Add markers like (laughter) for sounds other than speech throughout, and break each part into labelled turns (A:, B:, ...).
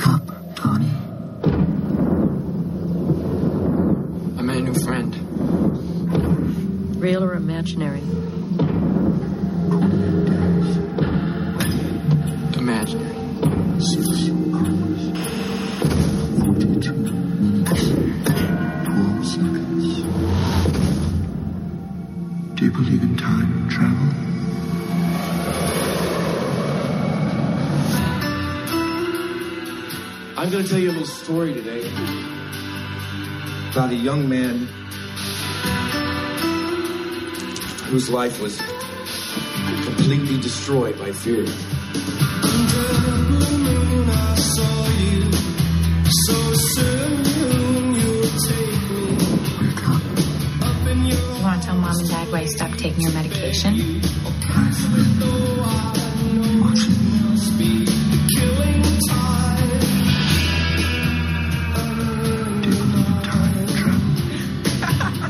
A: Fuck, Barney.
B: I met a new friend.
A: Real or imaginary?
B: Imaginary.
C: Four seconds. Do you believe in time travel?
D: I'm going to tell you a little story today about a young man whose life was completely destroyed by fear.
E: You want to tell mom and dad why you stopped taking your medication?
C: Do you believe in time travel?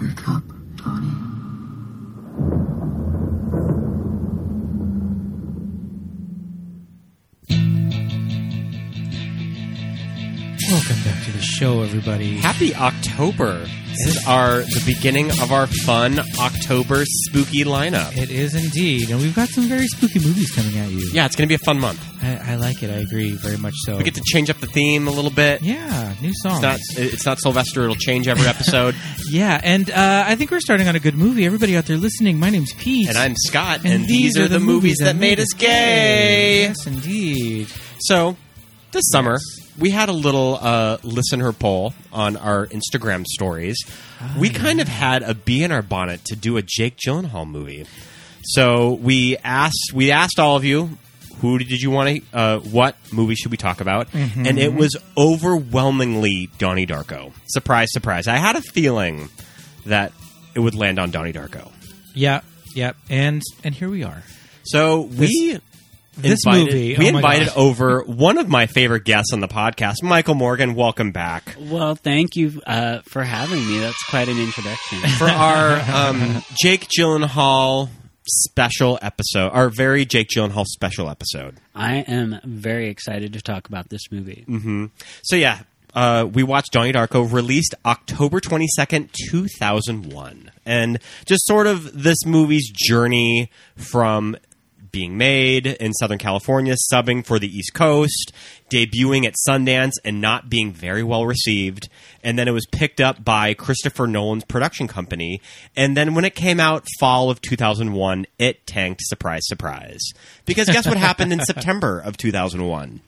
A: Wake up, Barney.
F: Welcome back to the show, everybody.
G: Happy October. This is our the beginning of our fun October spooky lineup.
F: It is indeed, and we've got some very spooky movies coming at you.
G: Yeah, it's going to be a fun month.
F: I, I like it. I agree very much. So
G: We get to change up the theme a little bit.
F: yeah, new songs.
G: It's not it's not Sylvester, it'll change every (laughs) episode.
F: yeah, and uh, I think we're starting on a good movie. Everybody out there listening, my name's Pete,
G: and I'm Scott and, these, are, the movies that made us gay.
F: Yes, indeed.
G: So, this summer we had a little uh, listener poll on our Instagram stories. We kind of had a bee in our bonnet to do a Jake Gyllenhaal movie. So we asked we asked all of you who did you want to uh, what movie should we talk about, and it was overwhelmingly Donnie Darko. Surprise, surprise! I had a feeling that it would land on Donnie Darko.
F: Yeah, yeah, and and here we are.
G: So we
F: this
G: invited,
F: movie,
G: we
F: oh my
G: invited
F: gosh.
G: over one of my favorite guests on the podcast, Michael Morgan. Welcome back
H: Well, thank you uh, for having me. That's quite an introduction.
G: for our um, Jake Gyllenhaal special episode, our very Jake Gyllenhaal special episode.
H: I am very excited to talk about this movie.
F: Mm-hmm.
G: So yeah, uh, we watched Donnie Darko released October twenty second, two thousand one, and just sort of this movie's journey from being made in Southern California, subbing for the East Coast, debuting at Sundance, and not being very well received, and then it was picked up by Christopher Nolan's production company, and then when it came out fall of two thousand one, it tanked. Surprise, surprise! Because guess what happened in September of two thousand one.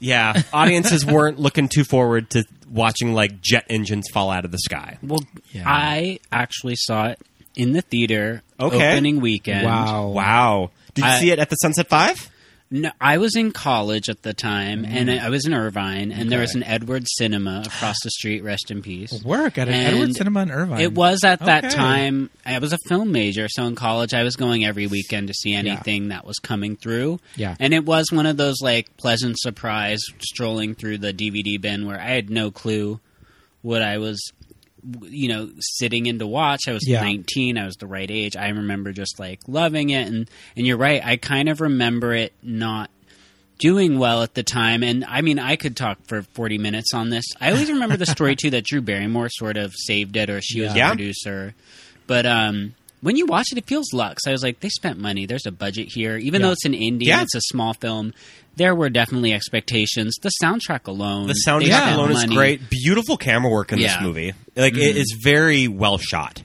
G: Yeah,
H: (laughs)
G: audiences weren't looking too forward to watching like jet engines fall out of the sky.
H: Well,
F: Yeah.
H: I actually saw it in the theater
G: Okay.
H: opening weekend.
F: Wow.
G: Wow. Did you
H: I-
G: see it at the Sunset Five?
H: No, I was in college at the time, and
F: Mm-hmm.
H: I I was in Irvine, and there was an Edwards Cinema across the street. Rest in peace.
F: Work at an
H: And
F: Edward Cinema in Irvine.
H: It was at that
F: Okay.
H: time. I was a film major, so in college I was going every weekend to see anything that was coming through.
F: Yeah.
H: and it was one of those like pleasant surprise strolling through the DVD bin where I had no clue what I was, you know, sitting in to watch. I was
F: Yeah.
H: nineteen. I was the right age. I remember just like loving it, and and you're right. I kind of remember it not doing well at the time. And I mean, I could talk for 40 minutes on this. I always remember the story, too, that Drew Barrymore sort of saved it or she was
G: Yeah.
H: the producer. But um, when you watch it, it feels luxe. I was like, they spent money. There's a budget here. Even
F: Yeah.
H: though it's an indie
G: Yeah.
H: and it's a small film, there were definitely expectations. The soundtrack alone.
G: The
H: they
G: soundtrack
H: spent
G: alone is
H: money.
G: great. Beautiful camera work in this
H: Yeah. Mm-hmm.
G: movie. Like it is very well shot.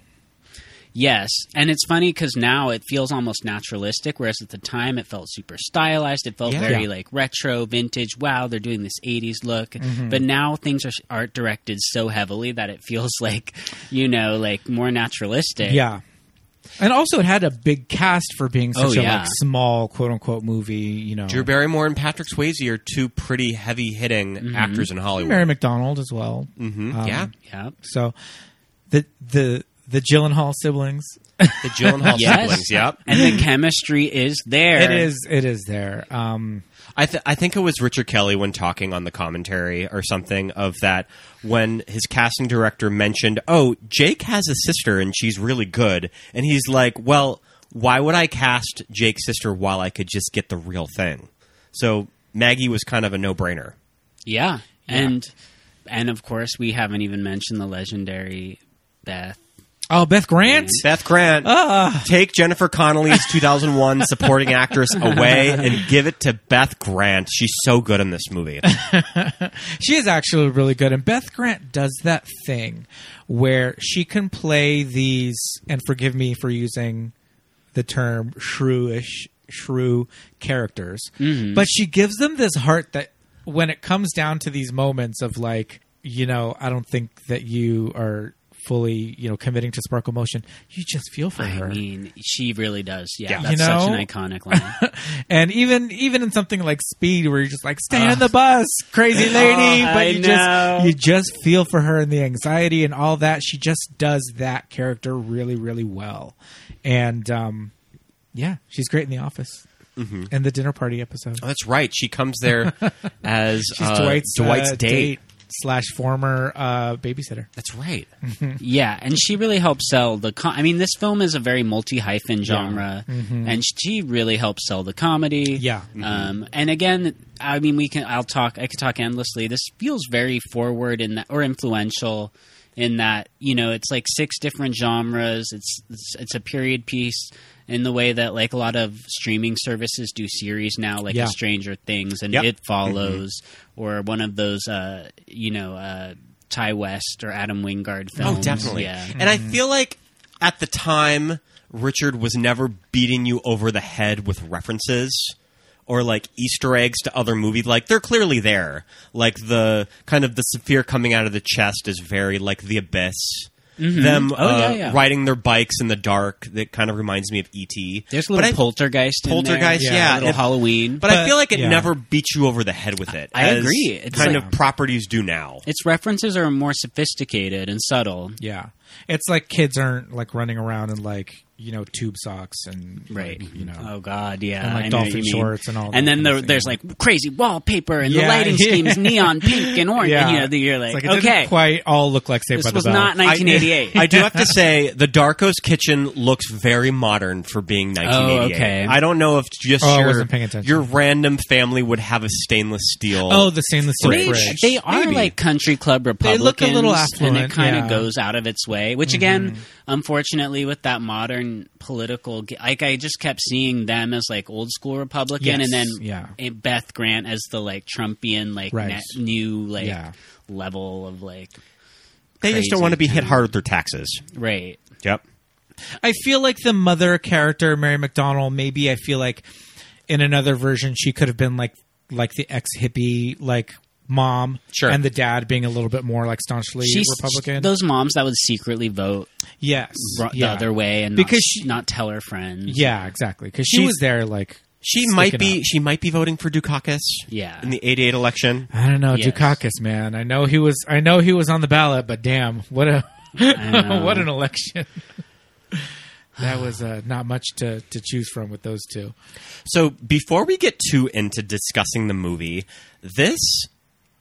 H: Yes, and it's funny because now it feels almost naturalistic, whereas at the time it felt super stylized. It felt
F: Yeah.
H: very
F: Yeah.
H: like retro, vintage. Wow, they're doing this '80s look.
I: Mm-hmm.
H: But now things are art directed so heavily that it feels (laughs) like, you know, like more naturalistic.
F: Yeah. And also, it had a big cast for being such
H: Oh,
F: a
H: yeah.
F: like, small "quote unquote" movie. You know,
G: Drew Barrymore and Patrick Swayze are two pretty heavy hitting
H: Mm-hmm.
G: actors in Hollywood. Mm. Mm-hmm.
F: Mary McDonald as well.
G: Mhm.
F: Um,
G: yeah.
H: yeah.
F: So the the
I: the Gyllenhaal siblings.
G: The Gyllenhaal
H: (laughs) Yes.
G: siblings. Yep.
H: and the chemistry is there.
I: It is. It is there. Um,
G: I, th- I think it was Richard Kelly when talking on the commentary or something of that when his casting director mentioned, "Oh, Jake has a sister and she's really good," and he's like, "Well, why would I cast Jake's sister while I could just get the real thing?" So Maggie was kind of a no-brainer.
H: Yeah. And and of course we haven't even mentioned the legendary Beth.
I: oh, Beth Grant.
G: Beth Grant, take Jennifer Connelly's (laughs) 2001 supporting actress away and give it to Beth Grant. She's so good in this movie.
I: She is actually really good. And Beth Grant does that thing where she can play these, and forgive me for using the term shrewish, shrew characters,
H: Mm-hmm.
I: but she gives them this heart that when it comes down to these moments of like, you know, I don't think that you are fully, you know, committing to sparkle motion, you just feel for
H: I
I: her.
H: mean, she really does. Yeah. That's
I: You
H: such
I: know?
H: an iconic line.
I: And even even in something like Speed, where you're just like, stay on the bus,
H: (laughs)
I: crazy lady,
H: Oh, Ah. I
I: but you
H: know.
I: just you just feel for her and the anxiety and all that. She just does that character really, really well. And um, yeah, she's great in The Office and the dinner party episode.
G: Oh, that's right. She comes (laughs) there as
I: She's
G: uh,
I: Dwight's
G: Dwight's
I: uh,
G: date.
I: slash former uh, babysitter.
G: That's right.
H: yeah, and she really helps sell the com- I mean, this film is a very multi-hyphen genre and she really helps sell the comedy.
I: Yeah.
G: Mm-hmm.
H: Um and again, I mean, we can I'll talk I could talk endlessly. This feels very forward in that or influential in that, you know, it's like six different genres. It's it's, it's a period piece in the way that like a lot of streaming services do series now like
I: Yeah.
H: a Stranger Things and
G: Yep. Mm-hmm.
H: It Follows or one of those uh, you know, uh Ty West or Adam Wingard films.
G: Oh, definitely.
H: Yeah.
G: And I feel like at the time, Richard was never beating you over the head with references or like Easter eggs to other movies. Like they're clearly there. Like the kind of the sphere coming out of the chest is very like the abyss. Them uh,
H: Mm-hmm. Oh, yeah, yeah.
G: riding their bikes in the dark. That kind of reminds me of E.T.
H: There's a little
G: But I-
H: poltergeist in there.
G: Poltergeist, yeah.
H: A little
G: It-
H: Halloween.
G: But, I
I: But-
G: feel like it
I: yeah.
G: never beats you over the head with it.
H: I
G: as
H: agree. It's
G: kind
H: like-
G: of properties do now.
H: its references are more sophisticated and subtle.
I: Yeah, it's like kids aren't like running around in like you know tube socks and like,
H: Right.
I: you know.
H: Oh God, yeah.
I: And, like,
H: I know what
I: dolphin
H: you mean.
I: shorts and all that
H: And then
I: kind of
H: there,
I: thing.
H: there's like crazy wallpaper and the
I: Yeah.
H: lighting schemes
I: (laughs)
H: neon pink and orange. And, you know, the- you're like,
I: It's it
H: okay,
I: didn't quite all look like Saved
H: this
I: by the
H: was
I: Bell.
H: not 1988.
G: I do have to say, the Darko's kitchen looks very modern for being 1988.
H: okay.
G: I don't know if just
I: Oh, I
G: your,
I: wasn't paying attention.
G: your random family would have a stainless steel.
I: oh, the stainless steel
H: (laughs) they,
I: fridge.
H: they are
I: Maybe.
H: like country club
I: They
H: Republicans,
I: look a little
H: and it
I: affluent,
H: kind of
I: yeah. Mm-hmm.
H: goes out of its way. Which again, unfortunately, with that modern political, g- like I just kept seeing them as like old school Republican,
I: Yes,
H: and then
I: yeah.
H: eh, Beth Grant as the like Trumpian, like
I: Right.
H: net- new like
I: Yeah.
H: level of like
G: they just don't
H: crazy
G: want to be hit hard with their taxes.
H: right.
G: Yep.
I: I feel like the mother character, Mary McDonald. Maybe I feel like in another version she could have been like like the ex hippie like mom,
G: Sure.
I: and the dad being a little bit more like staunchly Republican.
H: Those moms that would secretly vote
I: yes,
H: ru- the
I: yeah.
H: other way and
I: Because
H: not,
I: she-
H: not tell her friends.
I: Yeah, exactly. Because she
G: She's-
I: was there. Like
G: She
I: sticking
G: might be
I: up.
G: she might be voting for Dukakis
H: Yeah.
G: in the 88 election.
I: I don't know
H: Yes.
I: Dukakis, man. I know he was. I know he was on the ballot, but damn, what a (laughs)
H: know.
I: what an election. (laughs) that was uh, not much to to choose from with those two.
G: So before we get too into discussing the movie, this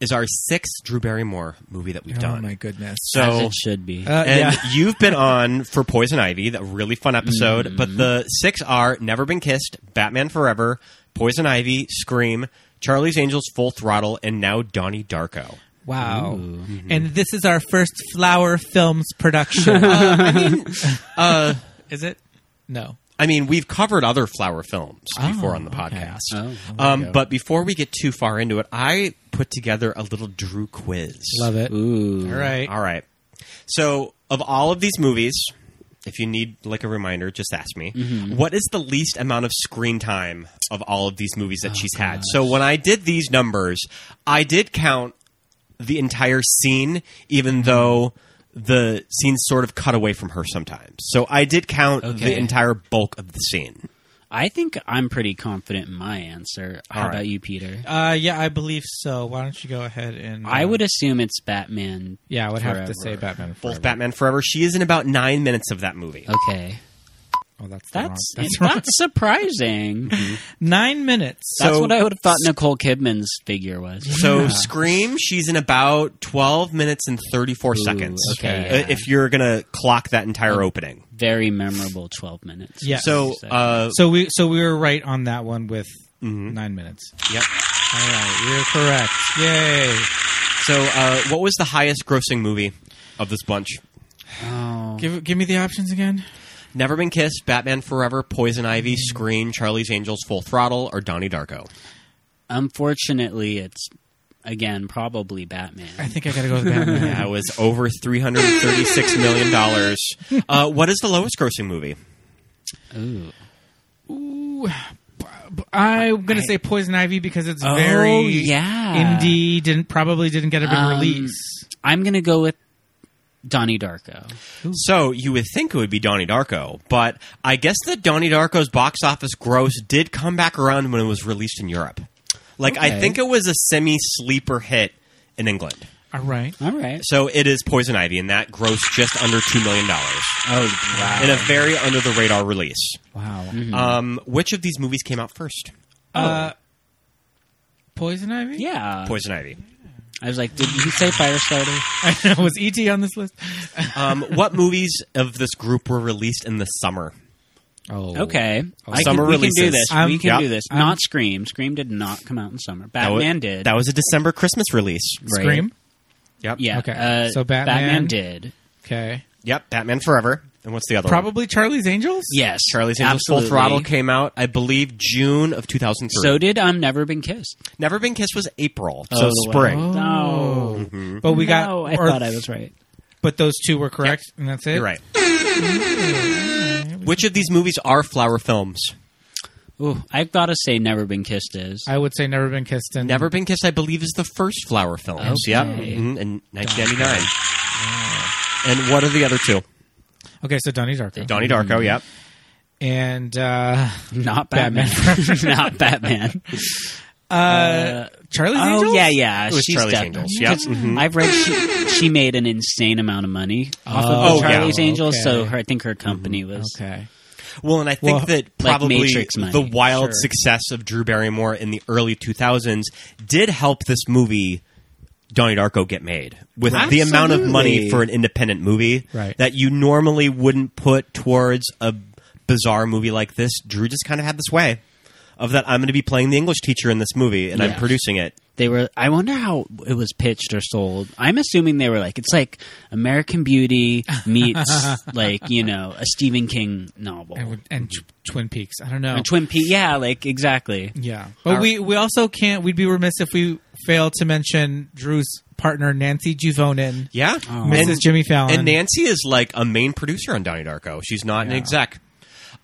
G: is our sixth Drew Barrymore movie that we've
I: Oh
G: done.
I: my goodness.
G: So
H: As it should be.
I: Uh,
G: and
I: yeah.
G: you've been on for Poison Ivy, that really fun episode.
I: Mm-hmm.
G: But the six are Never Been Kissed, Batman Forever, Poison Ivy, Scream, Charlie's Angels, Full Throttle, and now
I: (laughs)
G: Donnie Darko.
I: Wow. And this is our first Flower Films production.
G: I mean, uh,
I: is it? No.
G: I mean, we've covered other flower films before on the
I: okay.
G: podcast.
H: Oh, there
G: um, but before we get too far into it, I put together a little Drew quiz.
I: Love it.
H: Ooh.
I: All right.
G: All right. So, of all of these movies, if you need like a reminder, just ask me. What is the least amount of screen time of all of these movies that she's had? So, when I did these numbers, I did count the entire scene, even though the scene's sort of cut away from her sometimes. So, I did count the
H: Okay.
G: entire bulk of the scene.
H: I think I'm pretty confident in my answer. How
G: All right.
H: about you, Peter?
I: Uh, yeah, I believe so. Why don't you go ahead and?
H: I
I: uh,
H: would assume it's Batman.
I: Yeah, I would have to say
H: Forever.
I: Batman. Forever.
G: Both Batman Forever. She is in about nine minutes of that movie.
H: Okay,
I: Oh, that's the
H: that's
I: wrong-
H: that's,
I: that's wrong. (laughs) Mhm.
H: surprising.
I: nine minutes.
H: that's
G: So-
H: what I would have thought Nicole Kidman's figure was.
G: So Scream, she's in about twelve minutes and thirty four seconds.
H: okay,
G: Uh,
H: yeah.
G: if you're gonna clock that entire opening.
H: very memorable twelve minutes.
I: Yeah.
G: So, uh,
I: So we so we were right on that one with
H: Mm-hmm.
I: nine minutes.
G: yep.
I: All right, you're correct. Yay!
G: So, uh, what was the highest grossing movie of this bunch?
H: Oh,
I: Give give me the options again.
G: Never Been Kissed, Batman Forever, Poison Ivy, Scream, Charlie's Angels, Full Throttle, or Donnie Darko.
H: unfortunately, it's again probably
I: I
H: Batman.
I: think I gotta go with
H: (laughs)
I: Batman.
G: That was over three hundred and thirty-six million (laughs) dollars. Uh, what is the lowest grossing movie?
H: Ooh.
I: I'm gonna say Poison Ivy because it's
H: Oh,
I: very
H: yeah.
I: indie. Didn't probably didn't get a big
H: Um,
I: release.
H: I'm gonna go with Donnie Darko.
G: So you would think it would be Donnie Darko, but I guess that Donnie Darko's box office gross did come back around when it was released in Europe. Like I
H: Okay.
G: think it was a semi-sleeper hit in England.
I: All right.
H: All right.
G: So it is Poison Ivy, and that grossed just under two million dollars
H: Oh wow. Hmm.
G: in a very under the radar release.
I: Wow.
G: Um, which of these movies came out first?
I: Uh, Poison Ivy.
H: oh. Yeah.
G: Poison Ivy.
H: I was like, did you say
I: (laughs)
H: Firestarter?
I: I know. Was ET on this list?
G: Um,
H: (laughs)
G: what movies of this group were released in the summer?
I: Oh.
H: Okay.
G: Summer
H: I can, We can do
G: releases.
H: this.
I: I'm-
H: we can
G: Yep.
H: do this.
I: I'm-
H: not Scream. Scream did not come out in summer.
G: That wa-
H: Batman did.
G: That was a December Christmas release.
H: Right.
I: Scream.
G: Yep.
H: Yeah.
I: Okay.
H: Uh,
I: So Batman-
H: did.
I: Okay.
G: Yep. Batman Forever. And what's the other one?
I: Probably Charlie's Angels.
H: Yes.
G: Charlie's Angels
H: absolutely.
G: Full Throttle came out, I believe, June of 2003.
H: So did I'm Never Been Kissed.
G: Never Been Kissed was April,
H: Oh,
G: so spring.
H: wow.
I: Oh. But we got.
H: No, I
I: or-
H: thought I was right.
I: But those two were correct, and that's it.
G: You're right. Which of these movies are flower films?
H: Ooh, I've got to say Never Been Kissed is.
I: (laughs) I would say Never Been Kissed and
G: Never Been Kissed, I believe, is the first flower film.
H: Okay.
G: Yep. Mhm, in 1999. And what are the other two?
I: Okay, so Donnie Darko
G: Donnie Darko, yep.
I: and uh,
H: not Batman. (laughs) not Batman.
I: uh, Charlie's
H: oh,
I: Angels.
H: yeah, yeah.
G: It was
H: She's
G: Charlie's
H: definitely-
G: Angels. Yep. Mhm.
H: I've read she, she made an insane amount of money off
I: Oh,
H: of the
G: yeah.
H: Charlie's Angels,
I: Okay. Mm-hmm.
H: so her, I think her company was.
I: Okay.
G: Well, and I think
I: Well,
G: that probably
H: Matrix money,
G: the wild
I: sure.
G: success of Drew Barrymore in the early 2000s did help this movie Donnie Darko get made with the amount of money
H: Absolutely.
G: for an independent movie
I: Right.
G: that you normally wouldn't put towards a bizarre movie like this. Drew just kind of had this way of that I'm going to be playing the English teacher in this movie and I'm
H: Yeah.
G: producing it.
H: They were. I wonder how it was pitched or sold. I'm assuming they were like it's like American Beauty
I: (laughs)
H: meets like you know a Stephen King novel.
I: And, and tw- Twin Peaks. I don't know.
H: A Twin Peaks. Yeah, like exactly.
I: yeah, but we we also can't. We'd be remiss if we failed to mention Drew's partner Nancy Juvonen,
G: Yeah.
I: Mrs.
G: Oh. And-
I: Jimmy Fallon.
G: And Nancy is like a main producer on Donnie Darko. She's not an
I: Yeah.
G: exec.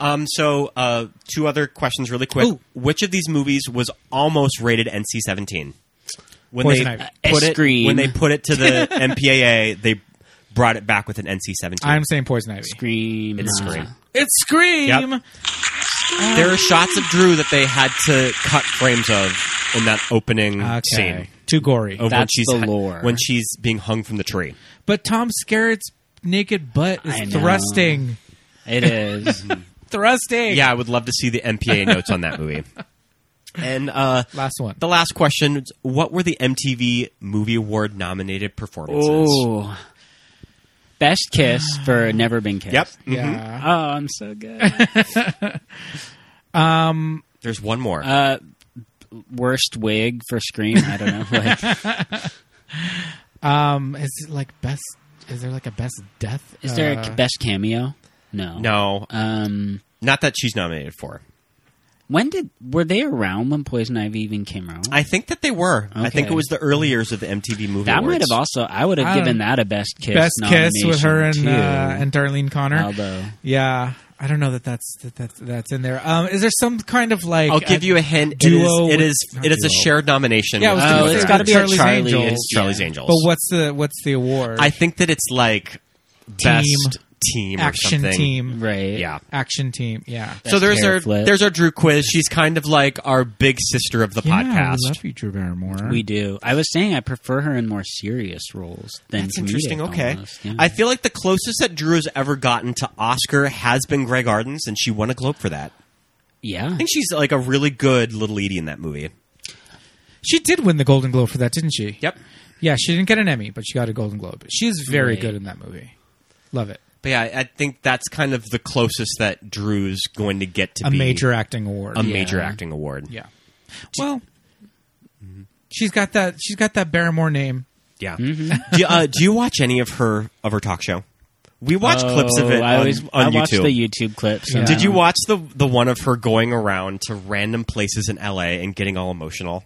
G: Um, so, uh, two other questions really quick.
I: Ooh.
G: Which of these movies was almost rated NC seventeen? When
I: Poison Ivy.
H: Uh,
G: put it
H: Scream.
G: when they put it to the
I: (laughs)
G: MPAA, they brought it back with an NC seventeen.
I: I'm saying Poison Ivy.
H: Scream.
G: It's
H: uh,
G: Scream.
I: It's Scream.
G: Yep. There are shots of Drew that they had to cut frames of in that opening
I: Okay.
G: scene.
I: Too gory.
G: Of when
H: That's
G: she's
H: the
G: hu-
H: lore.
G: when she's being hung from the tree.
I: But Tom Skerritt's naked butt
H: I
I: is
H: know.
I: thrusting.
H: (laughs)
I: (laughs)
H: It is.
I: Thrusting.
G: (laughs) Yeah, I would love to see the MPA notes on that movie. (laughs) And uh,
I: Last one.
G: The last question: is, What were the MTV Movie Award nominated performances?
H: oh, best kiss for Never Been Kissed.
G: Yep. Mhm.
I: yeah.
H: Oh, I'm so good.
I: (laughs)
G: There's one more.
H: Uh, worst wig for Scream. I
I: (laughs)
H: don't know. Like,
I: Um, is it like best? Is there like a best death?
H: is there
I: uh,
H: a best cameo? No.
G: no,
H: Um.
G: not that she's nominated for.
H: When did were they around when Poison Ivy even came out?
G: I think that they were. I think
H: Okay.
G: it was the early years of the MTV Movie
H: that might
G: Awards.
H: have also. I would
I: I
H: have
I: don't-
H: given that a best kiss.
I: best kiss with her and
H: nomination,
I: uh,
H: too. Oh,
I: and Darlene Connor?
H: Although
I: Yeah, I don't know that that's that, that's that's in there. Um, is there some kind of like?
G: I'll give
I: uh,
G: you a hint. It is.
I: duo
G: It
I: with-
G: is.
I: not
G: It is a
I: duo.
G: shared nomination.
I: Yeah, I was gonna
H: oh,
I: say
H: it's
I: that.
H: got to be
I: Charlie's
H: a Charlie.
I: Angels.
G: It's Charlie's Angels.
I: But what's the what's the award?
G: I think that it's like best team or
I: action
G: something.
I: team,
H: Right.
G: Yeah.
I: Action team, yeah.
G: so
H: That's
G: there's our
H: Hairflip.
G: there's our Drew quiz. She's kind of like our big sister of the
I: Yeah,
G: podcast.
I: we love you, Drew Barrymore.
H: We do. I was saying I prefer her in more serious roles than
G: That's
H: comedic
G: interesting. Okay,
H: almost, yeah.
G: I feel like the closest that Drew has ever gotten to Oscar has been Greg Arden's, and she won a Globe for that.
H: yeah.
G: I think she's like a really good little Edie in that movie.
I: She did win the Golden Globe for that, didn't she?
G: Yep.
I: Yeah, she didn't get an Emmy, but she got a Golden Globe. She is very
H: Right.
I: good in that movie. Love it.
G: But yeah, I I think that's kind of the closest that Drew's going to get to
I: A
G: be
I: major acting award.
G: a
H: Yeah.
G: major acting award.
I: yeah. Well, she's got that. She's got that Barrymore name.
G: Yeah. do, you- uh, do you watch any of her of her talk show? We watch clips of it
H: Oh, I
G: on,
H: always
G: on
H: I
G: YouTube.
H: watch the YouTube clips. and
I: Yeah.
G: Did
H: I
G: you
H: don't-
G: watch the the one of her going around to random places in LA and getting all emotional?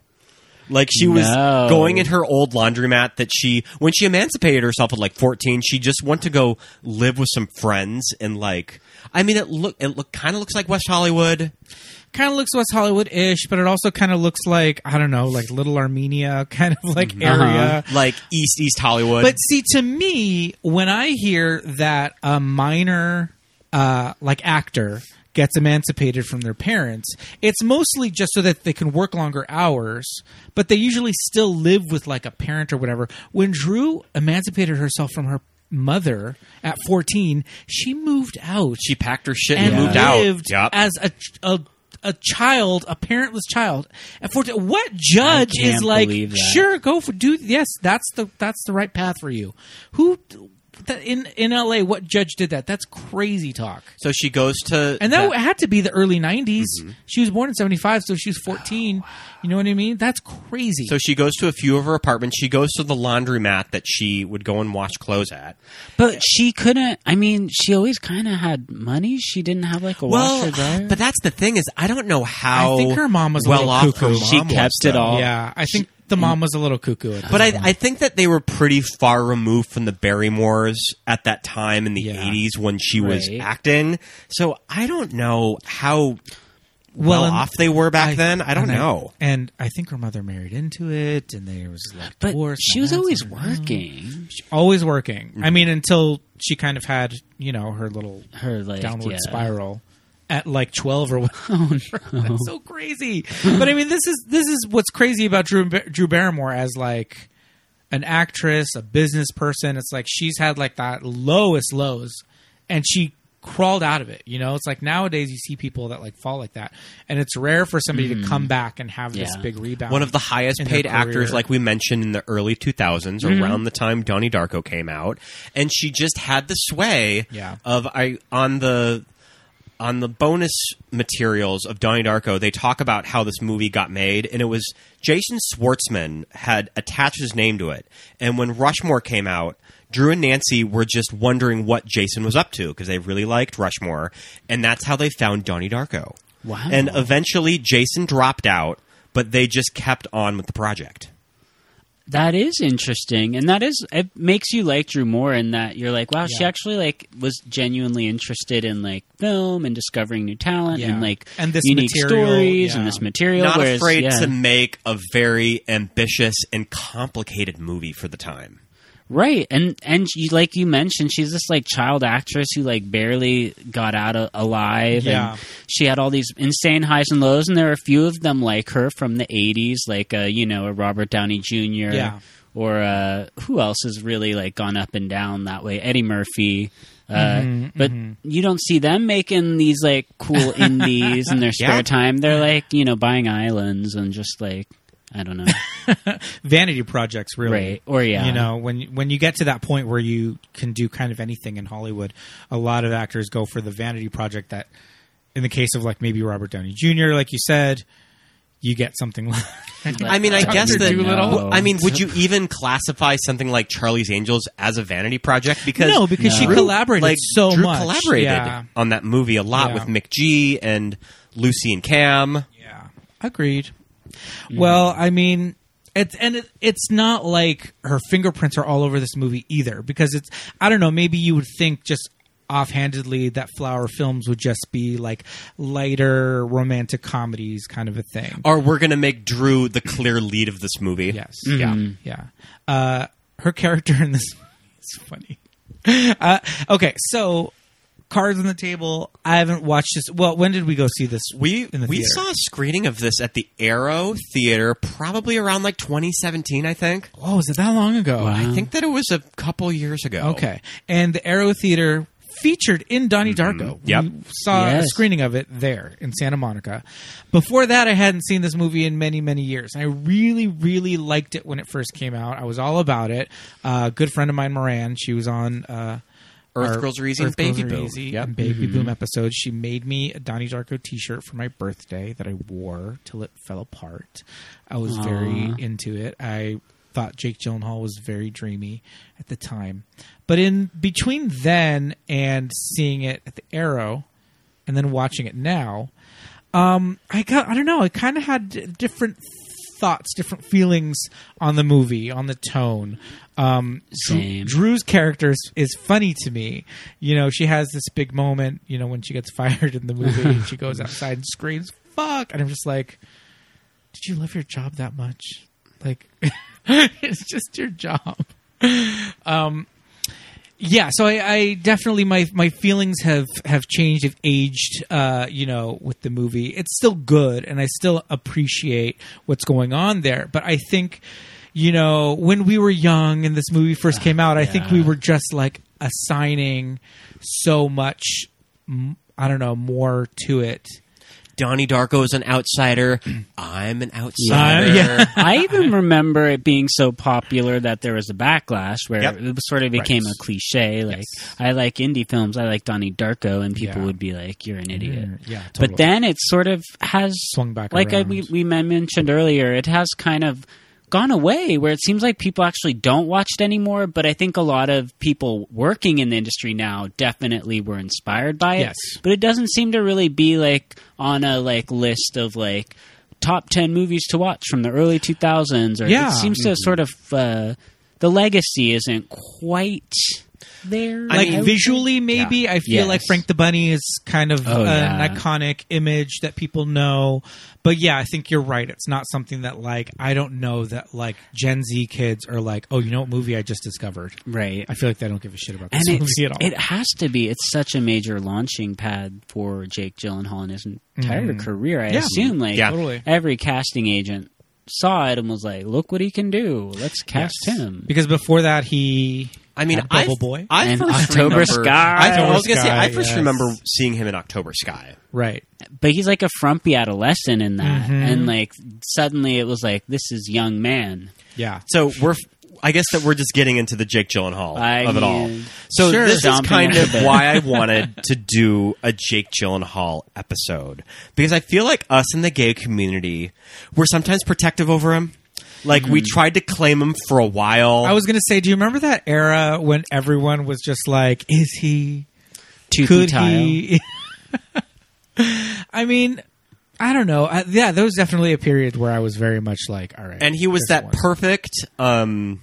G: Like she was
H: No.
G: going in her old laundromat that she when she emancipated herself at like 14, she just went to go live with some friends and like I mean it look it look kind of looks like West Hollywood.
I: Kind of looks West Hollywood ish, but it also kind of looks like I don't know, like Little Armenia (laughs) kind of like area.
G: like East East Hollywood.
I: But see, to me, when I hear that a minor, uh, like actor, gets emancipated from their parents, it's mostly just so that they can work longer hours. But they usually still live with like a parent or whatever. When Drew emancipated herself from her mother at fourteen, she moved out
G: she packed her shit and,
I: and
G: moved
I: lived
G: out. Yep.
I: as a. a a child, a parentless child, at fourteen. What judge
H: I can't
I: is like?
H: believe that.
I: Sure, go for do. Yes, that's the that's the right path for you. Who that, in in L.A. What judge did that? That's crazy talk.
G: so she goes to
I: And that, had to be the early '90s.
G: Mm-hmm.
I: She was born in '75, so she was 14. You know what I mean? That's crazy.
G: Oh, So she goes to a few of her apartments. She goes to the laundromat that she would go and wash clothes at.
H: But she couldn't. I mean, she always kind of had money. She didn't have like a washer dryer.
G: but that's the thing is, I don't know how.
I: I think her mom was a
G: well
I: little
G: off
I: cuckoo.
G: her
H: She
G: mom was,
H: kept it
G: though.
H: all.
I: yeah, I think the mom was a little cuckoo. At that
G: But I,
I: point.
G: I think that they were pretty far removed from the Barrymores at that time in the
I: Yeah.
G: 80s when she was
H: Right.
G: acting. So I don't know how well,
I: Well, and
G: off they were back
I: I-
G: then. I don't
I: and
G: know.
I: and I think her mother married into it, and there was like
H: But
I: divorce.
H: she
I: and
H: was
I: all that
H: always
I: sort of-
H: working.
I: always working. I mean, until she kind of had you know her little
H: Her like
I: downward
H: yeah. (laughs) Oh,
I: spiral at like 12 or whatever. (laughs) That's so crazy. But I mean, this is this is what's crazy about Drew Bar- Drew Barrymore as like an actress, a business person. It's like she's had like that lowest lows, and she crawled out of it. You know, it's like nowadays you see people that like fall like that, and it's rare for somebody to come back and have this
H: Yeah.
I: big rebound.
G: One of the highest
I: in their
G: paid actors,
I: career. Mm-hmm.
G: like we mentioned in the early 2000s, around the time Donnie Darko came out, and she just had the sway
I: Yeah.
G: of I on the on the bonus materials of Donnie Darko. They talk about how this movie got made, and it was Jason Schwartzman had attached his name to it, and when Rushmore came out. Drew and Nancy were just wondering what Jason was up to because they really liked Rushmore, and that's how they found Donnie Darko.
H: Wow.
G: And eventually, Jason dropped out, but they just kept on with the project.
H: That is interesting, and that is it makes you like Drew more in that you're like, wow, she
I: Yeah.
H: actually like was genuinely interested in like film and discovering new talent
I: Yeah.
H: and like
I: And this
H: unique
I: material,
H: stories and
I: yeah.
H: this material.
G: Not
H: whereas,
G: afraid
H: yeah.
G: to make a very ambitious and complicated movie for the time.
H: right, and and she, like you mentioned, she's this like child actress who like barely got out a- alive.
I: Yeah.
H: and she had all these insane highs and lows, and there are a few of them like her from the '80s, like uh, you know a Robert Downey Jr.
I: Yeah.
H: or uh, who else has really like gone up and down that way? Eddie Murphy. Uh,
I: Mm-hmm,
H: but you don't see them making these like
I: (laughs)
H: cool indies in their spare
G: Yeah.
H: time. They're like you know buying islands and just like I don't know,
I: vanity projects, (laughs) really.
H: right? Or yeah,
I: You know, when when you get to that point where you can do kind of anything in Hollywood, a lot of actors go for the vanity project that in the case of like maybe Robert Downey Jr., like you said, you get something (laughs) like (laughs)
G: I mean, I guess that.
H: Doolittle.
G: w- I mean, would you even classify something like Charlie's Angels as a vanity project? Because
I: No, because
H: she
G: Drew,
I: collaborated
G: like,
I: so
G: Drew
I: much.
G: collaborated
I: Yeah.
G: on that movie a lot
I: Yeah.
G: with Mick G and Lucy and Cam.
I: Yeah. Mm-hmm. Agreed. Well, I mean, it's and it, it's not like her fingerprints are all over this movie either because it's I don't know, maybe you would think just offhandedly that flower films would just be like lighter romantic comedies kind of a thing.
G: Or we're going to make Drew the clear lead of this movie.
I: mm-hmm. Yes. Yeah. Yeah. Uh, her character in (laughs) this is funny. uh, okay, so cards on the table. I haven't watched this. Well, when did we go see this?
G: We
I: in the
G: we
I: theater?
G: saw a screening of this at the Arrow Theater, probably around like 2017, I think.
I: Oh, was it that long ago?
G: I think that it was a couple years ago.
I: Okay. And the Arrow Theater featured in Donnie Darko.
G: Mm-hmm. Yep.
I: We saw
H: Yes.
I: a screening of it there in Santa Monica. Before that, I hadn't seen this movie in many, many years. And I really, really liked it when it first came out. I was all about it. Uh, a good friend of mine, Moran, she was on. Uh,
G: Earth
I: our
G: Girls Are Easy and
I: Earth
G: Baby
I: Girls Are
G: Boom.
I: Easy
G: Yep. Mm-hmm.
I: and Baby Boom episode. She made me a Donnie Darko T-shirt for my birthday that I wore till it fell apart. I was very into it. I thought Jake Gyllenhaal was very dreamy at the time, but in between then and seeing it at the Arrow, and then watching it now, um, I got I don't know. I kind of had d- different thoughts, different feelings on the movie, on the tone. Um, Drew-
H: Same.
I: Drew's character is, is funny to me. You know, she has this big moment. You know, when she gets (laughs) fired in the movie, and she goes outside and screams "fuck," and I'm just like, "Did you love your job that much? Like, (laughs) it's just your job." yeah so I, I definitely my my feelings have have changed have aged uh you know with the movie it's still good and i still appreciate what's going on there but i think you know when we were young and this movie first came out i think we were just like assigning so much m- i don't know more to it
G: Donnie Darko is an outsider. (clears throat) I'm an outsider.
I: Uh, yeah.
H: I even remember it being so popular that there was a backlash where
G: Yep.
H: it sort of became a cliche. Like, I like indie films, I like Donnie Darko, and people
I: Yeah. Mm.
H: would be like, you're an idiot.
I: yeah, totally.
H: But then it sort of has
I: Swung back
H: Like I,
I: around.
H: we, we men- mentioned earlier, it has kind of gone away where it seems like people actually don't watch it anymore. But I think a lot of people working in the industry now definitely were inspired by it.
I: Yes.
H: But it doesn't seem to really be like on a like list of like top 10 movies to watch from the early 2000s or
I: Yeah. Mm-hmm.
H: it seems to sort of uh, the legacy isn't quite there
G: I
I: like
G: mean-
I: visually maybe i feel
H: Yes.
I: like frank the bunny is kind of
H: Oh,
I: an
H: yeah.
I: iconic image that people know but yeah i think you're right it's not something that like i don't know that like gen z kids are like oh you know what movie i just discovered
H: right
I: i feel like they don't give a shit about (laughs)
H: and
I: this
H: it's,
I: movie at all
H: it has to be. It's such a major launching pad for Jake Gyllenhaal in his entire career. I
I: Mm-hmm. Yeah.
H: assume, like
G: Yeah.
I: Totally.
H: every casting agent saw it and was like, "Look what he can do! Let's cast him."
I: because before that he
G: I mean,
I: had
G: I,
I: bubble boy
G: I
H: And
G: first
H: October
G: remember,
H: Sky.
G: I, I was
I: October
G: gonna say I
I: Sky,
G: first
I: yes.
G: remember seeing him in October Sky.
I: right
H: but he's like a frumpy adolescent in that,
I: Mm-hmm.
H: and like suddenly it was like, "This is young man."
I: yeah
G: So we're, I guess that we're just getting into the Jake Gyllenhaal
H: I
G: of it all.
H: mean,
G: So
H: sure.
G: this is
H: Stomping
G: kind
H: it a
G: of
H: bit.
G: why
H: (laughs)
G: I wanted to do a Jake Gyllenhaal episode because I feel like us in the gay community we're sometimes protective over him. Like we
H: Mm-hmm.
G: tried to claim him for a while.
I: i was gonna say do you remember that era when everyone was just like is he
H: Toothy
I: could
H: tile.
I: he? (laughs) I mean, I don't know. I, yeah, there was definitely a period where I was very much like, all right.
G: and he was
I: there's
G: that
I: one.
G: perfect um,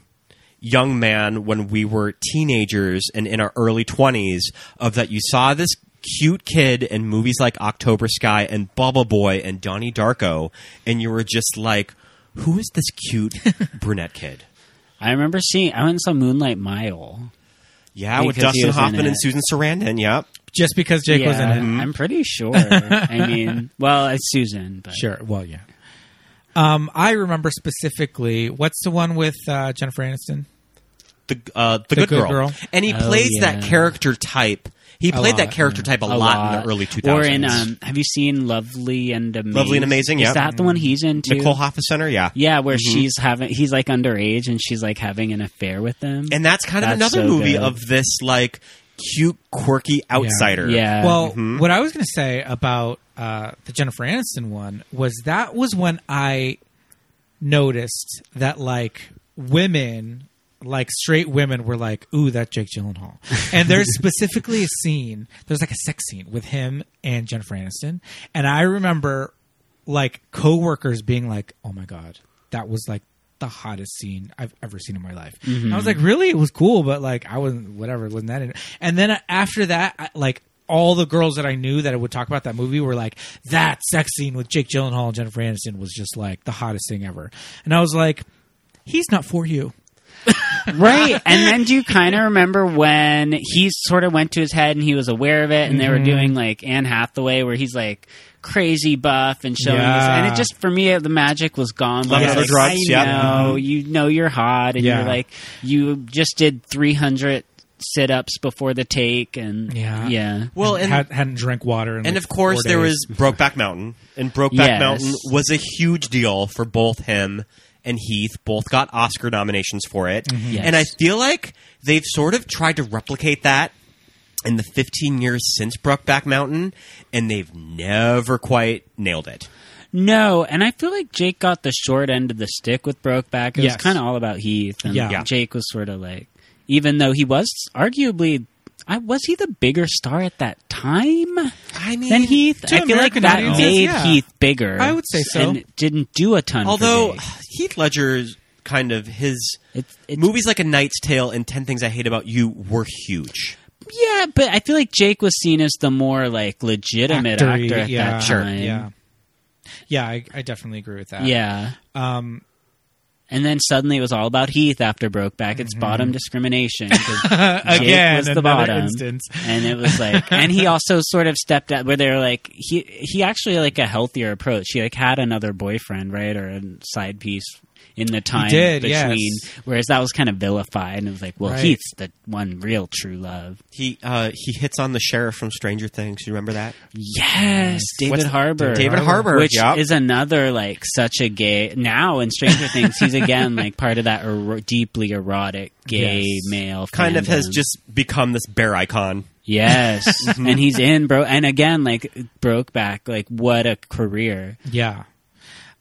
G: young man when we were teenagers and in our early 20s of that you saw this cute kid in movies like october sky and bubble boy and donnie darko and you were just like who is this
H: (laughs)
G: cute brunette kid
H: I remember seeing. I went and saw Moonlight Mile.
G: yeah with
H: Because he
G: dustin
H: was in
G: hoffman and
H: it.
G: susan sarandon yep
I: just because Jake was in
H: Yeah,
I: it.
G: Mm-hmm.
H: I'm pretty
I: (laughs)
H: sure. I mean, well, it's Susan, but
I: Sure. Well, yeah. Um, I remember specifically. What's the one with uh, Jennifer Aniston?
G: the, uh, the, good, girl. and he
H: Oh,
G: plays that
H: yeah.
G: character type he played that
I: lot,
G: character type a,
H: a
G: lot,
H: lot.
G: in the early 2000s
H: Or in, um, have you seen Lovely and Amazing?
G: Lovely and Amazing, yeah.
H: Is that the one he's into?
G: nicole Mm-hmm. hoffa center yeah
H: Yeah, where she's having, he's like underage and she's like having an affair with him.
G: And that's kind of
H: That's
G: another
H: so
G: movie
H: good.
G: of this like cute, quirky outsider.
H: yeah.
I: Well, what I was going to say about uh, the Jennifer Aniston one was that was when I noticed that like women, like straight women, were like, "Ooh, that Jake Gyllenhaal." And there's specifically a scene. There's like a sex scene with him and Jennifer Aniston, and I remember like coworkers being like, "Oh my god, that was like." The hottest scene I've ever seen in my life. I
H: Mm-hmm.
I: was like, really? It was cool, but like, I wasn't, whatever, wasn't that in And then after that, I, like, all the girls that I knew that would talk about that movie were like, that sex scene with Jake Gyllenhaal and Jennifer Aniston was just like the hottest thing ever. And I was like, he's not for you.
H: right. And then
I: (laughs)
H: do you kind of remember when he sort of went to his head and he was aware of it, and they
I: Mm-hmm.
H: were doing like Anne Hathaway, where he's like crazy buff and showing his,
I: Yeah.
H: and it just for me the magic was gone. Like,
G: Love
H: it's
G: and Other
H: like,
G: Drugs,
H: I
G: yeah.
H: know you know you're hot, and
I: Mm-hmm. Yeah.
H: you're like you just did 300 sit ups before the take, and
I: Yeah.
H: yeah.
G: Well, and
I: Had, hadn't drank water, in
G: and
I: like
G: of course
I: four
G: there
I: days.
G: was Brokeback Mountain, and Brokeback
H: Yes.
G: Mountain was a huge deal for both him and Heath. Both got Oscar nominations for it,
H: Mm-hmm. Yes.
G: and I feel like they've sort of tried to replicate that in the 15 years since Brokeback Mountain, and they've never quite nailed it.
H: No, and I feel like Jake got the short end of the stick with Brokeback. It
I: Yes.
H: was kind of all about Heath, and
I: Yeah.
H: Jake was sort of like, even though he was arguably, I was he the bigger star at that time
G: I mean,
H: than Heath?
I: to
H: I feel like
I: American
H: that
I: audiences,
H: made
I: yeah.
H: Heath bigger.
I: I would say so.
H: and it didn't do a ton. for
G: although
H: Jake.
G: Heath Ledger's kind of his
H: It's- it's-
G: movies like A Knight's Tale and 10 Things I Hate About You were huge.
H: yeah, but I feel like Jake was seen as the more like legitimate
I: Actory,
H: actor at
I: yeah,
H: that
I: sure,
H: time.
I: Yeah, yeah, I, I definitely agree with that.
H: Yeah.
I: Um,
H: And then suddenly it was all about Heath after Brokeback. It's bottom
I: Mm-hmm. (laughs)
H: discrimination. 'cause Jake
I: Uh, Again,
H: was the
I: another
H: bottom.
I: instance.
H: And it was like, and he also sort of stepped out where they were like, he he actually like a healthier approach. He like had another boyfriend, right, or a side piece in the time
I: did,
H: between.
I: yes.
H: Whereas that was kind of vilified, and it was like, well,
I: Right.
H: Heath's the one real true love.
G: He uh, he hits on the sheriff from Stranger Things. You remember that?
H: Yes,
G: What's
H: David
G: the-
H: Harbour.
G: David Harbour,
H: which
G: yep.
H: is another like such a gay. Now in Stranger Things, he's again like part of that ero- deeply erotic gay
I: Yes.
H: male.
G: Kind of has
H: fandom.
G: just become this bear icon.
H: yes, and he's in bro. And again, like Brokeback, like what a career.
I: Yeah.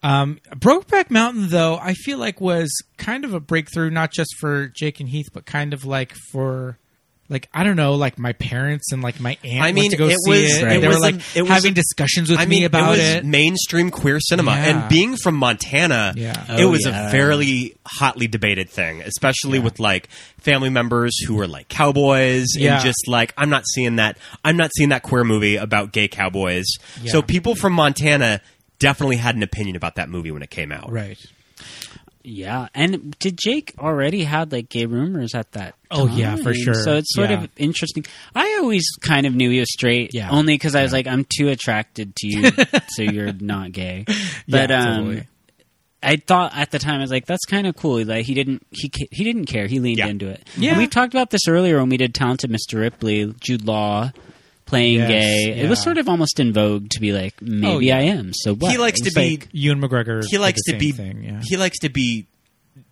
I: Um, Brokeback Mountain, though, I feel like was kind of a breakthrough, not just for Jake and Heath, but kind of like for, like I don't know, like my parents and like my aunt.
G: I
I: went
G: mean,
I: to go
G: it
I: see
G: was-
I: it.
G: it
I: and they
G: was
I: were like
G: a- it was
I: having
G: a-
I: discussions with
G: I mean,
I: me about
G: it was
I: it.
G: mainstream queer cinema,
I: Yeah.
G: and being from Montana,
I: Yeah.
G: it
H: Oh,
G: was a
H: yeah.
G: fairly hotly debated thing, especially with like family members who were like cowboys
I: Yeah.
G: and just like I'm not seeing that. I'm not seeing that queer movie about gay cowboys.
I: Yeah.
G: So people from Montana definitely had an opinion about that movie when it came out.
I: right.
H: Yeah, and did Jake already had like gay rumors at that?
I: Oh, yeah, for
H: time?
I: sure.
H: So it's sort
I: Yeah.
H: of interesting. I always kind of knew he was straight,
I: Yeah.
H: only because I was like, I'm too attracted to
I: (laughs)
H: you, so you're not gay. But
I: Yeah,
H: um,
I: totally.
H: I thought at the time I was like, that's kind of cool. Like he didn't he ca- he didn't care. He leaned
G: Yeah.
H: into it.
I: Yeah.
H: And we talked about this earlier when we did Talented Mr. Ripley, Jude Law playing
I: Yes,
H: gay. It was
I: yeah. Oh,
H: sort of almost in vogue to be like, maybe
I: yeah.
H: I am. So what?
G: He likes to
H: It was
G: be.
H: like-
I: Ewan McGregor.
G: he likes
I: did the
G: to be.
I: same Thing, yeah.
G: He likes to be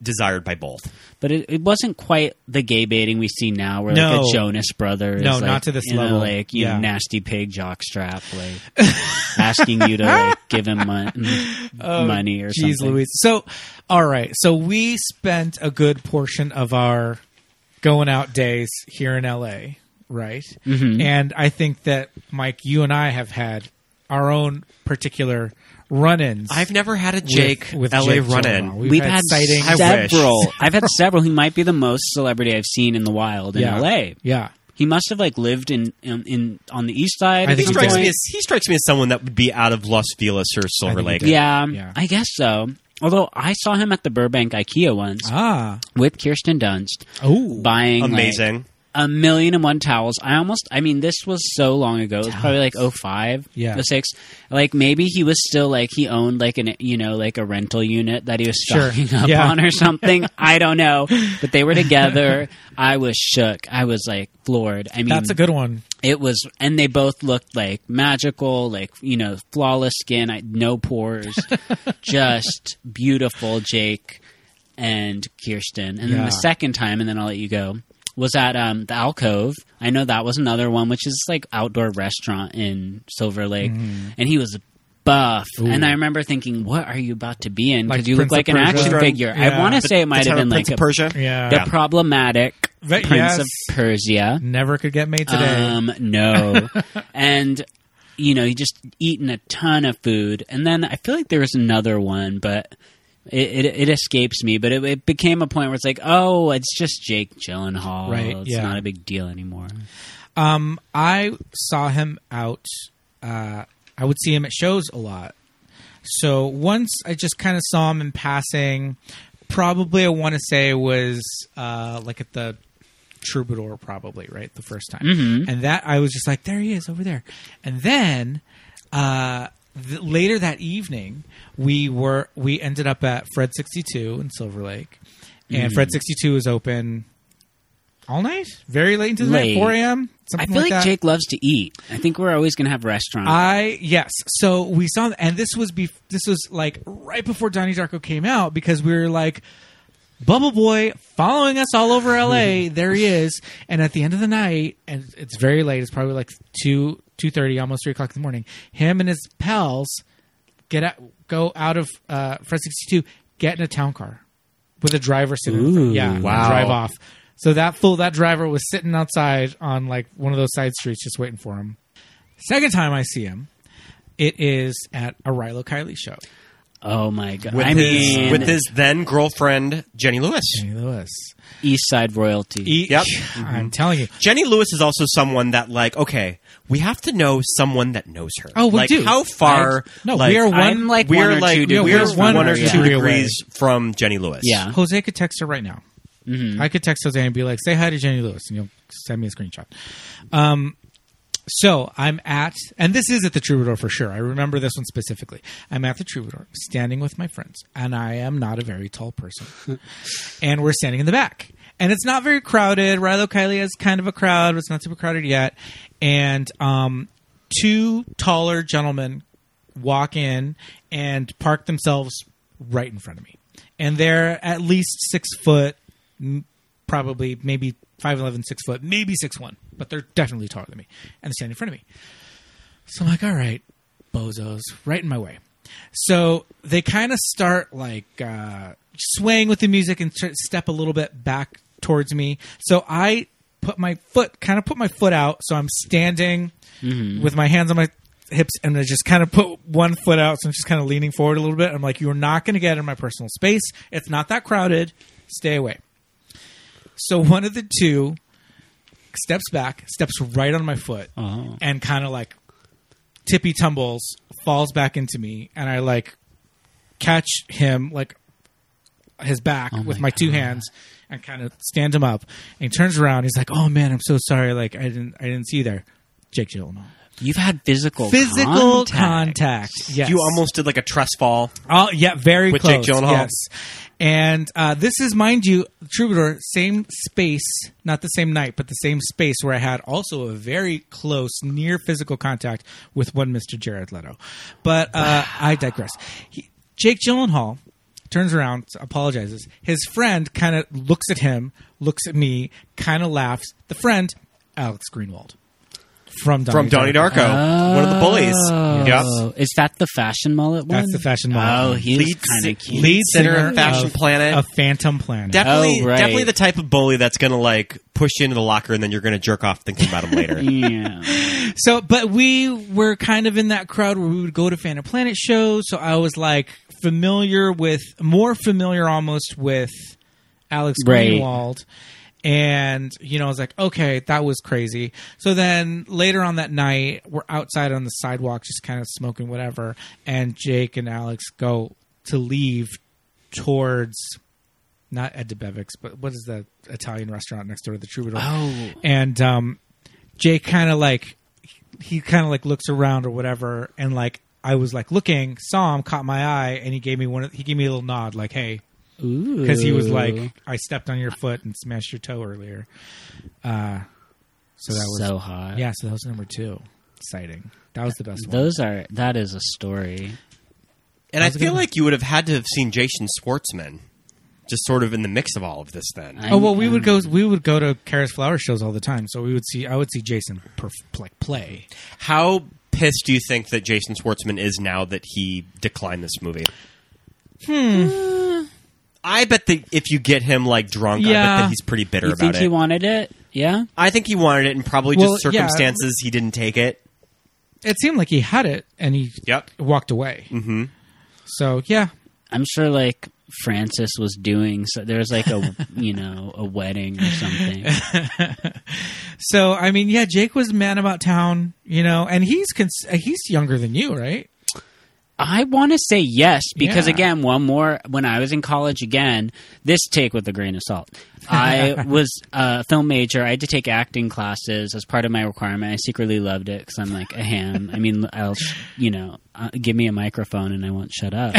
G: desired by both.
H: But it, it wasn't quite the gay baiting we see now, where
I: No.
H: like a Jonas brother. Is
I: No,
H: like,
I: not to this
H: in a,
I: level.
H: like you
I: Yeah.
H: nasty pig jockstrap,
I: (laughs)
H: like asking you to like give him mon- money or
I: Jeez
H: something.
I: Oh, Louise. So, all right. So we spent a good portion of our going out days here in LA, right? And I think that Mike, you and I have had our own particular run-ins.
G: I've never had a Jake
I: with
G: LA
I: Jake
G: run-in.
I: Gyllenhaal.
H: We've,
I: We've had
H: had,
I: sightings.
G: I wish.
H: several. (laughs) I've had several. He might be the most celebrity I've seen in the wild in
I: yeah.
H: L.A.
I: Yeah.
H: He must have like lived in in, in on the east side.
I: I
H: at
I: think
G: he
H: some
I: he
G: strikes
H: point.
G: me as he strikes me as someone that would be out of Los Feliz or Silver
I: I
G: Lake.
I: think he
H: yeah,
I: Yeah.
H: I guess so. Although I saw him at the Burbank IKEA once
I: Ah.
H: with Kirsten Dunst
I: Oh.
H: buying like,
G: Amazing.
H: a million and one towels. I almost, I mean, this was so long ago. It was probably like 05,
I: Yeah.
H: 06. Like maybe he was still like, he owned like an, you know, like a rental unit that he was
I: Sure.
H: stocking up
I: Yeah.
H: on
I: (laughs)
H: or something. I don't know. But they were together. I was shook. I was like floored. I mean,
I: That's a good one.
H: it was, and they both looked like magical, like, you know, flawless skin, I,
I: (laughs)
H: no pores, just beautiful, Jake and Kirsten. And then
I: Yeah.
H: the second time, and then I'll let you go, was at um, the Alcove. I know that was another one, which is like outdoor restaurant in Silver Lake.
I: Mm-hmm.
H: And he was buff. And I remember thinking, what are you about to be in?
I: Like
H: Because you
I: Prince
H: look like
I: of
H: an
I: Persia.
H: action figure.
I: Yeah.
H: I want to say it
G: The
H: might
G: town
H: have
G: of
H: been
G: Prince
H: like
G: of Persia.
I: Yeah.
H: the problematic
I: But
H: Prince
I: yes.
H: of Persia.
I: Never could get made today.
H: Um, no.
G: (laughs)
H: and you know, he just eaten a ton of food, and then I feel like there was another one, but it it, it escapes me. But it, it became a point where it's like, oh, it's just Jake Gyllenhaal.
I: Right,
H: It's
I: yeah.
H: not a big deal anymore.
I: Um, I saw him out. Uh, I would see him at shows a lot. So once I just kind of saw him in passing, probably I want to say was uh, like at the Troubadour, probably right the first time, and that I was just like, there he is over there, and then uh, th- later that evening we were we ended up at Fred sixty two in Silver Lake, and Fred sixty two is open all night, very late into the
H: Late.
I: night, four a.m.
H: I
I: something
H: feel like
I: that.
H: Jake loves to eat. I think we're always going to have restaurants.
I: I yes. So we saw, and this was bef- this was like right before Donnie Darko came out because we were like, Bubble Boy following us all over L.A. there he is, and at the end of the night, and it's very late. It's probably like two two thirty, almost three o'clock in the morning. Him and his pals get out, go out of uh, Fred sixty two, get in a town car with a driver sitting. in front.
H: Ooh,
I: yeah, and
G: wow.
I: drive off. So that fool, that driver was sitting outside on like one of those side streets, just waiting for him. Second time I see him, it is at a Rilo Kiley show.
H: oh my god!
G: with
H: I
G: his
H: mean,
G: with his then girlfriend Jenny Lewis.
I: Jenny Lewis.
H: East Side royalty.
I: E-
G: Yep.
I: (sighs) I'm telling you.
G: Jenny Lewis is also someone that like okay, we have to know someone that knows her.
I: Oh, we
G: like,
I: do.
G: How far?
I: I- no,
G: like,
I: we are one-
H: I'm like
G: we're
H: one or
G: like
H: two
I: yeah,
H: degrees
G: we're
I: from
G: one,
I: one
G: or
I: or
G: two
I: three
G: degrees from Jenny Lewis.
H: Yeah.
I: Jose could text her right now. I could text Jose and be like, "Say hi to Jenny Lewis," and you'll send me a screenshot. Um, so I'm at, and this is at the Troubadour for sure. I remember this one specifically. I'm at the Troubadour, standing with my friends, and I am not a very tall person. and we're standing in the back, and it's not very crowded. Rilo Kiley is kind of a crowd, but it's not super crowded yet. And um, two taller gentlemen walk in and park themselves right in front of me. And they're at least six foot, m- probably maybe 5'11, six foot, maybe six one, but they're definitely taller than me. And they're standing in front of me. So I'm like, all right, bozos, right in my way. So they kind of start like uh, swaying with the music and start step a little bit back towards me. So I put my foot, kind of put my foot out. So I'm standing with my hands on my hips and I just kind of put one foot out. So I'm just kind of leaning forward a little bit. I'm like, you're not going to get in my personal space. It's not that crowded. Stay away. So one of the two steps back, steps right on my foot,
H: Oh.
I: and kind of like tippy tumbles, falls back into me, and I like catch him like his back with my, two hands and kind of stand him up. And he turns around. He's like, "Oh man, I'm so sorry. Like I didn't, I didn't see you there." Jake Gyllenhaal.
H: You've had physical
I: Physical
H: contact.
I: contact. Yes.
G: You almost did like a trust fall.
I: Oh yeah, very
G: With Jake
I: close.
G: Gyllenhaal.
I: Yes, and uh, this is, mind you, Troubadour, same space, not the same night, but the same space where I had also a very close, near physical contact with one Mister Jared Leto. But uh, I digress. He, Jake Gyllenhaal turns around, apologizes. His friend kind of looks at him, looks at me, kind of laughs. The friend, Alex Greenwald, from Donnie
G: from Donnie Darko, one of the bullies.
H: Oh, is that the fashion mullet one?
I: That's the fashion mullet
H: Oh,
I: one.
G: si-
H: he's kind of cute.
I: lead
G: singer
I: singer
G: of Fashion
I: of-
G: Planet.
I: a Phantom Planet.
G: definitely,
H: Oh, right.
G: definitely the type of bully that's going to like push you into the locker and then you're going to jerk off thinking about him
H: (laughs)
G: later.
H: Yeah.
I: So, but we were kind of in that crowd where we would go to Phantom Planet shows. So I was like familiar with, more familiar almost with Alex
H: Right.
I: Greenwald. And, you know, I was like, okay, that was crazy. So then later on that night, we're outside on the sidewalk, just kind of smoking whatever. And Jake and Alex go to leave towards not Ed DeBevick's, but what is the Italian restaurant next door to the Troubadour?
H: Oh.
I: And um, Jake kind of like he kind of like looks around or whatever, and like I was like looking, saw him, caught my eye, and he gave me one. He gave me a little nod, like hey, because he was like I stepped on your foot and smashed your toe earlier. Uh, so that was
H: so hot.
I: yeah. So that was number two. Exciting. That was the best one.
H: Those are that is a story.
G: and I
I: How's it
G: feel
I: going?
G: like you would have had to have seen Jason Schwartzman just sort of in the mix of all of this then.
H: I-
I: Oh well, we would go.
H: um,
I: We would go to Kara's flower shows all the time, so we would see. I would see Jason perf- like play.
G: How pissed do you think that Jason Schwartzman is now that he declined this movie? Hmm.
H: Hmm.
G: I bet that if you get him like drunk, I bet
I: Yeah.
G: that he's pretty bitter
H: You
G: about
H: think
G: it.
H: he wanted it? Yeah.
G: I think he wanted it, and probably
I: Well,
G: just
I: yeah.
G: circumstances he didn't take it.
I: it seemed like he had it and he
G: Yep.
I: walked away. Mm-hmm. So yeah,
H: I'm sure like Francis was doing so there was like a you know, a wedding or something.
I: so I mean, yeah, Jake was man about town, you know, and he's cons- uh, he's younger than you, right?
H: I want to say yes because
I: Yeah.
H: again, one more when I was in college again, this take with a grain of salt. I was a film major. I had to take acting classes as part of my requirement. I secretly loved it because I'm like a ham. I mean, I'll sh- you know uh, give me a microphone and I won't shut up.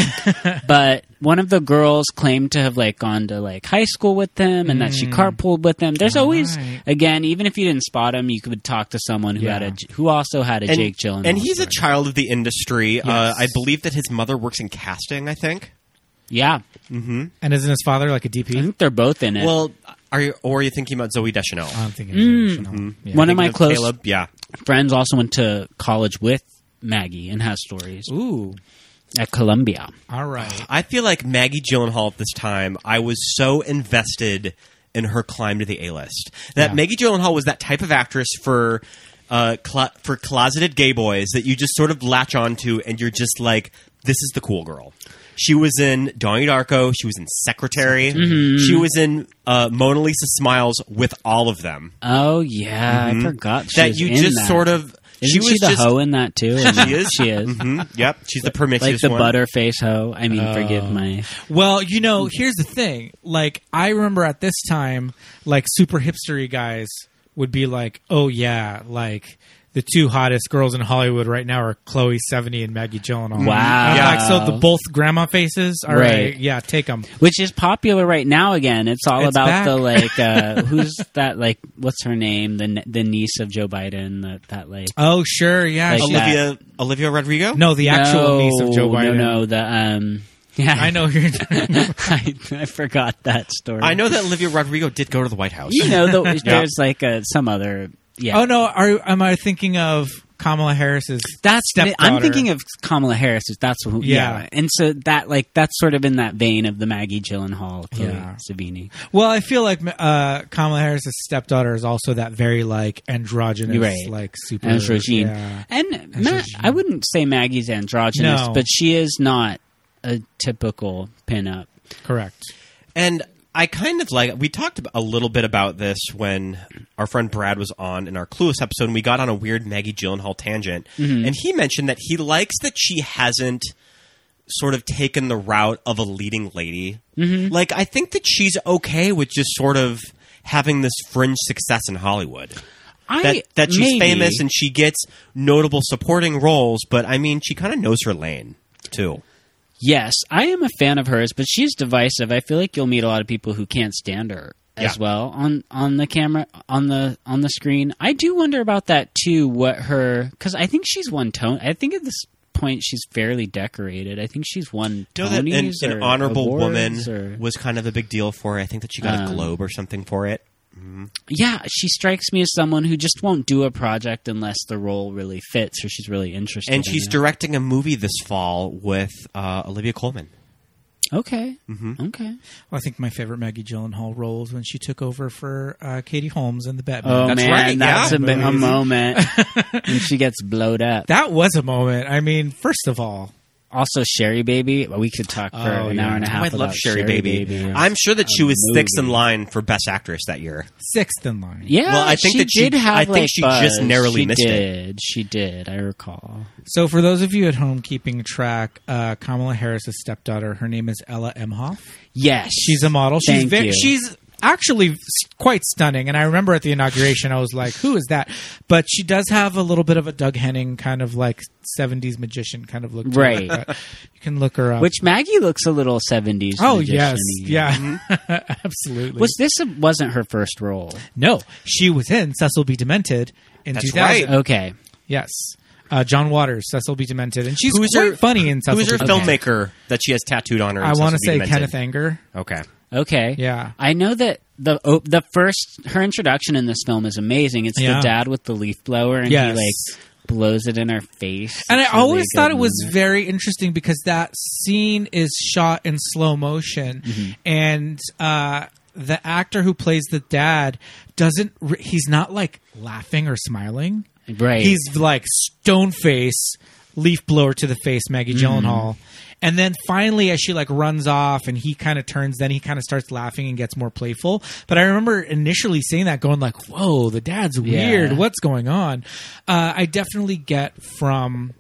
H: but one of the girls claimed to have like gone to like high school with them and that she carpooled with them. There's always
I: right.
H: again, even if you didn't spot him, you could talk to someone who had a J- who also had a
G: And,
H: Jake Gyllenhaal.
G: and he's a
H: story.
G: child of the industry. Uh, I believe that his mother works in casting. I think.
H: yeah.
I: And isn't his father like a
H: I
I: DP?
H: think they're both in it.
G: Well, are you or are you thinking about Zoe Deschanel?
I: I'm thinking. Mm. Yeah.
H: Mm-hmm. One of my
G: Of
H: close
G: Caleb? Yeah.
H: friends also went to college with Maggie and has stories
I: Ooh.
H: at Columbia.
I: All right.
G: I feel like Maggie Gyllenhaal at this time, I was so invested in her climb to the A list. That
I: Yeah.
G: Maggie Gyllenhaal was that type of actress for uh, cl- for closeted gay boys that you just sort of latch onto and you're just like, this is the cool girl. She was in Donnie Darko. She was in
H: Mm-hmm.
G: Secretary. She was in uh, Mona Lisa Smiles with all of them.
H: Oh yeah, I forgot she
G: Mm-hmm. that
H: was
G: you
H: in
G: just
H: that.
G: sort of.
H: Isn't she,
G: was
H: the
G: just.
H: hoe in
G: (laughs)
H: that too.
G: She is.
H: She is.
G: Mhm, Yep. She's the
H: Like
G: promiscuous
H: the
G: one. Oh.
H: butterface hoe. I mean, forgive my.
I: Well, you know, here's the thing. Like, I remember at this time, like super hipstery guys would be like, "Oh yeah, like the two hottest girls in Hollywood right now are Chloe seventy and Maggie Gyllenhaal."
H: Wow.
I: I'm like, so the both grandma faces. All right,
H: Right.
I: yeah, take them.
H: Which is popular right now again. It's all
I: It's
H: about
I: back.
H: the
G: (laughs)
H: like uh who's that like what's her name? The ne- the niece of Joe Biden that that like
G: Uh,
I: Oh sure, yeah.
H: Like
I: she-
H: that.
G: Olivia Olivia Rodrigo.
I: no, the actual
H: No,
I: niece of Joe Biden.
H: No, no, the um (laughs) yeah.
I: I know (laughs) you're.
H: I, I forgot that story.
G: I know that Olivia Rodrigo did go to the White House.
H: You know,
I: (laughs)
H: the, there's like a, some other. Yeah.
I: Oh no, are am I thinking of Kamala Harris's?
H: That's
I: Stepdaughter.
H: I'm thinking of Kamala Harris. is- That's who. Yeah.
I: Yeah.
H: And so that like that's sort of in that vein of the Maggie Gyllenhaal, Chloe
I: Yeah.
H: Savini.
I: Well, I feel like uh, Kamala Harris's stepdaughter is also that very like androgynous,
H: You're right.
I: like super
H: Androgene.
I: yeah.
H: And Ma- I wouldn't say Maggie's androgynous,
I: No.
H: but she is not a typical pinup.
I: Correct.
G: And I kind of like we talked ab- a little bit about this when our friend Brad was on in our Clueless episode, and we got on a weird Maggie Gyllenhaal tangent,
H: Mm-hmm.
G: and he mentioned that he likes that she hasn't sort of taken the route of a leading lady.
H: Mm-hmm.
G: Like I think that she's okay with just sort of having this fringe success in Hollywood.
H: I
G: That that she's
H: maybe.
G: famous and she gets notable supporting roles, but I mean she kind of knows her lane too.
H: Yes, I am a fan of hers, but she's divisive. I feel like you'll meet a lot of people who can't stand her as
G: Yeah.
H: well on on the camera on the on the screen. I do wonder about that too. What her because I think she's one tone. I think at this point she's fairly decorated. I think she's won
G: know that an,
H: Tonys
G: an
H: or
G: honorable
H: awards
G: woman
H: or-
G: was kind of a big deal for it. I think that she got a
H: Um,
G: Globe or something for it.
H: yeah, she strikes me as someone who just won't do a project unless the role really fits or she's really interested.
G: And
H: in
G: she's
H: it.
G: directing a movie this fall with uh, Olivia Colman.
H: okay,
G: Mm-hmm.
H: okay.
I: Well, I think my favorite Maggie Gyllenhaal role is when she took over for uh, Katie Holmes in the Batman.
H: Oh man,
G: right,
H: that's
G: yeah.
H: a, bit-
G: (laughs)
H: a moment, and she gets blowed up.
I: that was a moment. I mean, first of all,
H: Also, Sherry Baby. We could talk for
I: Oh,
H: an
I: yeah.
H: hour and a
G: Oh,
H: half.
G: I love
H: about
G: Sherry, Baby. I'm sure that she was sixth in line for Best Actress that year.
I: sixth in line.
H: yeah,
G: Well, I think
H: she
G: that she-
H: did have.
G: I think
H: like,
G: she just
H: buzz.
G: narrowly
H: she
G: missed it.
H: did. She did. I recall.
I: So, for those of you at home keeping track, uh, Kamala Harris's stepdaughter, her name is Ella Emhoff.
H: Yes,
I: She's a model. She's
H: Thank
I: very,
H: you.
I: she's actually s- quite stunning. And I remember at the inauguration, I was like, "Who is that?" But she does have a little bit of a Doug Henning kind of like '70s magician kind of look. to her.
H: Right.
I: But you can look her up.
H: which Maggie looks a little seventies.
I: oh yes, yeah, (laughs) absolutely.
H: Mm-hmm. Was this a, wasn't her first role?
I: no, she was in Cecil B. Demented in
G: That's
I: 2000.
G: right.
H: Okay,
I: Yes. Uh, John Waters, Cecil B. Demented, and she's
G: Who's
I: quite
G: her-
I: funny in Cecil
G: Who's her
I: B. Demented.
G: filmmaker that she has tattooed on her?
I: I
G: want to
I: say Kenneth Anger.
G: Okay.
H: okay,
I: Yeah.
H: I know that the oh, the first her introduction in this film is amazing. It's
I: Yeah.
H: the dad with the leaf blower, and
I: Yes.
H: he like blows it in her face.
I: And I
H: It's really
I: always
H: a good
I: thought it was
H: moment.
I: very interesting because that scene is shot in slow motion,
H: Mm-hmm.
I: and uh, the actor who plays the dad doesn't. re- He's not like laughing or smiling.
H: Right.
I: He's like stone face, leaf blower to the face, Maggie Gyllenhaal. And then finally, as she like runs off, and he kind of turns, then he kind of starts laughing and gets more playful. But I remember initially seeing that, going like, "Whoa, the dad's weird. What's going on?" Uh, I definitely get from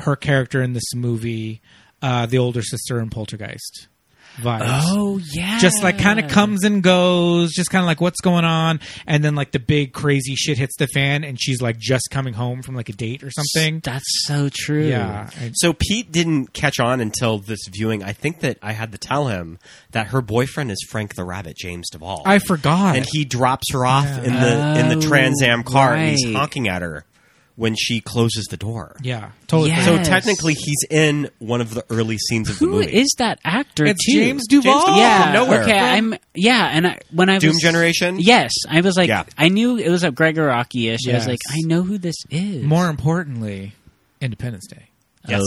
I: her character in this movie, uh, the older sister in Poltergeist vibes.
H: Oh, yeah,
I: Just like kind
H: Ah.
I: of comes and goes, just kind of like what's going on, and then like the big crazy shit hits the fan, and she's like just coming home from like a date or something.
H: That's so true.
I: Yeah, I-
G: So Pete didn't catch on until this viewing. I think that I had to tell him that her boyfriend is Frank the Rabbit, James Duvall.
I: I forgot.
G: and he drops her off in the in the
H: Oh,
G: Trans Am car, and he's
H: right.
G: honking at her when she closes the door.
I: yeah, totally.
H: Yeah.
I: forgot.
G: So
H: Yes.
G: technically, he's in one of the early scenes of the
H: Who
G: movie.
H: is that actor?
I: It's
H: too?
I: James Oh, Duval.
G: James Duval
H: yeah.
G: from nowhere.
H: Okay, I'm yeah, and I, when I
G: Doom
H: was,
G: Generation?
H: Yes, I was like,
G: Yeah.
H: I knew it was a Gregoraki-ish. I was
I: Yes.
H: like, I know who this is.
I: More importantly, Independence Day.
G: Yes.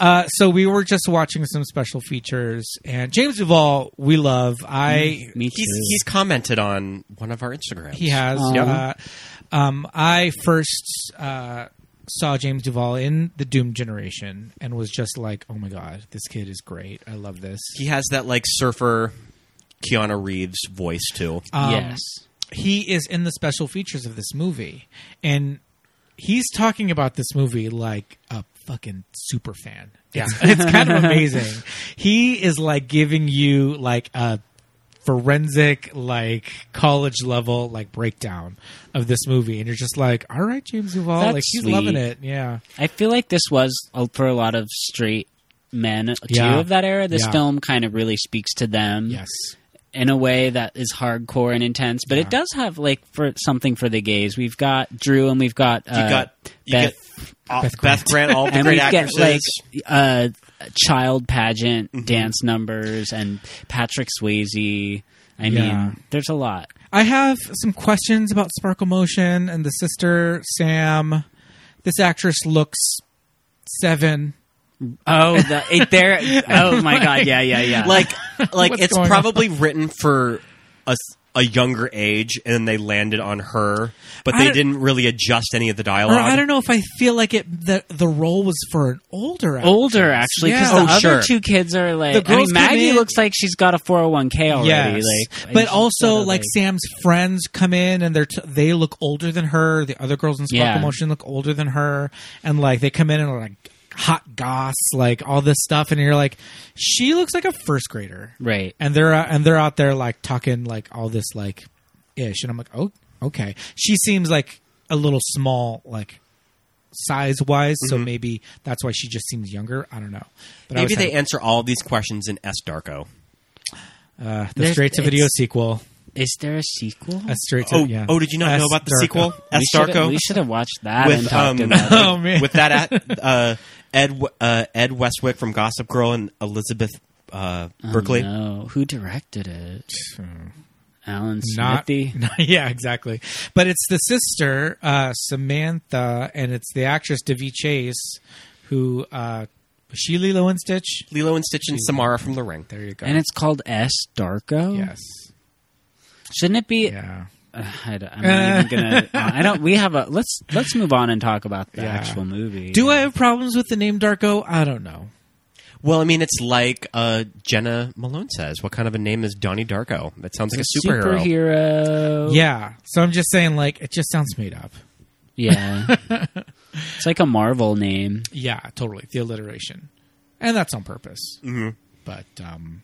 I: Uh, so we were just watching some special features, and James Duvall, we love. I
H: Me too.
G: He's, he's commented on one of our Instagrams.
I: he has. Uh, um, I first uh, saw James Duvall in the Doom Generation, and was just like, "Oh my god, this kid is great! I love this."
G: He has that like surfer Keanu Reeves voice too.
I: Um,
H: yes.
I: he is in the special features of this movie, and he's talking about this movie like a fucking super fan. Yeah. (laughs) It's, it's kind of amazing. He is like giving you like a forensic, like college level, like breakdown of this movie, and you're just like, all right, James Duvall,
H: That's
I: like he's
H: sweet.
I: loving it. Yeah,
H: I feel like this was uh, for a lot of straight men too
I: Yeah.
H: of that era. This
I: Yeah.
H: film kind of really speaks to them
I: yes,
H: in a way that is hardcore and intense, but it does have like for something for the gays. We've got Drew and we've got uh,
G: You got you
H: Beth,
G: get uh,
I: Beth
G: Beth, Grant, all the
H: (laughs) and
G: great
H: we've got
G: actresses.
H: like uh, child pageant dance numbers and Patrick Swayze. I
I: Yeah.
H: mean, there's a lot.
I: I have some questions about Sparkle Motion and the sister Sam. This actress looks seven.
H: Oh, the, (laughs) it, there. Oh my god! Yeah, yeah, yeah.
G: like like
I: What's
G: it's
I: going
G: probably written for a, s- a younger age and then they landed on her but
I: I
G: they
I: don't-
G: didn't really adjust any of the dialogue
I: Or I don't know if I feel like it. The the role was for an older actress.
H: older actually because
I: Yeah.
H: the
G: Oh,
H: other
G: sure.
H: two kids are
I: The
H: like. I
I: girls come
H: mean, Maggie
I: in-
H: looks like she's got a 401k already.
I: Yes,
H: Like,
I: but
H: she's
I: also
H: sorta,
I: like, Sam's friends come in and they're t- they look older than her. The other girls in Sparkle
H: Yeah.
I: Motion look older than her, and like they come in and are like hot goss, like all this stuff, and you're like, she looks like a first grader,
H: right.
I: and they're uh, and they're out there like talking like all this like ish, and I'm like, oh okay, she seems like a little small like size wise, so maybe that's why she just seems younger. I don't know. But I
G: Mm-hmm. maybe
I: was
G: they
I: having-
G: answer all these questions in s darko
I: uh, the
H: There's-
I: straight to video
H: it's-
I: sequel.
H: Is there a sequel?
I: A straight to
G: oh
I: yeah.
G: oh did you not
I: Uh,
G: know about the
I: Darko.
G: sequel
H: We
G: s
H: shoulda-
G: darko
H: We should have watched that and
G: with
H: talked
G: um (laughs)
H: about it.
I: Oh, man.
G: with that at, uh ed W- uh, ed westwick from gossip girl and elizabeth uh, berkeley
H: No, who directed it? Alan
I: Not,
H: Smithy.
I: (laughs) yeah, exactly. But it's the sister uh, Samantha, and it's the actress Devi Chase, who uh, was she Lilo and Stitch.
G: lilo and stitch and samara from the ring
I: There you go.
H: and it's called S Darko.
I: yes,
H: Shouldn't it be?
I: yeah.
H: Ugh, I don't, I'm not
G: (laughs)
H: even gonna. uh, I don't. We have a. Let's let's move on and talk about the
I: Yeah.
H: actual movie.
I: Do I have problems with the name Darko? I don't know.
G: well i mean it's like uh, jenna malone says what kind of a name is donnie darko that sounds like a superhero
H: superhero?
I: Yeah, so I'm just saying, like, it just sounds made up.
G: (laughs)
H: Yeah. it's like a Marvel name.
I: Yeah, totally. The alliteration, and that's on purpose. Mm-hmm. But um,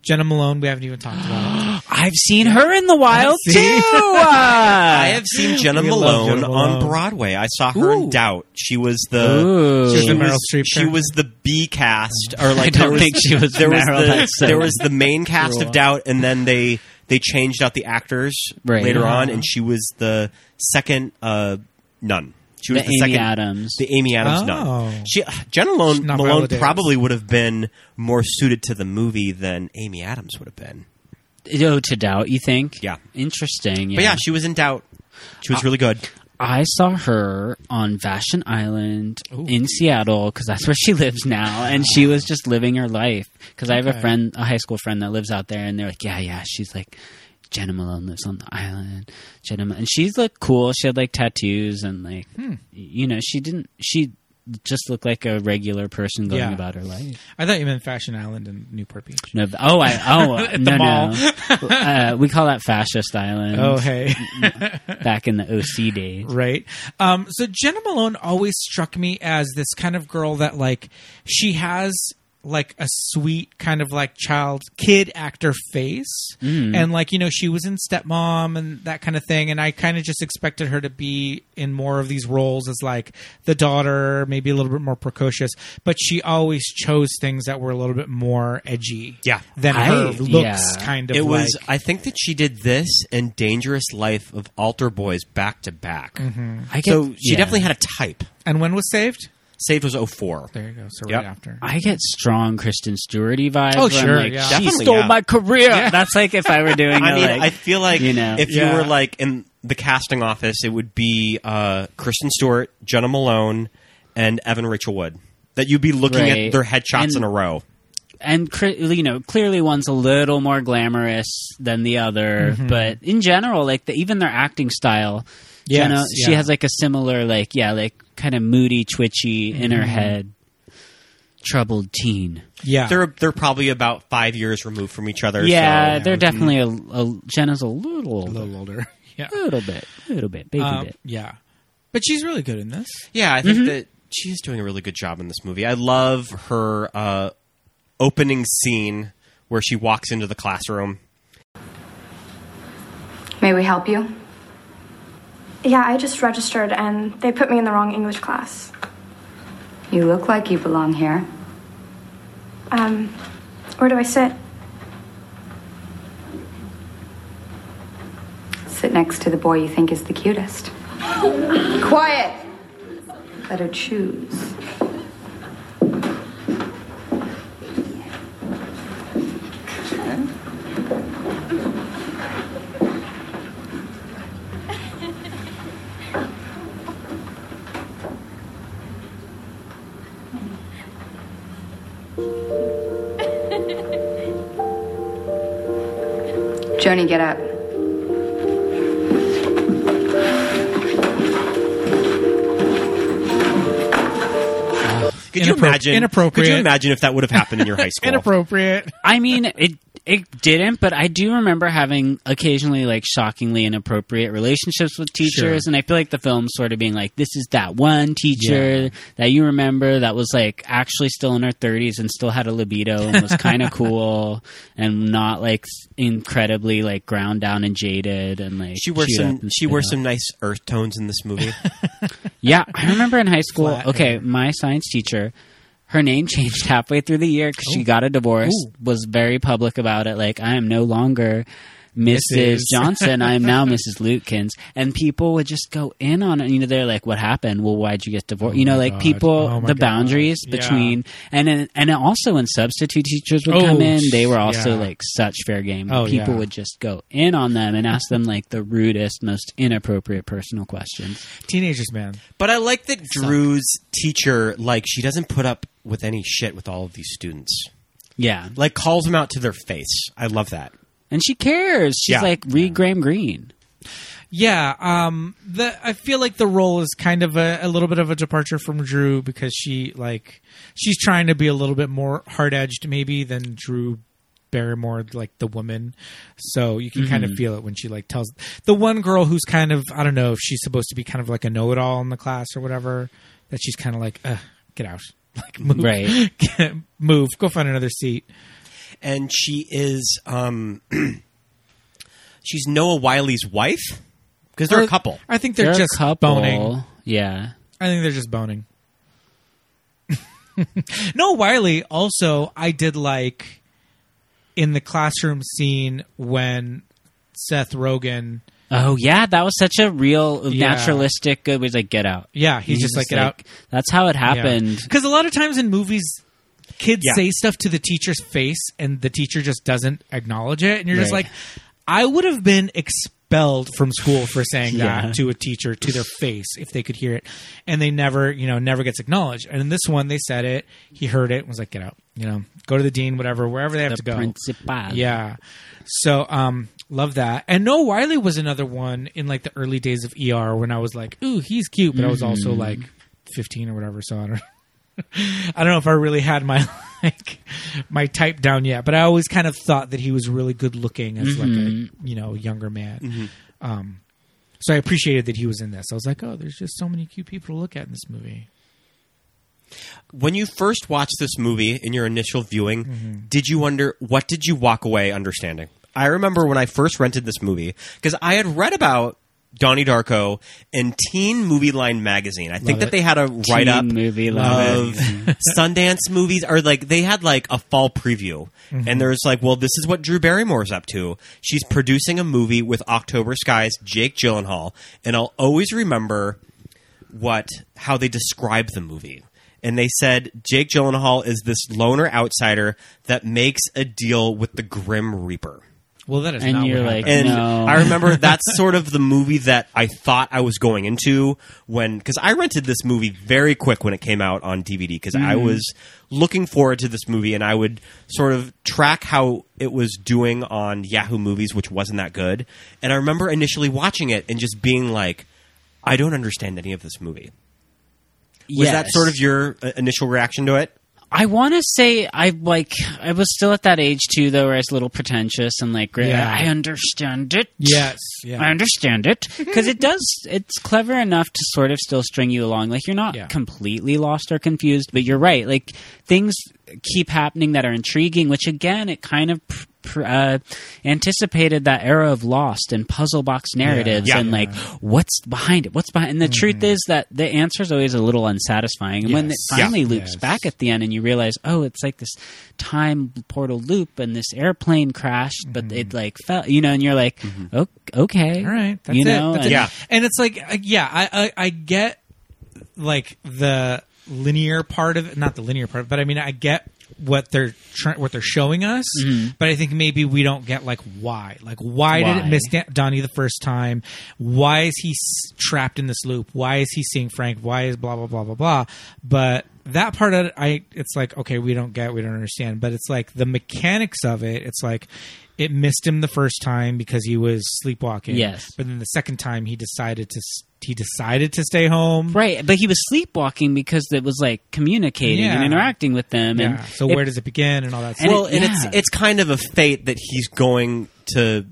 I: Jenna Malone, we haven't even talked about.
H: I've seen her in the wild
I: See?
H: too. (laughs)
G: I have seen Jenna
I: We love
G: Malone,
I: Jenna Malone.
G: on Broadway. I saw her
I: Ooh.
G: in Doubt. She was the
H: Ooh.
I: She was the Meryl
G: was,
I: Streep
G: she
I: character?
G: was the B cast, or like
H: don't
G: there was,
H: think she was
G: there was
H: Meryl,
G: the
H: that's so-
G: there was the main cast
I: Cool.
G: of Doubt, and then they they changed out the actors
H: Right.
G: later
H: Uh-huh.
G: on, and she was the second uh, nun. She was
H: the
G: the,
H: Amy
G: second
H: Adams.
G: the Amy Adams
I: Oh.
G: nun. She Jenna Malone,
I: not
G: Malone
I: Viola Davis.
G: probably would have been more suited to the movie than Amy Adams would have been.
H: oh, to doubt you think?
G: Yeah.
H: Interesting.
G: But yeah, she was in Doubt. She
I: Uh,
G: was really good.
H: I saw her on Vashon Island in Seattle because that's where she lives now, and she was just living her life. Because I have a friend, a high school friend that lives out there, and they're like, "Yeah, yeah." She's like, "Jenna Malone lives on the island."
F: Hmm.
H: Jenna, Ma-" and she's like cool. She had like tattoos and like, y- you know, she didn't. She just look like a regular person going
F: Yeah.
H: about her life.
F: I thought you meant Fashion Island in Newport Beach.
H: No,
F: (laughs)
H: oh, I, oh,
F: the
H: no,
F: mall.
H: no. uh, we call that fascist island.
F: Oh,
I: (laughs)
F: hey.
H: back in the OC days.
F: right? Um, so Jenna Malone always struck me as this kind of girl that like she has like a sweet kind of like child kid actor face and like you know she was in stepmom and that kind of thing and i kind of just expected her to be in more of these roles as like the daughter maybe a little bit more precocious but she always chose things that were a little bit more edgy
G: Yeah.
F: than
H: I-
F: her looks
H: yeah.
F: kind of
G: It was.
F: like-
G: I think that she did this and Dangerous Life of Altar Boys back to back.
I: Mm-hmm.
H: I get,
G: So she
H: yeah.
G: definitely had a type.
F: and when was saved
G: Saved was 04.
F: there you go so
G: Yep.
F: right after
H: I get strong Kristen Stewart vibes.
F: Oh,
H: where I'm
F: sure,
H: like,
F: yeah.
H: She
G: Definitely,
H: stole
G: yeah.
H: my career. That's like if I were
G: (laughs)
H: doing.
G: I
H: a,
G: mean,
H: like,
G: I feel like
H: you know.
G: if
F: Yeah.
G: you were like in the casting office, it would be uh, Kristen Stewart, Jenna Malone, and Evan Rachel Wood. That you'd be looking
H: Right.
G: at their headshots
H: And-
G: in a row.
H: and cre- you know clearly one's a little more glamorous than the other
F: Mm-hmm.
H: but in general like the, even their acting style you
F: Yes,
H: know, she
F: yeah.
H: has like a similar like yeah like kind of moody twitchy in
F: Mm-hmm.
H: her head troubled teen
F: yeah
G: They're they're probably about five years removed from each other.
H: yeah
G: so-
H: they're definitely a, a jenna's a little
F: a
H: older
F: Mm-hmm. little older (laughs) yeah
H: little bit little bit baby
F: Um,
H: bit
F: yeah. But she's really good in this.
G: Yeah, I think that she is doing a really good job in this movie. I love her uh, opening scene where she walks into the classroom.
I: May we help you?
J: Yeah, I just registered and they put me in the wrong English class.
I: You look like you belong here.
J: Um, where do I sit?
I: Sit next to the boy you think is the cutest. Quiet! Let her choose. Joni, get up.
G: Could you
F: Inappropri-
G: imagine?
F: inappropriate.
G: Could you imagine if that would have happened in your high school?
F: Inappropriate.
H: I mean, it it didn't, but I do remember having occasionally like shockingly inappropriate relationships with teachers,
F: Sure.
H: and I feel like the film sort of being like, this is that one teacher that you remember that was like actually still in her thirties and still had a libido and was kind of cool and not like incredibly like ground down and jaded and like
G: She wears
H: chewed up
G: some.
H: and
G: She
H: spit
G: wears
H: out.
G: some nice earth tones in this movie.
H: Yeah, I remember in high school.
F: Flat
H: okay, my science teacher, her name (laughs) changed halfway through the year because she got a divorce.
F: Oh. Ooh.
H: Was very public about it. Like I am no longer. Mrs.
F: (laughs) Mrs..
H: Johnson, I am now Mrs. Lutkins, and people would just go in on it. You know, they're like, "What happened? Well, why'd you get divorced?" you know, like
F: God.
H: people,
F: Oh, my
H: the
F: God.
H: boundaries
F: Yeah.
H: between, and then- and also when substitute teachers would come
F: Oh,
H: in, they were also
F: yeah.
H: like such fair game.
F: Oh,
H: people
F: yeah.
H: would just go in on them and ask them like the rudest, most inappropriate personal questions.
F: Teenagers, man.
G: but I like that Drew's teacher. Like she doesn't put up with any shit with all of these students.
H: Yeah,
G: Like calls them out to their face. I love that.
H: And she cares. She's
G: Yeah.
H: like read Graham Greene.
F: Yeah. Um. The I feel like the role is kind of a, a little bit of a departure from Drew because she like she's trying to be a little bit more hard edged maybe than Drew Barrymore, like the woman. So you can kind of feel it when she like tells the one girl who's kind of I don't know if she's supposed to be kind of like a know it all in the class or whatever that she's kind of like Ugh, get out (laughs) like move
H: Right.
F: move go find another seat.
G: and she is
I: (clears throat)
G: um she's Noah Wiley's wife because they're a
I: (laughs)
G: couple.
F: I think they're,
H: They're a
F: just
H: couple.
F: boning.
H: Yeah.
F: I think they're just boning. (laughs) no, Wiley. Also, I did like in the classroom scene when Seth Rogen.
H: Oh yeah, that was such a real
F: Yeah.
H: naturalistic. Good. Was like get out.
F: Yeah, he's, just like, get out.
H: That's how
F: (laughs)
H: it happened.
F: Because a lot of times in movies, kids
G: Yeah.
F: say stuff to the teacher's face, and the teacher just doesn't acknowledge it, and you're just
H: Right.
F: like, I would have been expelled from school for saying
H: Yeah.
F: that to a teacher to their face if they could hear it, and they never, you know, never gets acknowledged. And in this one, they said it, he heard it, and was like, get out, you know, go to the dean, whatever, wherever they have
H: The
F: to go.
H: principal.
F: Yeah. So, um, love that. And Noah E
H: Mm-hmm.
F: Wiley was another one in like the early days of ER when I was like, ooh, he's cute, but I was also like, 15 or whatever. So I don't, (laughs) I don't know if I really had my (laughs) like my type down yet, but I always kind of thought that he was really good looking as like
H: Mm-hmm.
F: a you know younger man. Um, so I appreciated that he was in this. I was like, oh, there's just so many cute people to look at in this movie.
I: When you first watched this movie in your initial viewing,
F: Mm-hmm.
I: did you wonder what did you walk away understanding? I remember when I first rented this movie because I had read about Donnie Darko in Teen Movie Line magazine. I think
F: Love
I: that
F: it.
I: they had a write up
H: Movie Line
I: of Sundance movies, or like they had like a fall preview, and there's like, well, this is what Drew Barrymore's up to. She's producing a movie with October Skies, Jake Gyllenhaal, and I'll always remember what how they describe the movie. And they said Jake Gyllenhaal is this loner outsider that makes a deal with the Grim Reaper.
F: Well, that is
H: And
F: not
H: you're
F: what
H: like,
F: happened.
I: And
H: No.
I: I remember that's sort of the movie that I thought I was going into when because I rented this movie very quick when it came out on DVD because
H: Mm.
I: I was looking forward to this movie and I would sort of track how it was doing on Yahoo Movies, which wasn't that good. And I remember initially watching it and just being like, I don't understand any of this movie. Was that
H: Yes.
I: sort of your uh, initial reaction to it?
H: I want to say I like I was still at that age too, though, where I was a little pretentious and like,
F: Yeah.
H: I understand it.
F: yes, yeah.
H: I understand it because it does. It's clever enough to sort of still string you along. Like you're not
F: Yeah.
H: completely lost or confused, but you're right. Like things keep happening that are intriguing, which again, it kind of pr- pr- uh, anticipated that era of Lost and puzzle box narratives
I: Yeah.
H: and like what's behind it, what's behind. And the truth is that the answer is always a little unsatisfying. And when it
F: Yes.
H: finally
F: Yeah.
H: loops
F: Yes.
H: back at the end, and you realize, oh, it's like this time portal loop, and this airplane crashed, but it like fell, you know, and you're like, "Ok- okay,
F: Mm-hmm. All right, that's
H: you
F: it.
H: know,
F: That's
H: and-
F: it.
I: Yeah.
F: and it's like, uh, yeah, I, I I get like the linear part of it, not the linear part, but I mean, I get what they're try- what they're showing us, but I think maybe we don't get like why, like why, did it
H: Mm-hmm. Why?
F: miss Dan- Donnie the first time? Why is he s- trapped in this loop? Why is he seeing Frank? Why is blah blah blah blah blah? But that part of it, I it's like okay, we don't get, we don't understand, but it's like the mechanics of it. It's like it missed him the first time because he was sleepwalking.
H: Yes.
F: but then the second time he decided to s- he decided to stay home.
H: Right, but he was sleepwalking because it was like communicating and
F: Yeah.
H: interacting with them,
F: Yeah.
H: and
F: So
H: it-
F: where does it begin and all that?
H: And
F: stuff?
I: well,
H: it-
I: and
H: yeah.
I: it's it's kind of a fate that he's going to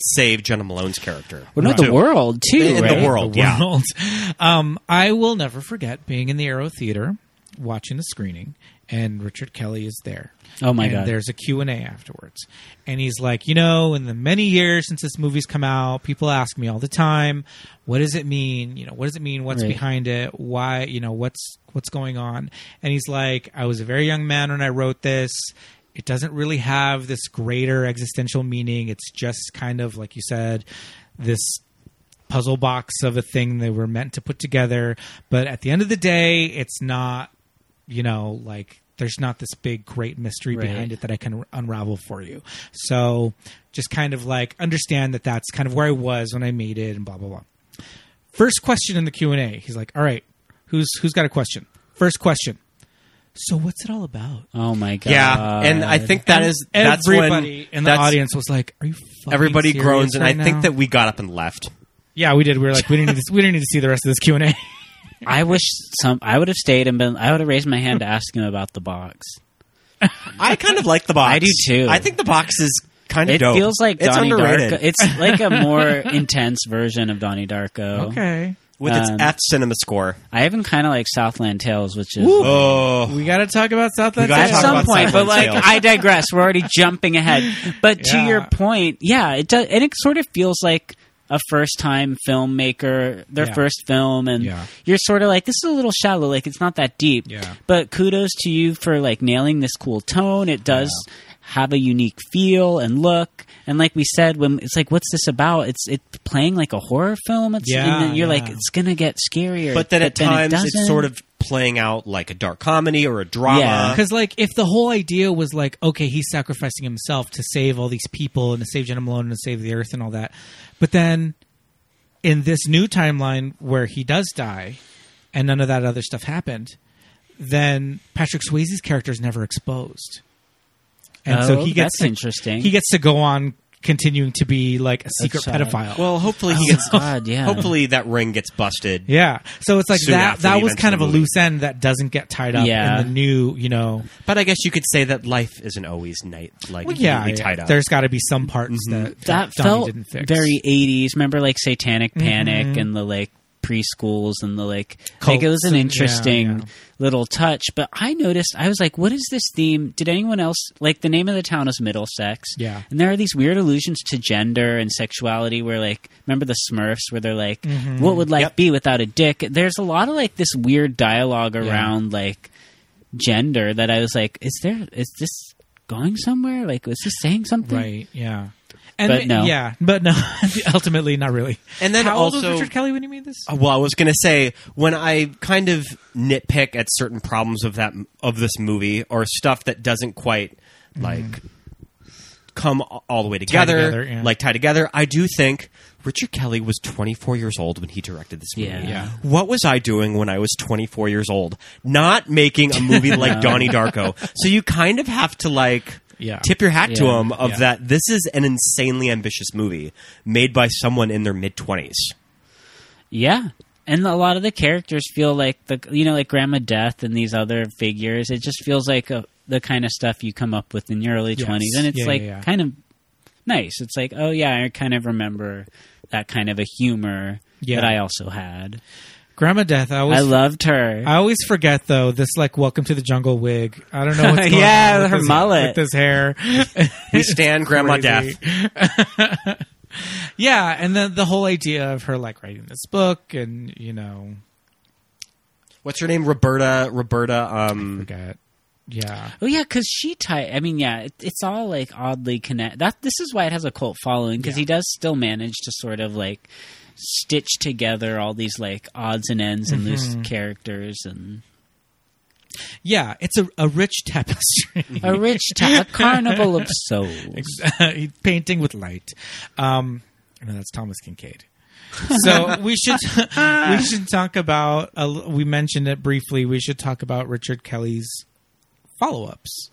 I: save Jenna Malone's character.
H: well, no,
I: Too.
H: the world too,
I: In the
H: right?
I: world. yeah.
F: world. (laughs) Um, I will never forget being in the Arrow Theater, watching the screening, and Richard Kelly is there.
H: Oh, my
F: And
H: God.
F: There's a Q and A afterwards, and he's like, you know, in the many years since this movie's come out, people ask me all the time, what does it mean? You know, what does it mean? What's
H: Right.
F: behind it? Why? You know, what's what's going on? And he's like, I was a very young man when I wrote this. It doesn't really have this greater existential meaning. It's just kind of like you said, this puzzle box of a thing they were meant to put together. But at the end of the day, it's not, you know, like there's not this big great mystery
H: Right.
F: behind it that I can unravel for you. So just kind of like understand that that's kind of where I was when I made it and blah blah blah. First question in the Q and A, he's like, "All right, who's who's got a question?" First question. So what's it all about?
H: Oh my god,
I: Yeah, and I think that is that's when
F: Everybody in the
I: that's-
F: audience was like, "Are you?" Fucking
I: Everybody
F: serious
I: groans, and
F: right
I: I think
F: now?"
I: that we got up and left.
F: yeah, we did. We were like, "We didn't need to, we didn't need to see the rest of this Q and A."
H: I wish some. I would have stayed and been. I would have raised my hand to ask him about the box.
I: I kind of like the box.
H: I do, too.
I: I think the box is kind of
H: It
I: dope.
H: feels like
I: it's
H: Donnie
I: underrated
H: Darko. It's like a
F: (laughs)
H: more intense version of Donnie Darko.
F: Okay.
I: with its
H: um,
I: F cinema score.
H: I even kind of like Southland Tales, which is
I: Oh,
F: We got to talk about Southland.
I: We gotta
H: at
I: talk
H: some
I: about
H: point, but
I: Southland
H: like
I: Tales.
H: I digress. We're already
I: (laughs)
H: jumping ahead. But to
F: Yeah.
H: your point, yeah, it does, and it sort of feels like a first-time filmmaker, their
F: Yeah.
H: first film, and
F: Yeah.
H: you're sort of like, this is a little shallow. Like it's not that deep.
F: Yeah.
H: But kudos to you for like nailing this cool tone. It does. Have a unique feel and look, and like we said, when it's like, what's this about? It's it playing like a horror film. It's
F: Yeah,
H: and then you're like,
F: yeah.
H: it's gonna get scarier.
I: but then at times it's
H: doesn't.
I: sort of playing out like a dark comedy or a drama.
H: Yeah.
F: Because like, if the whole idea was like, okay, he's sacrificing himself to save all these people and to save Jenna Malone and to save the Earth and all that, but then in this new timeline where he does die and none of that other stuff happened, then Patrick Swayze's character is never exposed, and so
H: Oh,
F: he gets
H: that's
F: to-
H: interesting.
F: He gets to go on continuing to be like a secret
H: sad.
F: pedophile.
I: Well, hopefully he
H: Oh,
I: gets.
H: God, yeah.
I: Hopefully that ring gets busted.
F: yeah, so it's like
I: Soon
F: that.
I: after the
F: That was
I: events
F: kind
I: of
F: of
I: the
F: a
I: movie.
F: loose end that doesn't get tied up
H: Yeah.
F: in the new, you know.
I: But I guess you could say that life isn't always night like
F: Well, yeah,
I: neatly
F: yeah.
I: tied up. Mm-hmm.
F: there's got to be some parts that
H: that
F: Donnie
H: felt
F: didn't fix.
H: very 80s remember like satanic panic and the like preschools and the like like it was
F: Cults
H: an
F: and- yeah,
H: interesting
F: yeah.
H: little touch but i noticed i was like what is this theme did anyone else like the name of the town is middlesex
F: Yeah.
H: and there are these weird allusions to gender and sexuality where like remember the smurfs where they're like what would life be without a dick there's a lot of like this weird dialogue around like gender that i was like is there is this going somewhere like was this saying something
F: right, yeah. And
H: But no.
F: yeah, but no. (laughs) ultimately, not really.
I: And then
F: How old
I: also-
F: was Richard Kelly when you made this?
I: Uh, Well, I was going to say when I kind of nitpick at certain problems of that of this movie or stuff that doesn't quite
F: Mm-hmm.
I: like come a- all the way together,
F: together, yeah.
I: like tie together. I do think Richard Kelly was 24 years old when he directed this movie.
H: Yeah. Yeah.
I: What was I doing when I was 24 years old? Not making
F: (laughs)
I: a movie like Donnie (laughs) Darko. So you kind of have to like
F: Yeah.
I: tip your hat to
H: Yeah.
I: him of
F: Yeah.
I: that this is an insanely ambitious movie made by someone in their mid 20s.
H: Yeah. And a lot of the characters feel like the you know like Grandma Death and these other figures. It just feels like a, the kind of stuff you come up with in your early
F: Yes.
H: twenties, and it's
F: Yeah,
H: like
F: yeah, yeah.
H: kind of nice. It's like oh yeah, I kind of remember that kind of a humor
F: Yeah.
H: that I also had.
F: Grandma Death. I
H: I
F: always,
H: loved her.
F: I always forget though this like Welcome to the Jungle wig. I don't know
H: (laughs)
F: what's going
H: Yeah,
F: on with
H: her
F: this,
H: mullet.
F: with this hair. (laughs)
I: We stand Grandma Death.
F: yeah, and then the whole idea of her like writing this book and you know
I: What's her name? Roberta. Roberta. Um,
F: forget. Yeah,
H: oh yeah, because she tie. I mean yeah, it, it's all like oddly connect. That this is why it has a cult following because he does still manage to sort of like stitch together all these like odds and ends and
F: Mm-hmm.
H: loose characters and.
F: yeah, it's a, a rich tapestry.
H: (laughs)
F: (laughs)
H: a rich ta- a carnival (laughs) of souls.
F: painting with light. Um, no, that's Thomas Kincaid. so we should (laughs) we should talk about. A, l- we mentioned it briefly. We should talk about Richard Kelly's follow ups.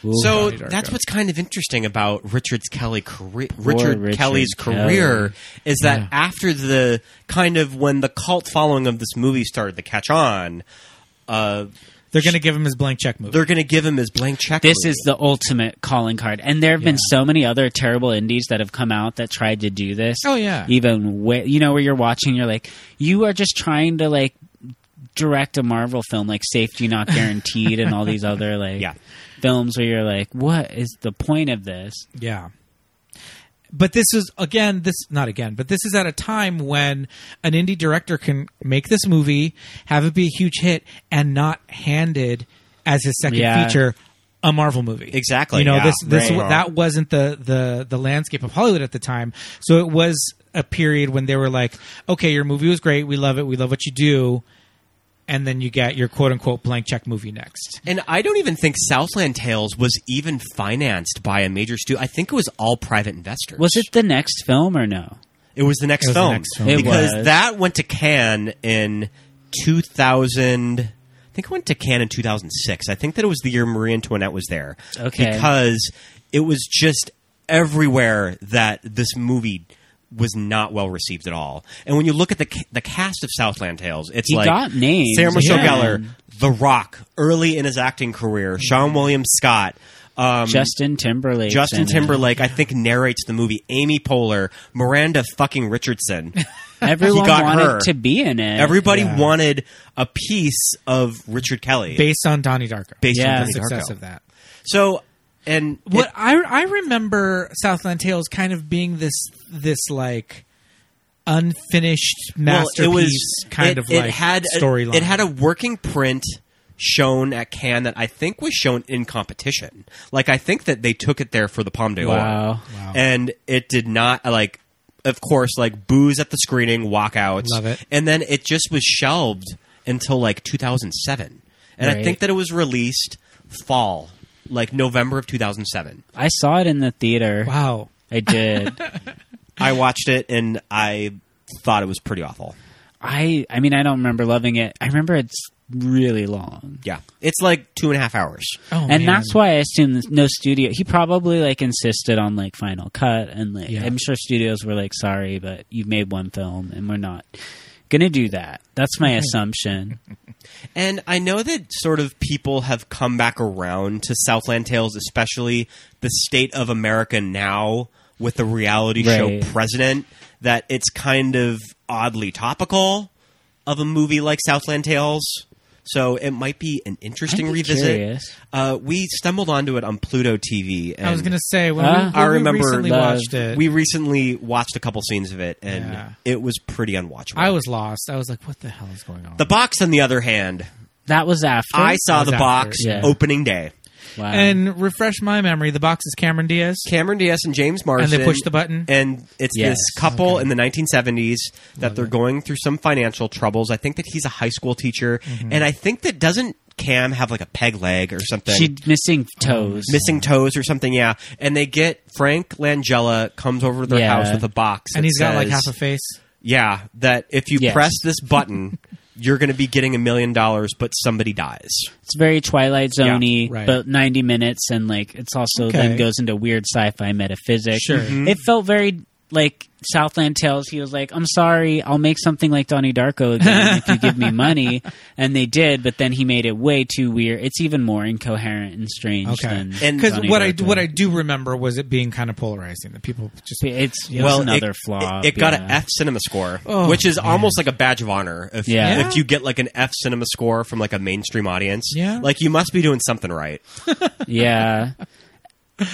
I: so
F: Donnie Darko.
I: that's what's kind of interesting about Richard's Kelly career.
H: Poor
I: Richard,
H: Richard
I: Kelly's
H: Kelly.
I: career is that after the kind of when the cult following of this movie started to catch on, uh,
F: They're going to give him his blank check movie.
I: they're going to give him his blank check.
H: This
I: movie.
H: is the ultimate calling card, and there have been
F: Yeah.
H: so many other terrible indies that have come out that tried to do this.
F: Oh, yeah.
H: even way, you know where you're watching, you're like, you are just trying to like direct a Marvel film, like Safety Not Guaranteed, and all these other like
I: Yeah.
H: films where you're like, what is the point of this?
F: Yeah. But this is again this not again, but this is at a time when an indie director can make this movie, have it be a huge hit, and not handed as his second
H: Yeah.
F: feature a Marvel movie.
I: Exactly,
F: You know
I: yeah,
F: this this
I: right.
F: that wasn't the the the landscape of Hollywood at the time. So it was a period when they were like, okay, your movie was great, we love it, we love what you do, and then you get your quote unquote blank check movie next.
I: And I don't even think Southland Tales was even financed by a major studio. I think it was all private investors.
H: Was it the next film or no?
I: It was the next,
F: It was the
I: film.
F: next film. It
I: Because
H: was.
I: that went to Cannes in 2000. I think it went to Cannes in 2006. I think that it was the year Marie Antoinette was there.
H: Okay.
I: Because it was just everywhere that this movie was not well received at all. And when you look at the ca- the cast of Southland Tales, it's
H: He
I: like
H: got names,
I: Sarah Michelle
H: yeah. Mm-hmm.
I: Gellar, The Rock, early in his acting career, Sean William Scott, um,
H: Justin Timberlake.
I: Justin
H: in it.
I: Timberlake, I think, narrates the movie. Amy Poehler, Miranda fucking Richardson.
H: Everyone
I: (laughs) He got
H: wanted
I: her.
H: to be in it.
I: Everybody
F: Yeah.
I: wanted a piece of Richard Kelly.
F: Based on Donnie Darko.
I: Based on
H: Yeah.
F: the
I: Donnie
F: success
I: Darko.
F: of that.
I: so, and
F: what
I: it-
F: I I remember Southland Tales kind of being this this like unfinished
I: well,
F: masterpiece
I: it was
F: kind
I: it-
F: of
I: it
F: like
I: had a-
F: storyline.
I: It had a working print shown at Cannes that I think was shown in competition. Like I think that they took it there for the Palme d'Or.
H: Wow.
F: Wow.
I: And it did not like of course like booze at the screening, walkouts.
F: Love it.
I: And then it just was shelved until like 2007. And I
H: Right.
I: think that it was released fall, like November of 2007.
H: I saw it in the theater.
F: wow.
I: (laughs)
H: I did.
I: I watched it and I thought it was pretty awful.
H: I I mean I don't remember loving it. I remember it's really long.
G: Yeah, it's like two and a half hours.
F: Oh,
H: and
F: man.
H: that's why I assume there's no studio. He probably like insisted on like Final Cut, and like
F: Yeah.
H: I'm sure studios were like, "Sorry, but you've made one film, and we're not gonna do that." That's my assumption.
G: And I know that sort of people have come back around to Southland Tales, especially the state of America now with the reality
H: Right.
G: show president, that it's kind of oddly topical of a movie like Southland Tales. So it might be an interesting
H: I'd be
G: revisit.
H: curious.
G: Uh, we stumbled onto it on Pluto TV. And
F: I was gonna say when
H: Ah.
F: we, when
G: I
F: we
G: remember
F: recently
G: the-
F: watched it,
G: We recently watched a couple scenes of it, and
F: Yeah.
G: it was pretty unwatchable.
F: I was lost. I was like, "What the hell is going on?"
G: the box, on the other hand,
H: That was after
G: I saw
F: was
G: the
F: after,
G: box
H: yeah.
G: opening day.
H: Wow.
F: and refresh my memory. The box is Cameron Diaz.
G: Cameron Diaz and James Marsden.
F: And they push the button?
G: And it's
H: Yes.
G: this couple in the 1970s that they're going through some financial troubles. I think that he's a high school teacher.
F: Mm-hmm.
G: And I think that doesn't Cam have like a peg leg or something?
H: she's missing
F: Oh,
H: toes.
G: Missing toes or something, yeah. And they get Frank Langella comes over to their
H: Yeah.
G: house with a box,
F: and
G: that
F: he's got like
G: says,
F: half a face.
G: yeah. That if you
H: Yes.
G: press this button, (laughs) you're going to be getting a million dollars, but somebody dies.
H: It's very Twilight Zoney,
F: Yeah, right.
H: but 90 minutes, and like it's also
F: Okay.
H: then goes into weird sci-fi metaphysics.
F: Sure. Mhm.
H: it felt very like Southland Tales. He was like, "I'm sorry, I'll make something like Donnie Darko again if you
G: (laughs)
H: give me money," and they did. But then he made it way too weird. It's even more incoherent and strange.
F: Okay,
H: than
F: because
H: Donnie
F: what I
H: Darko.
F: what I do remember was it being kind of polarizing. That people just
H: it's
G: well,
H: well another
G: it,
H: flaw.
G: It, it got
H: yeah.
G: an F Cinema score,
F: Oh,
G: which is
F: man.
G: almost like a badge of honor. If,
H: Yeah.
G: if you get like an F Cinema score from like a mainstream audience,
F: Yeah.
G: like you must be doing something right.
H: Yeah.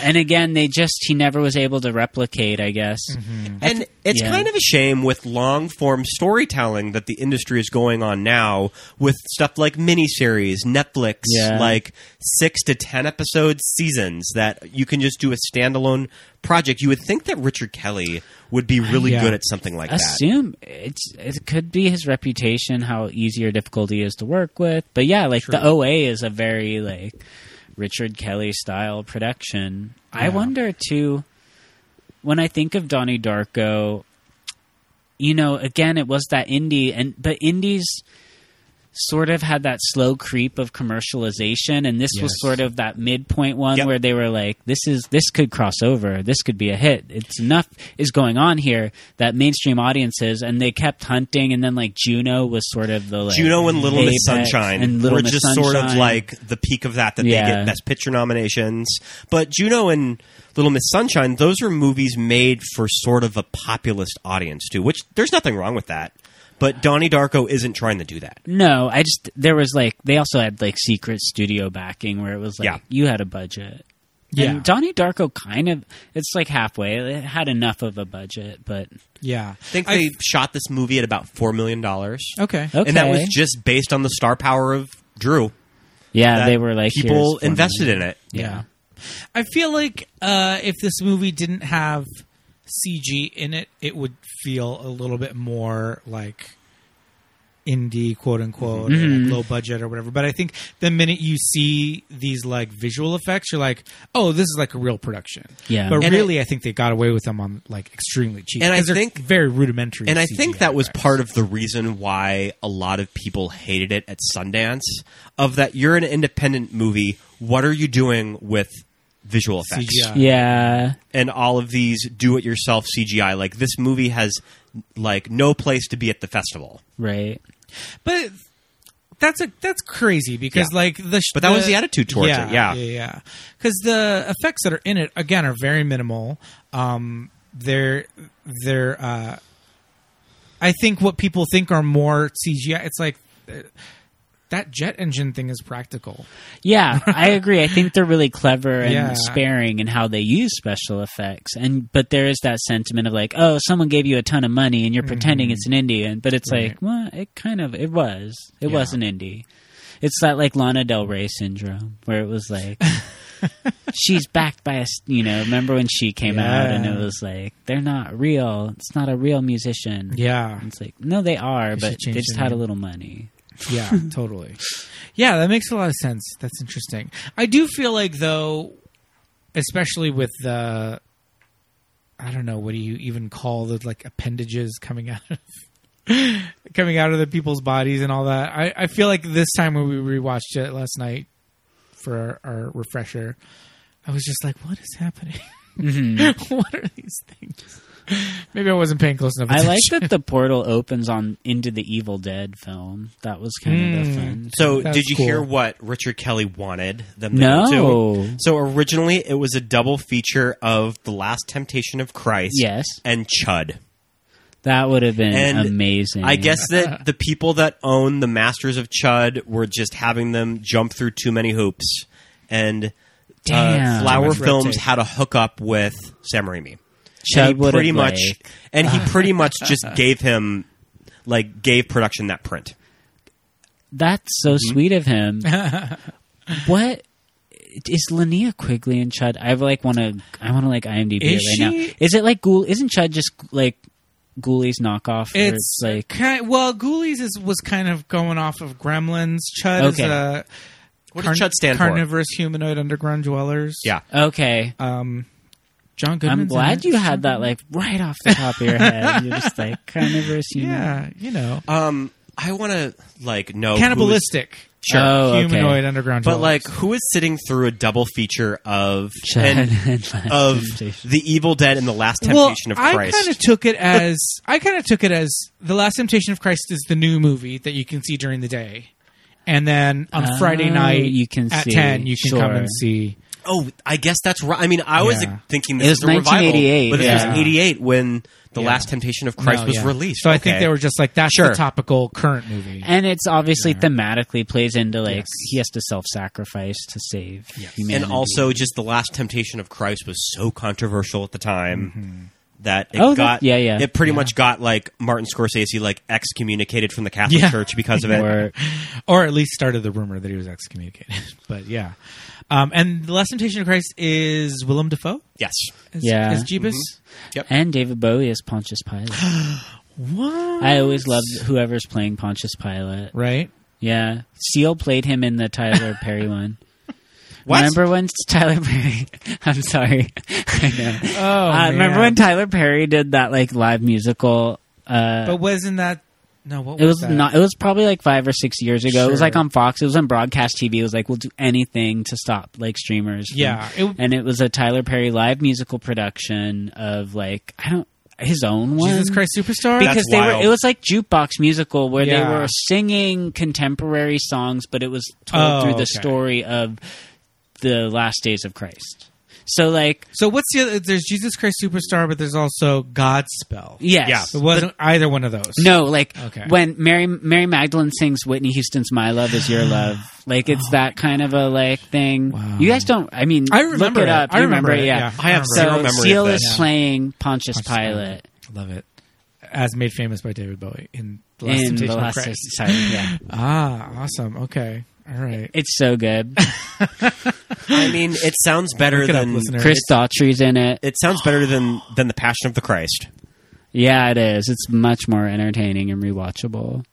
H: And again, they just he never was able to replicate, I guess.
G: Mm-hmm. And it's
H: yeah.
G: kind of a shame with long form storytelling that the industry is going on now with stuff like miniseries, Netflix,
H: Yeah.
G: like six to ten episode seasons that you can just do a standalone project. You would think that Richard Kelly would be really
F: Yeah.
G: good at something like that.
H: assume it's it could be his reputation how easy or difficult he is to work with but yeah like the oa is a very like richard kelly style production i wonder too when i think of donnie darko you know again it was that indie and but indies sort of had that slow creep of commercialization and this was
F: Yes.
H: sort of that midpoint one
G: Yep.
H: where they were like this is this could cross over this could be a hit it's enough is going on here that mainstream audiences and they kept hunting and then like juno was sort of the like
G: Juno and Little Miss
H: apex,
G: Sunshine
H: and little
G: were
H: miss
G: just sort of
H: Sunshine.
G: like the peak of that that they
H: Yeah.
G: get best picture nominations. But Juno and Little Miss Sunshine, those are movies made for sort of a populist audience too, which there's nothing wrong with that. But Donnie Darko isn't trying to do that.
H: no i just there was like they also had like secret studio backing where it was like
G: Yeah.
H: you had a budget
F: yeah
H: and Donnie Darko kind of it's like halfway it had enough of a budget but
F: yeah.
G: I think they shot this movie at about four million dollars.
F: okay.
H: Okay.
G: And that was just based on the star power of Drew.
H: yeah
G: That
H: they were like here's
G: people
H: four
G: invested
H: million.
G: in it.
F: Yeah. I feel like uh, if this movie didn't have CG in it, it would feel a little bit more like indie, quote unquote,
G: Mm-hmm.
F: or like low budget or whatever. But I think the minute you see these like visual effects, you're like, oh, this is like a real production.
H: Yeah.
F: But
G: And
F: really, I, think they got away with them on like extremely cheap.
G: And I
F: 'Cause they're
G: think-
F: very rudimentary.
G: And I
F: CGI
G: think that was
F: effects.
G: part of the reason why a lot of people hated it at Sundance of that you're an independent movie, what are you doing with visual effects?
F: CGI.
H: yeah
G: And all of these do it yourself CGI like this movie has like no place to be at the festival.
H: right
F: but that's a that's crazy because
G: Yeah.
F: like the sh-
G: But that was the attitude towards it, yeah.
F: yeah because the effects that are in it again are very minimal um they're they're uh I think what people think are more CGI it's like uh, that jet engine thing is practical
H: Yeah, I agree. I think they're really clever and
F: Yeah.
H: sparing in how they use special effects. And but there is that sentiment of like, oh, someone gave you a ton of money and you're
F: Mm-hmm.
H: pretending it's an indie, and but it's like, well, it kind of it was. It was an indie. It's that like Lana Del Rey syndrome where it was
F: (laughs)
H: like she's backed by a s- you know remember when she came out and it
F: Yeah.
H: was like they're not real. It's not a real musician.
F: yeah
H: It's like no, they are, but they
F: changed
H: just
F: her
H: had a
F: name.
H: little money. (laughs)
F: yeah totally yeah that makes a lot of sense that's interesting i do feel like though especially with the i don't know what do you even call the like appendages coming out of (laughs) coming out of the people's bodies and all that. I, I feel like this time when we rewatched it last night for our, our refresher, I was just like, what is happening? (laughs)
H: Mm-hmm.
F: what are these things? Maybe I wasn't paying close enough
H: I
F: attention.
H: like that the portal opens on into the Evil Dead film. That was kind of the fun.
G: Hmm. So,
F: That's
G: did you hear
F: cool.
G: what Richard Kelly wanted them to
H: No.
G: do? So, originally it was a double feature of The Last Temptation of Christ
H: Yes.
G: and Chud.
H: That would have been
G: And
H: amazing.
G: I guess that the people that own the Masters of Chud were just having them jump through too many hoops. And uh,
H: Damn.
G: Flower
F: red
G: Films
F: tape.
G: had a hookup with Sam Raimi.
H: Chud
G: And he
H: would
G: pretty
H: have,
G: much
H: like-
G: and he pretty much just gave him like gave production that print.
H: that's so
G: Mm-hmm.
H: sweet
G: (laughs)
H: of him. what is Linnea Quigley and Chud? I like want to. I want to like IMDb
F: Is
H: it right
F: she-
H: now. Is it like Ghoul? Isn't Chud just like Ghoulies knockoff? or
F: It's like
H: like
F: kind well, Ghoulies is, was kind of going off of Gremlins. Chud is
H: Okay.
F: a
G: What
F: carn-
G: does Chud stand for?
F: carnivorous humanoid underground dwellers.
G: Yeah.
H: okay.
F: Um, John Goodman.
H: I'm glad you had that like right off the top of your head. You're just
G: (laughs)
H: like carnivorous. you know.
F: Yeah, you know,
G: Um, I want to like know who is-
F: cannibalistic.
G: Oh, Sure.
H: Oh, okay.
F: humanoid underground.
G: but
F: dwellers.
G: like, who is sitting through a double feature of
H: Chud
G: and,
H: and Last
G: of
H: Temptation.
G: the Evil Dead and the Last
F: well,
G: Temptation of
F: I
G: Christ?
F: kind of took it as (laughs) I kind of took it as the Last Temptation of Christ is the new movie that you can see during the day, and then on
H: Oh,
F: Friday night
H: you can
F: at
H: see.
F: ten you can come
H: Sure.
F: and see.
G: oh, I guess that's right. I mean, I was
F: Yeah.
G: thinking
H: It
G: this
H: was
G: is a revival,
H: 1988,
G: but it was
H: yeah.
G: '88 when the
F: Yeah.
G: Last Temptation of Christ
F: No,
G: was
F: yeah.
G: released.
F: So I
G: Okay.
F: think they were just like that's
G: Sure.
F: the topical current movie.
H: And it's obviously thematically plays into like
F: Yes.
H: he has to self sacrifice to save humanity.
G: and also just the Last Temptation of Christ was so controversial at the time. That it
H: Oh, that-
G: got
H: yeah, yeah.
G: It pretty much got like Martin Scorsese like excommunicated from the Catholic
F: Yeah.
G: Church because of it. (laughs)
H: Or-
F: or at least started the rumor that he was excommunicated. (laughs) but yeah, um, and the Last Temptation of Christ is Willem Dafoe.
G: yes,
F: As,
H: Yeah. Mm-hmm.
F: as Jeebus.
H: and David Bowie is Pontius Pilate.
F: What?
H: I
G: (gasps)
H: always loved whoever's playing Pontius Pilate.
F: right.
H: Yeah, Seal played him in the Tyler Perry one.
G: (laughs) What?
H: Remember when (laughs) Tyler Perry? I'm sorry. (laughs) I know.
F: Oh,
H: uh, remember when Tyler Perry did that like live musical? Uh,
F: But wasn't that? No, what
H: it was
F: that?
H: not. It was probably like five or six years ago. It was like
F: Sure.
H: on Fox. It was on broadcast TV. It was like we'll do anything to stop like streamers. from-
F: Yeah, it-
H: and it was a Tyler Perry live musical production of like I don't his own one.
F: Jesus Christ Superstar.
H: Because
G: That's
H: they were,
G: wild.
H: it was like jukebox musical where
F: Yeah.
H: they were singing contemporary songs, but it was told
F: Oh,
H: through the
F: okay.
H: story of the last days of Christ. So like,
F: so what's the other? There's Jesus Christ Superstar, but there's also Godspell.
H: yes,
G: Yeah.
F: it wasn't either one of those.
H: No, like
F: Okay.
H: when Mary Mary Magdalene sings Whitney Houston's "My Love Is Your Love," like it's that kind of a like thing.
F: Wow.
H: You guys don't. I mean,
F: I remember
H: look
F: it.
H: it up.
F: I
H: You
F: remember it,
H: Yeah.
F: yeah.
G: I have
F: I
G: zero
H: So
G: memory
H: Seal
G: of
H: is
G: this.
H: playing Pontius
F: Pontius
H: Pilate
F: love it. As made famous by David Bowie in The Last
H: in
F: Temptation
H: the
F: of
H: Last
F: Christ.
H: Days. (laughs) Sorry,
F: (laughs)
H: yeah,
F: Ah, awesome. Okay, all right.
H: it's so good.
G: I mean, it
H: (laughs)
G: sounds better
F: Look it up,
G: than
F: listener.
H: Chris Daughtry's in it.
G: It sounds better (gasps) than than the Passion of the Christ.
H: Yeah, it is. It's much more entertaining
F: (laughs)
H: and rewatchable.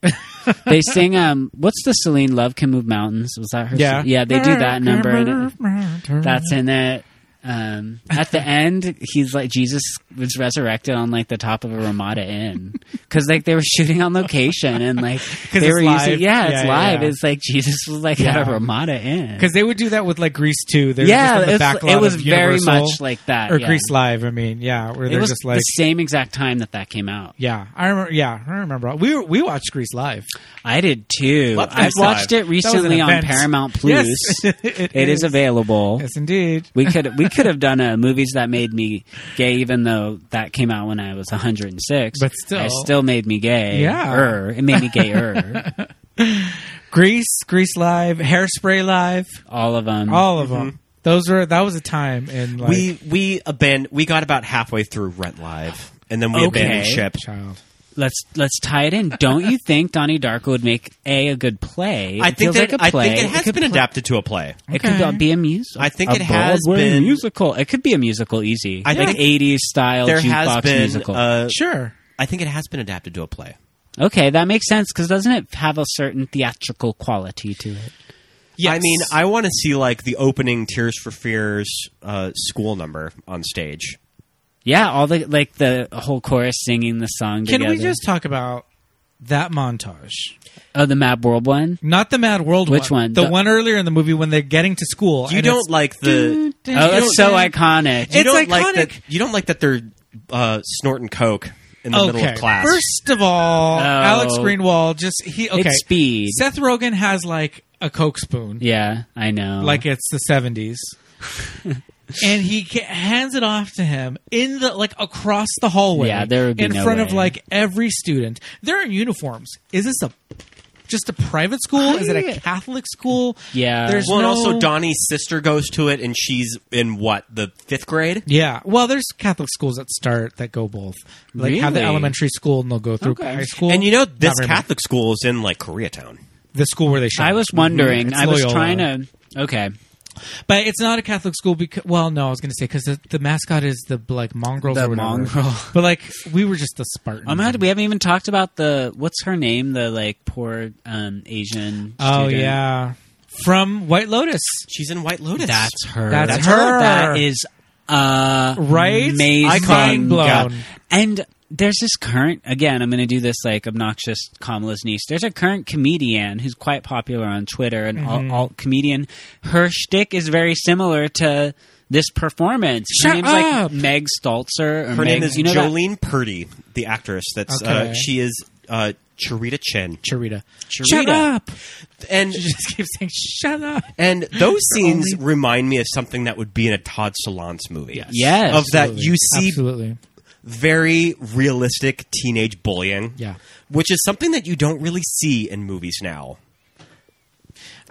H: they sing um, what's the Celine Love Can Move Mountains? Was that her?
F: Yeah.
H: song? yeah, they do that number. In it. That's in it. Um, at the end, he's like Jesus was resurrected on like the top of a Ramada Inn because like they were shooting on location and like they
F: it's
H: were
F: live.
H: using yeah,
F: Yeah,
H: it's
F: yeah,
H: live.
F: yeah.
H: It's like Jesus was like at
F: Yeah.
H: a Ramada Inn
F: Because they would do that with like Grease too. They were
H: yeah,
F: just in the
H: it's-
F: back lot
H: it was
F: of
H: very
F: Universal,
H: much like that
F: or
H: yeah.
F: Grease Live. I mean, yeah, where
H: It
F: they're
H: was
F: just like,
H: the same exact time that that came out.
F: yeah, I remember. Yeah, I remember. We were, we watched Grease Live.
H: I did too.
G: Love
H: I've
G: Fest
H: watched
G: Live.
H: it
F: That was an
H: recently on
F: event.
H: Paramount
F: Yes,
H: Plus.
F: (laughs) it
H: it
F: is.
H: is. available.
F: Yes, indeed.
H: We could we could have done a movies that made me gay, even though that came out when I was 106.
F: But still.
H: it still made me gay.
F: Yeah.
H: Er, it made me
F: (laughs)
H: er. gayer.
F: Grease, Grease Live, Hairspray Live,
H: All of them.
F: all of
H: Mm-hmm.
F: them. Those were that was a time in like
G: we we aban- we got about halfway through Rent Live, and then we
H: Okay.
G: abandoned ship.
F: child.
H: let's let's tie it in. Don't you think Donnie Darko would make a a good play?
G: I think
H: It feels
G: that
H: like a
G: I
H: play.
G: think it has
H: could
G: been
H: play-
G: adapted to a play.
H: It could be a musical.
G: I think
H: a
G: it has
H: Broadway
G: been-
H: musical. It could be a musical, easy.
G: I
H: like
G: think
H: 80s style
G: There has
H: jukebox
G: been
H: musical.
G: uh,
F: Sure.
G: I think it has been adapted to a play.
H: Okay, that makes sense because doesn't it have a certain theatrical quality to it?
G: I mean, I want to see like the opening Tears for Fears uh, school number on stage.
H: Yeah, all the like the whole chorus singing the song.
F: Can
H: together.
F: we just talk about that montage.
H: Oh, the Mad World one.
F: Not the Mad World
H: Which one?
F: The,
H: The-
F: one earlier in the movie when they're getting to school.
G: You
F: and
G: don't
F: it's-
G: like (laughs) the.
H: Oh,
F: You don't-
H: that's so iconic.
G: You
F: It's
G: don't like that.
F: iconic.
G: You don't like that they're uh, snorting coke in the middle of class.
F: First of all, Alex Greenwald just he okay.
H: It's speed.
F: Seth Rogen has like a coke spoon,
H: yeah, I know.
F: like it's the
H: (laughs)
F: seventies, and he ca- hands it off to him in the like across the hallway.
H: Yeah, there would be
F: in
H: no
F: front of
H: way.
F: like every student. They're in uniforms. Is this a just a private school? Is it a Catholic school?
H: Yeah.
F: there's
G: well,
F: no.
G: and also Donnie's sister goes to it, and she's in what the fifth grade.
F: Yeah, well, there's Catholic schools that start that go both. Like have the
H: Really?
F: elementary school and they'll go through
H: Okay.
F: high school.
G: And you know
F: Not
G: this
F: very much.
G: Catholic school is in like Koreatown.
F: the school where they shot.
H: I was wondering.
F: It's
H: I was
F: Loyola.
H: trying to. Okay.
F: but it's not a Catholic school because. Well, no, I was going to say because the, the mascot is the like mongrels
H: The
F: or whatever.
H: mongrel.
F: (laughs) But like we were just the Spartan.
H: Oh my god, we haven't even talked about the what's her name? The like poor um, Asian.
F: Oh,
H: student.
F: yeah, from White Lotus.
G: She's in White Lotus.
H: that's her.
F: That's her.
H: That is uh,
F: Right?
H: Amazing.
F: Mind blown.
H: God. And there's this current again. I'm going to do this like obnoxious Kamala's niece. There's a current comedian who's quite popular on Twitter, an alt,
F: Mm-hmm.
H: alt comedian. Her shtick is very similar to. This performance.
F: Shut
H: her name's
F: up.
H: like Meg Stalzer. Or
G: Her name
H: Meg-
G: is
H: you know that-
G: Jolene Purdy, the actress. That's uh,
F: Okay.
G: she is uh, Charita Chin,
F: Charita. Shut
G: Charita.
F: up!
G: and
F: She (laughs) just keeps saying shut up.
G: (laughs) and those scenes
F: only-
G: remind me of something that would be in a Todd Solondz movie. Yes,
H: Yes.
G: of that you see
F: absolutely.
G: very realistic teenage bullying.
F: Yeah.
G: which is something that you don't really see in movies now.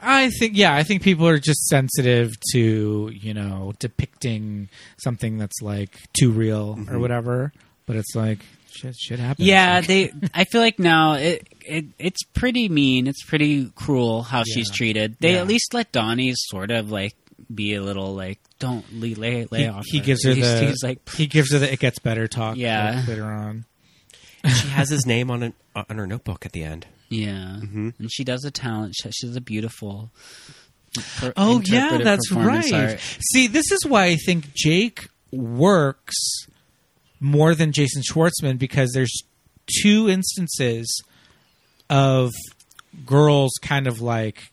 F: I think yeah, I think people are just sensitive to you know depicting something that's like too real or whatever. But it's like shit, shit happens.
H: Yeah, they. I feel like now it, it it's pretty mean. It's pretty cruel how she's treated. They at least let Donnie sort of like be a little like don't lay lay, lay
F: he,
H: off.
F: he gives her
H: he's,
F: the (laughs)
H: he's like
F: he gives her the it gets better talk.
H: Yeah.
F: like, later on.
G: She has his name on an, on her notebook at the end.
H: yeah,
F: Mm-hmm.
H: and she does a talent. She, she's a beautiful. per-
F: Oh yeah,
H: interpretive
F: that's
H: performance
F: right.
H: art.
F: See, this is why I think Jake works more than Jason Schwartzman because there's two instances of girls kind of like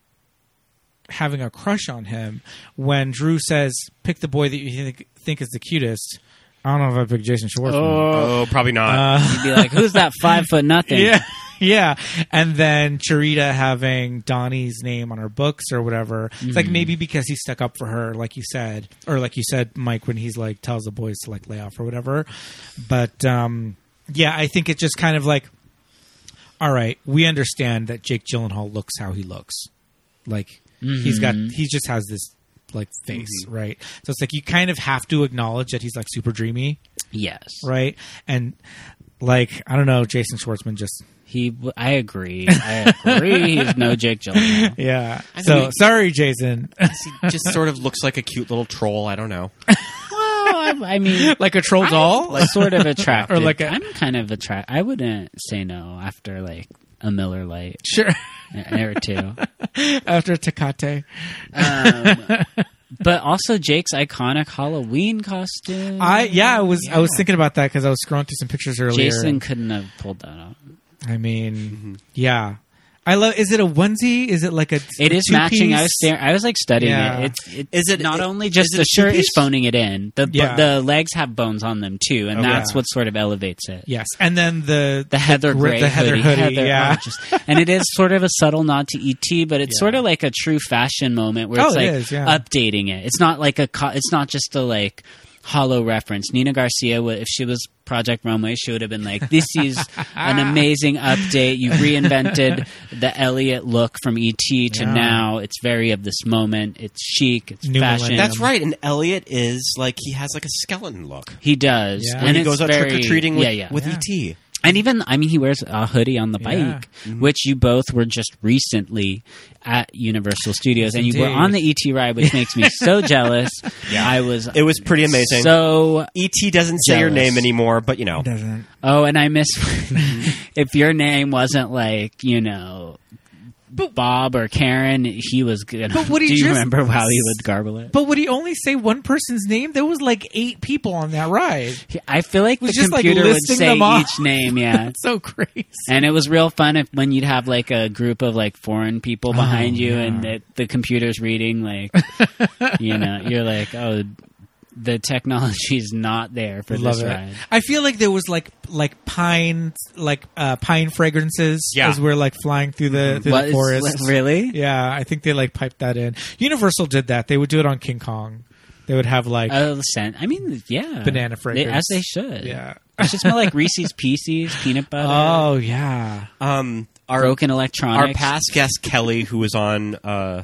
F: having a crush on him when Drew says, "Pick the boy that you think think is the cutest." I don't know if I picked Jason Schwartzman.
G: Oh, probably not.
H: You'd be like, who's that five foot
F: (laughs)
H: nothing?
F: Yeah. Yeah. And then Charita having Donnie's name on her books or whatever. It's like maybe because he stuck up for her, like you said, or like you said, Mike, when he's like tells the boys to like lay off or whatever. But um yeah, I think it's just kind of like all right, we understand that Jake Gyllenhaal looks how he looks. Like he's got he just has this like face, right? So it's like you kind of have to acknowledge that he's like super dreamy,
H: Yes,
F: right? And like I don't know, Jason Schwartzman just
H: he. w- I agree. I agree. he's no
F: (laughs)
H: Jake Gyllenhaal.
F: Yeah.
G: So,
F: So sorry, Jason. (laughs)
G: He just sort of looks like a cute little troll. I don't know.
H: Well, I, I mean,
F: like a troll doll.
H: like sort of attracted.
F: Or like a-
H: I'm kind of attracted. I wouldn't say no after like a Miller Light
F: sure.
H: or two.
F: (laughs) After Takate,
H: Um, But also Jake's iconic Halloween costume.
F: I yeah, I was I was thinking about that because I was scrolling through some pictures earlier.
H: Jason Mm-hmm. couldn't have pulled that off.
F: I mean, yeah. I love. Is it a onesie? Is it like a?
H: It is
F: two
H: matching. I was
F: piece?
H: staring. I was like studying
F: Yeah.
H: it. It's it,
G: Is it-
H: not only
G: is
H: just
G: it
H: the
G: a
H: shirt is
G: two-piece?
H: phoning it in. The
F: Yeah.
H: the legs have bones on them too, and
G: Okay.
H: that's what sort of elevates it.
F: Yes, and then
H: (laughs)
F: the
H: The Heather
F: gri-
H: Gray
F: the Heather hoodie.
H: Heather-
F: yeah.
H: oh, just- and it is sort of a subtle nod to ET, but it's
F: Yeah.
H: sort of like a true fashion moment where
F: Oh,
H: it's
F: it
H: like
F: is, yeah.
H: updating it. It's not like a. Co- it's not just a like hollow reference. Nina Garcia, wa- if she was Project Runway, she would have been like, "This is
F: (laughs)
H: an amazing update. You reinvented the Elliot look from ET to
F: Yeah.
H: now. It's very of this moment. It's chic. It's
F: New
H: fashion.
F: millennium.
G: That's right. And Elliot is like he has like a skeleton look.
H: He does,
F: Yeah.
H: and
F: When
G: He
H: it's
G: goes out
H: very-
G: trick or treating with,
H: yeah, yeah.
G: with E
F: Yeah.
G: ET.
H: And even, I mean, he wears a hoodie on the bike,
F: Yeah. Mm-hmm.
H: which you both were just recently at Universal Studios, and you were
F: indeed.
H: on the ET ride, which makes me
F: (laughs)
H: so jealous. I was.
G: It was pretty amazing.
H: So
G: ET doesn't say your
H: Jealous.
G: name anymore, but you know.
F: Doesn't.
H: (laughs) oh, and I miss if your name wasn't like you know
F: But-
H: Bob or Karen, he was good.
F: But would he
H: (laughs) Do you
F: just-
H: remember how he would garble it?
F: But would he only say one person's name? There was like eight people on that ride.
H: I feel like the
F: was just, like,
H: computer would
F: listing
H: say
F: them off.
H: each
F: (laughs)
H: name, yeah.
F: That's (laughs) so crazy.
H: And it was real fun if, when you'd have like a group of like foreign
F: Oh,
H: people behind you and the, the computer's reading
F: (laughs)
H: like, you know, you're like, oh, the technology's not there for
F: Love
H: this
F: it.
H: ride.
F: I feel like there was like like pine like uh, pine fragrances
G: Yeah.
F: as we're like flying through the through
H: Mm-hmm. What
F: the
H: is-
F: forest.
H: really?
F: Yeah, I think they like piped that in. Universal did that. They would do it on King Kong. They would have like
H: Oh, the scent. I mean, yeah,
F: Banana
H: They- as
F: fragrance.
H: they should.
F: yeah.
H: it should smell like Reese's Pieces,
F: (laughs)
H: peanut butter,
F: Oh yeah.
G: Um, our
H: broken
G: our
H: electronics.
G: past guest Kelly, who was on, uh,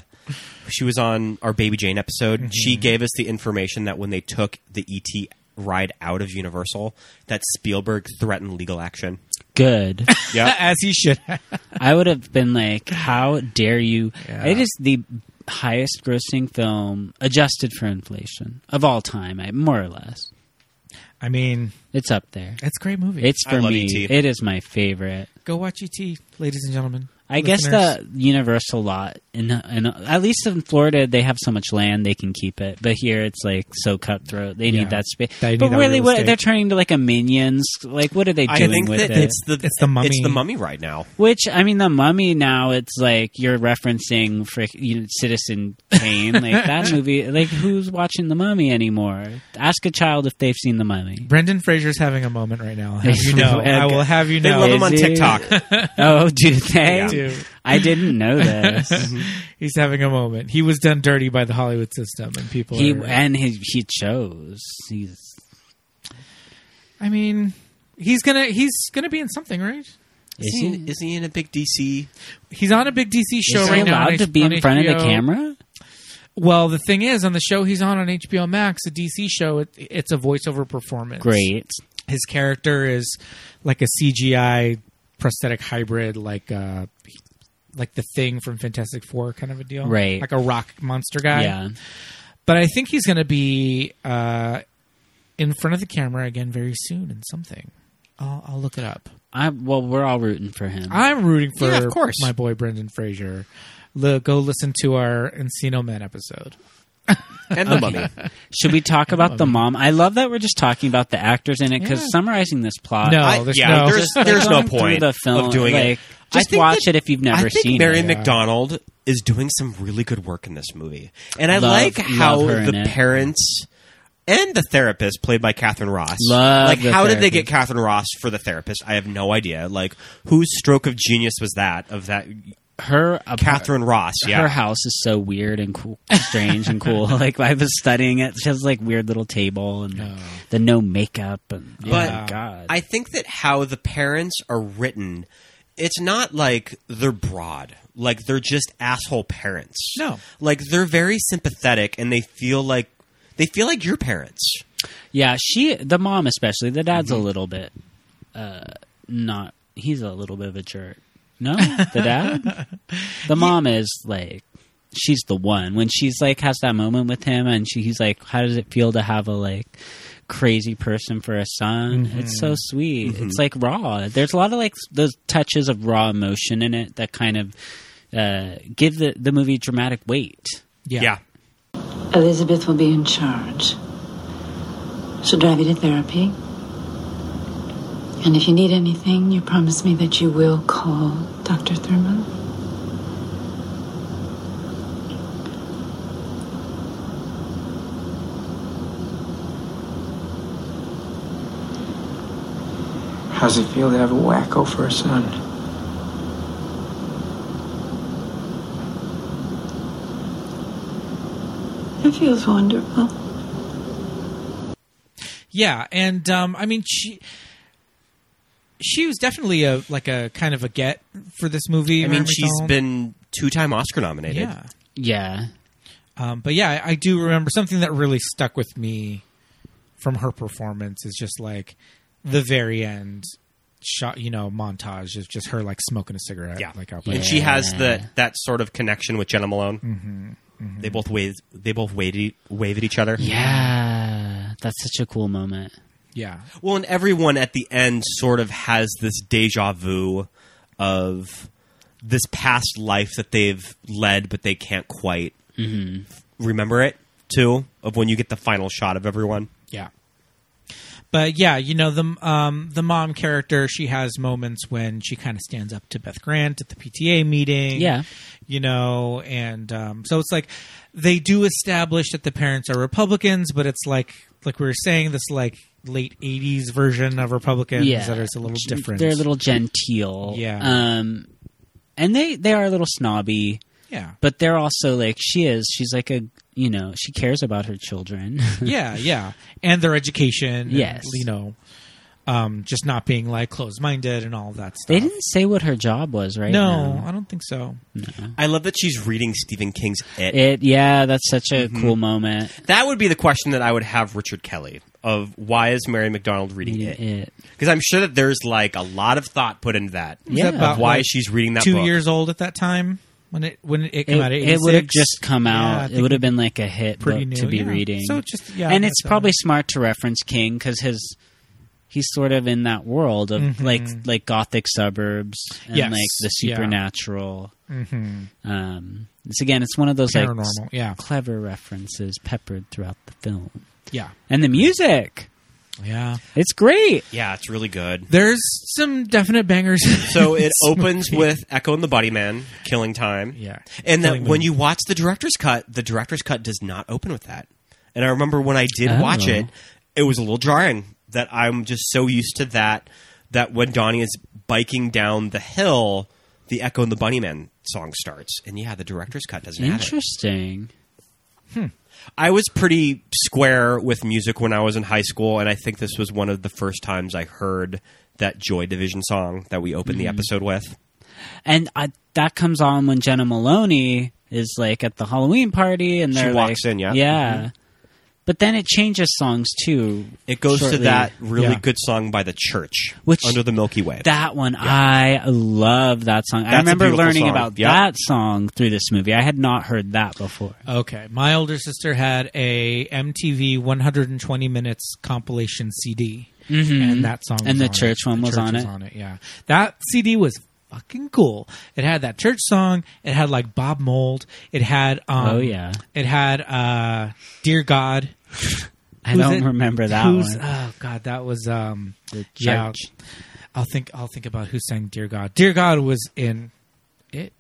G: she was on our Baby Jane episode.
F: Mm-hmm.
G: She gave us the information that when they took the ET ride out of Universal, that Spielberg threatened legal action.
H: Good.
G: Yeah,
F: (laughs) As he should. have.
H: I would have been like, "How dare you?"
F: Yeah.
H: It is the highest grossing film adjusted for inflation of all time, I- more or less.
F: I mean,
H: It's up there.
F: it's a great movie.
H: It's
G: I
H: for
G: love E
H: me.
G: E.T..
H: It is my favorite.
F: Go watch ET, ladies and gentlemen.
H: I guess
F: Listeners.
H: the Universal lot, in, in, at least in Florida, they have so much land they can keep it. But here, it's like so cutthroat. They
F: Yeah.
H: need that space.
F: They need
H: But
F: that
H: really,
F: real
H: what
F: estate.
H: they're turning to like a Minions. Like, what are they
G: I
H: doing
G: think
H: with
G: that
H: it?
G: it's the
F: It's the Mummy.
G: It's the mummy right now.
H: Which I mean, the Mummy. Now it's like you're referencing frick, you know, Citizen Kane, like that movie. Like who's watching the Mummy anymore? Ask a child if they've seen
F: (laughs)
H: the Mummy.
F: Brendan Fraser's having a moment right now. I'll
H: (laughs)
F: have you know.
H: Yeah.
F: I will have you
G: They
F: know.
G: love him on
H: Is it? (laughs)
G: TikTok.
H: Oh, do they?
F: They do.
H: I didn't know this.
F: He's having a moment. He was done dirty by the Hollywood system, and people.
H: he
F: are-
H: and he, he chose. He's
F: I mean, he's gonna he's gonna be in something, right?
H: is
G: Is
H: he,
G: he, is he in a big
H: (laughs)
G: DC?
F: He's on a big DC show
H: is he
F: right now. on
H: allowed to
F: H-
H: be
F: on
H: in front of the
F: HBO.
H: camera?
F: Well, the thing is, on the show he's on on HBO Max, a DC show, it, it's a voiceover performance.
H: Great.
F: His character is like a CGI prosthetic hybrid, like uh, like the thing from Fantastic Four, kind of a deal,
H: Right.
F: Like a rock monster guy.
H: yeah.
F: But I think he's going to be uh, in front of the camera again very soon in something. I'll, I'll look it up.
H: I well, we're all rooting for him.
F: I'm rooting for
G: Yeah, of course.
F: my boy Brendan Fraser. Look, go listen to our Encino Man episode.
G: And the mummy.
H: Should we talk about the mom? I love that we're just talking about the actors in it because
F: Yeah.
H: summarizing this plot.
F: No,
G: Uh, I-
F: there's no.
G: yeah, there's there's no
H: Going through
G: point
H: the film,
G: of doing
H: like,
G: it.
H: just
G: think
H: watch
G: that-
H: it if you've never
G: I think
H: seen
G: Mary
H: it. Yeah.
G: McDonald is doing some really good work in this movie, and I
H: Love-
G: like
H: love
G: how
H: her in
G: the
H: it.
G: parents and the therapist, played by Catherine Ross,
H: Love
G: like
H: the
G: how did they
H: therapist.
G: get Catherine Ross for the therapist? I have no idea. Like whose stroke of genius was that? Of that
H: her uh,
G: Catherine Ross? Yeah,
H: Her house is so weird
G: (laughs)
H: and cool, strange and cool. (laughs) Like I was studying it. She has like weird little table and the no makeup and oh
G: But
H: my god.
G: I think that how the parents are written, it's not like they're broad. Like they're just asshole parents.
F: No.
G: Like they're very sympathetic and they feel like they feel like your parents.
H: yeah, she the mom especially. The dad's a little bit uh not. He's a little bit of a jerk. No, the dad. the mom is like. She's the one when she's like has that moment with him, and she, he's like, "How does it feel to have a like crazy person for a son. It's so sweet. It's like raw. There's a lot of like those touches of raw emotion in it that kind of uh, give the, the movie dramatic weight.
F: yeah.
A: Elizabeth will be in charge. She'll drive you to therapy. And if you need anything, you promise me that you will call Dr. Thurman.
B: How's it feel to have a wacko for a son?
A: It feels wonderful.
F: Yeah, and um, I mean she she was definitely a like a kind of a get for this movie.
G: I mean,
F: Mary
G: she's
F: McDonald.
G: been two time Oscar nominated.
F: yeah.
H: Yeah.
F: Um, but yeah, I, I do remember something that really stuck with me from her performance is just like the very end shot, you know, montage of just her like smoking a cigarette,
G: Yeah.
F: like out by
G: And she has the that sort of connection with Jenna Malone. They both wave they both wave, wave at each other.
H: Yeah. That's such a cool moment.
F: yeah,
G: Well, and everyone at the end sort of has this deja vu of this past life that they've led, but they can't quite
H: Mm-hmm.
G: remember it too. Of when you get the final shot of everyone.
F: Yeah. But yeah, you know the um, the mom character. She has moments when she kind of stands up to Beth Grant at the PTA meeting.
H: Yeah.
F: you know, and um, so it's like they do establish that the parents are Republicans, but it's like like we were saying this like late '80s version of Republicans that is a little
H: G-
F: different.
H: They're a little genteel.
F: Yeah.
H: Um, and they they are a little snobby,
F: yeah,
H: but they're also like she is. She's like a you know she cares about her children.
F: (laughs) yeah, yeah, and their education. and,
H: Yes.
F: you know, um, just not being like closed minded and all that stuff.
H: (laughs) they didn't say what her job was, right?
F: No,
H: now.
F: I don't think so.
G: I love that she's reading Stephen King's It.
H: It yeah, that's such a
F: Mm-hmm.
H: cool moment.
G: That would be the question that I would have Richard Kelly of why is Mary McDonald reading
H: Reading
G: It?
H: It.
G: Because I'm sure that there's like a lot of thought put into that.
F: Was that
H: Yeah.
F: about,
G: Of why
F: like,
G: she's reading that
F: two
G: book.
F: years old at that time when it when it came
H: It,
F: out. At
H: it would have
F: 86?
H: just come
F: Yeah, I
H: out. it
F: think
H: would have been like a hit book
F: pretty new
H: to be
F: yeah.
H: reading.
F: So just yeah,
H: and it's
F: that's, uh,
H: probably smart to reference King because his he's sort of in that world of like like gothic suburbs
F: Mm-hmm.
H: and
F: Yes.
H: like the
F: Yeah. Mm-hmm.
H: supernatural. Um, it's again, it's one of those like
F: Paranormal,
H: s-
F: yeah.
H: clever references peppered throughout the film
F: yeah,
H: and the music.
F: yeah.
H: It's great.
G: Yeah, it's really good.
F: There's some definite bangers.
G: So
F: (laughs)
G: it opens with Echo and the Body Man killing time.
F: Yeah.
G: And that
F: Killing
G: when
F: them.
G: you watch the director's cut, the director's cut does not open with that. And I remember when I did
H: Oh.
G: watch it, it was a little jarring that I'm just so used to that that when Donnie is biking down the hill, the Echo and the Bunny Man song starts. And yeah, the director's cut doesn't have it.
H: Interesting.
G: I was pretty square with music when I was in high school, and I think this was one of the first times I heard that Joy Division song that we opened the episode with.
H: And I, that comes on when Jenna Maloney is like at the Halloween party, and
G: She
H: they're
G: walks
H: like-
G: in, yeah. Mm-hmm.
H: yeah. But then it changes songs too.
G: It goes to
H: shortly.
G: that really
F: Yeah.
G: good song by the Church,
H: Which-
G: under the Milky Way.
H: That one, I love that song.
G: That's
H: I
G: a
H: remember
G: beautiful
H: learning
G: song.
H: about
G: Yeah.
H: that song through this movie. I had not heard that before.
F: okay, my older sister had a MTV 120 minutes compilation CD, and that song
H: Mm-hmm.
F: was
H: And the
F: on
H: church
F: it.
H: one
F: The
H: was
F: church
H: on
F: was
H: it.
F: on it. Yeah, that CD was fucking cool. It had that church song. It had like Bob Mold. It had um,
H: Oh, yeah.
F: It had uh, Dear God.
H: I
F: Who's
H: don't
F: it?
H: remember that
F: Who's-
H: one.
F: Oh god, that was um.
H: The
F: yeah.
H: Church.
F: I'll think. I'll think about who sang "Dear God." "Dear God" was in it.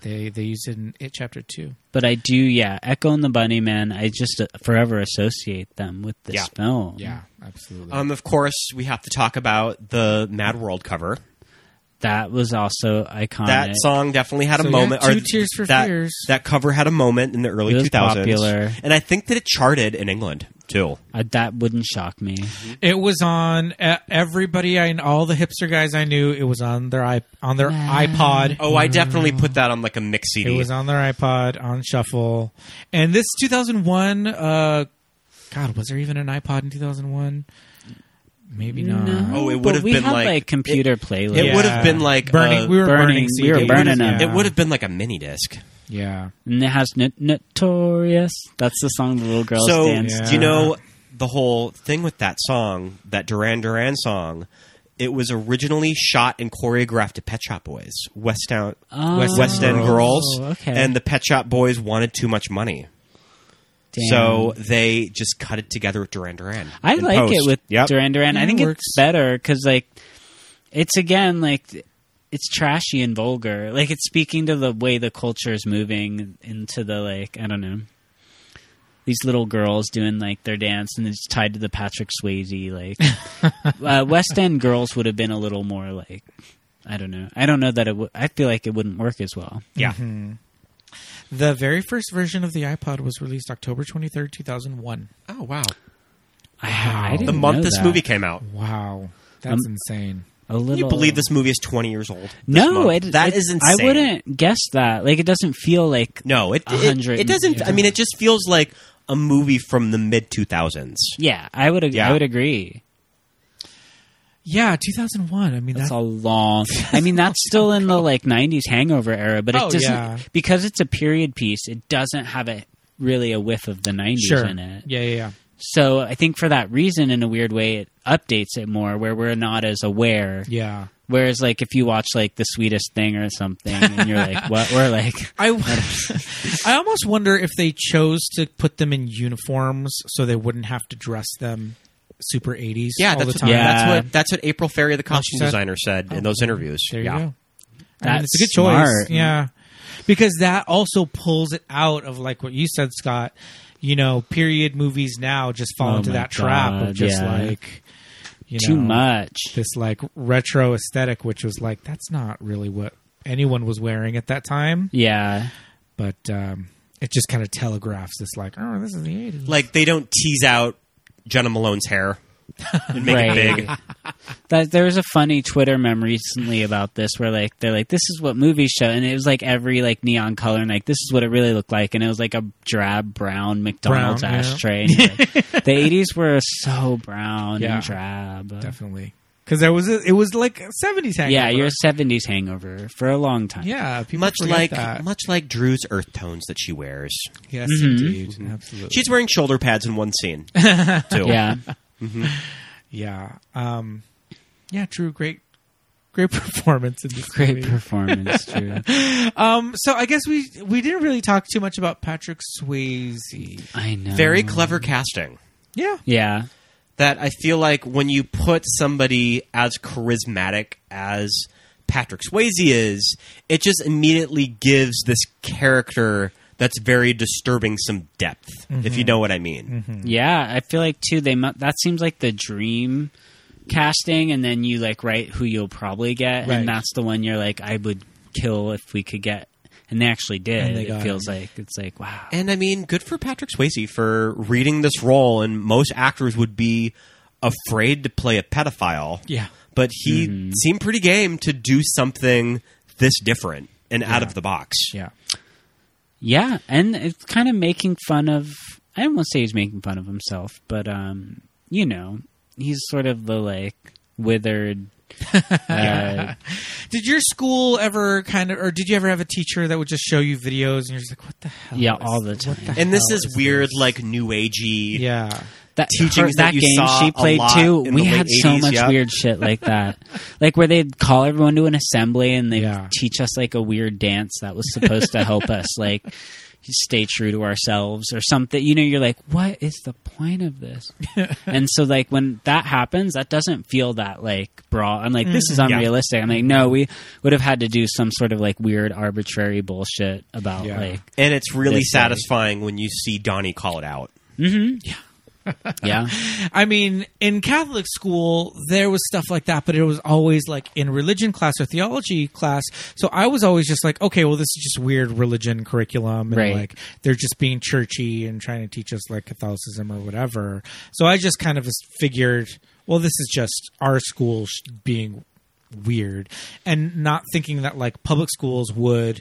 F: They they used it in it chapter two.
H: But I do, yeah. Echo and the Bunny Man. I just uh, forever associate them with this
G: Yeah.
H: film.
F: absolutely.
G: um, of course, we have to talk about the Mad World cover.
H: that was also iconic.
G: That song definitely had
F: So,
G: a
F: yeah,
G: moment.
F: Two Tears for
G: that,
F: Fears.
G: That cover had a moment in the early
H: It was
G: 2000s,
H: popular.
G: and I think that it charted in England too.
H: I, Uh, that wouldn't shock me.
F: It was on uh, everybody I all the hipster guys I knew. It was on their i on their iPod.
G: Oh, I definitely put that on like a mix CD.
F: It was on their iPod on shuffle. And this 2001. Uh, God, was there even an iPod in 2001? Maybe not.
G: Oh, it
H: But
G: would have
H: we
G: been
H: had,
G: like,
H: computer playlists.
G: it would have been like,
F: burning.
G: uh,
F: we were burning.
H: burning- we were
F: CDs.
H: burning 'em.
G: It would have been like a mini disc.
F: Yeah.
H: And it has no- Notorious. That's the song the little girls
G: so
H: dance
F: Yeah.
H: to.
G: do you know the whole thing with that song, that Duran Duran song? It was originally shot and choreographed to Pet Shop Boys, West Town,
H: Oh,
G: West, West End Girls,
H: okay.
G: and the Pet Shop Boys wanted too much money,
H: Damn.
G: so they just cut it together with Duran Duran.
H: I
G: in
H: like it
G: post.
H: with
G: Yep.
H: Duran Duran. I
F: Yeah,
H: think
F: it works.
H: it's better because like it's again like it's trashy and vulgar. Like it's speaking to the way the culture is moving into the like I don't know these little girls doing like their dance and it's tied to the Patrick Swayze like
F: (laughs)
H: uh, West End girls would have been a little more like I don't know. I don't know that it. W- I feel like it wouldn't work as well.
G: Yeah,
H: Mm-hmm.
F: The very first version of the iPod was released October 23rd, 2001.
G: Oh wow!
H: I, I didn't
G: The month
H: know
G: this
H: that.
G: movie came out.
F: Wow. That's
H: Um,
F: insane.
H: a little.
G: Can you believe this movie is twenty years old? this
H: No,
G: month?
H: it,
G: that
H: it-
G: is insane.
H: I wouldn't guess that. Like, it doesn't feel like.
G: No, it
H: A
G: it,
H: hundred
G: it doesn't.
H: and-
G: I mean, it just feels like a movie from the mid two thousands.
H: Yeah, I would.
G: Yeah.
H: I would agree.
F: Yeah, 2001. I mean,
H: That's
F: that's
H: a long. I
F: (laughs)
H: mean, that's still in the like '90s hangover era, but it
F: Oh,
H: doesn't
F: yeah.
H: because it's a period piece. It doesn't have a really a whiff of the '90s
F: sure.
H: in it.
F: Yeah, yeah, yeah.
H: So I think for that reason, in a weird way, it updates it more, where we're not as aware
F: Yeah.
H: Whereas, like, if you watch like the sweetest thing or something, and you're
F: (laughs)
H: like, "What?" We're like,
F: I, (laughs) I almost wonder if they chose to put them in uniforms so they wouldn't have to dress them super 80s
G: Yeah,
F: all
G: that's
F: the
G: what-
F: time.
H: Yeah.
G: that's what that's what April Ferry, the
F: she
G: costume
F: said?
G: designer, said Oh, in those interviews.
F: There you go.
G: yeah.
F: I mean, it's a
H: That's
F: good choice.
H: smart.
F: Yeah. Because that also pulls it out of like what you said, Scott. You know, period movies now just fall
H: Oh
F: into
H: my
F: that trap of
H: God,
F: just
H: yeah.
F: like you
H: "Too
F: know,
H: much."
F: This like retro aesthetic, which was like that's not really what anyone was wearing at that time.
H: Yeah,
F: But um, it just kind of telegraphs this like, oh, this is the eighties.
G: Like they don't tease out Jenna Malone's hair and make it
H: Right.
G: big.
H: (laughs) that there was a funny Twitter meme recently about this, where like they're like, "This is what movies show," and it was like every like neon color, and like this is what it really looked like, and it was like a drab brown McDonald's
F: Brown, yeah.
H: ashtray. (laughs) And you're like, the eighties were so brown
F: Yeah.
H: and drab.
F: definitely. Because there was a, it was like seventies hangover.
H: Yeah, your seventies hangover for a long time.
F: yeah, people
G: Much
F: forget
G: like
F: that.
G: much like Drew's earth tones that she wears.
F: yes,
H: Mm-hmm.
F: indeed, absolutely.
G: She's wearing shoulder pads in one scene.
F: (laughs)
G: too.
H: yeah.
F: Yeah. Um, yeah, Drew, great great (laughs) performance in this
H: Great
F: movie. (laughs)
H: performance, Drew.
F: um, so I guess we we didn't really talk too much about Patrick Swayze.
H: I
G: (laughs)
H: know.
G: Very clever casting.
F: Yeah.
H: Yeah.
G: That I feel like when you put somebody as charismatic as Patrick Swayze is, it just immediately gives this character that's very disturbing some depth, if you
F: Mm-hmm.
G: know what I mean.
F: Mm.
H: Yeah, I feel like too. They mu- that seems like the dream casting, and then you like write who you'll probably get,
F: Right.
H: and that's the one you're like, I would kill if we could get, and they actually did.
F: And they
H: it
F: got
H: feels like it's like wow.
G: And I mean, good for Patrick Swayze for reading this role. And most actors would be afraid to play a pedophile.
F: Yeah.
G: But he
F: Mm-hmm.
G: seemed pretty game to do something this different and out of the box.
F: Yeah.
H: Yeah, and it's kind of making fun of. I don't want to say he's making fun of himself, but um, you know, he's sort of the like
F: (laughs)
H: withered. uh,
F: Did your school ever kind of or did you ever have a teacher that would just show you videos and you're just like, what the hell?
H: yeah,
F: is-
H: all the time.
F: what the
G: And this
F: hell
G: is weird,
F: this?
G: like new agey.
F: Yeah.
H: that
G: teachings
H: that,
G: that you
H: game
G: saw
H: she
G: a
H: played
G: lot
H: too.
G: in
H: We
G: the
H: had
G: late
H: so
G: 80s,
H: much
G: yep.
H: weird shit
G: (laughs)
H: like that, like where they'd call everyone to an assembly and they
F: Yeah.
H: would teach us like a weird dance that was supposed to help
G: (laughs)
H: us like stay true to ourselves or something. You know, you're like, what is the point
G: (laughs)
H: of this? and so like when that happens, that doesn't feel that like bra. I'm like, this is
G: Mm-hmm.
H: unrealistic. I'm like, no, we would have had to do some sort of like weird arbitrary bullshit about
F: Yeah.
H: like,
G: And it's really
H: This
G: satisfying when you see Donnie call it out. (laughs)
H: yeah,
F: I mean, in Catholic school, there was stuff like that, but it was always like in religion class or theology class. So I was always just like, okay, well, this is just weird religion curriculum. And
H: Right.
F: like, they're just being churchy and trying to teach us like Catholicism or whatever. So I just kind of just figured, well, this is just our school sh- being weird and not thinking that like public schools would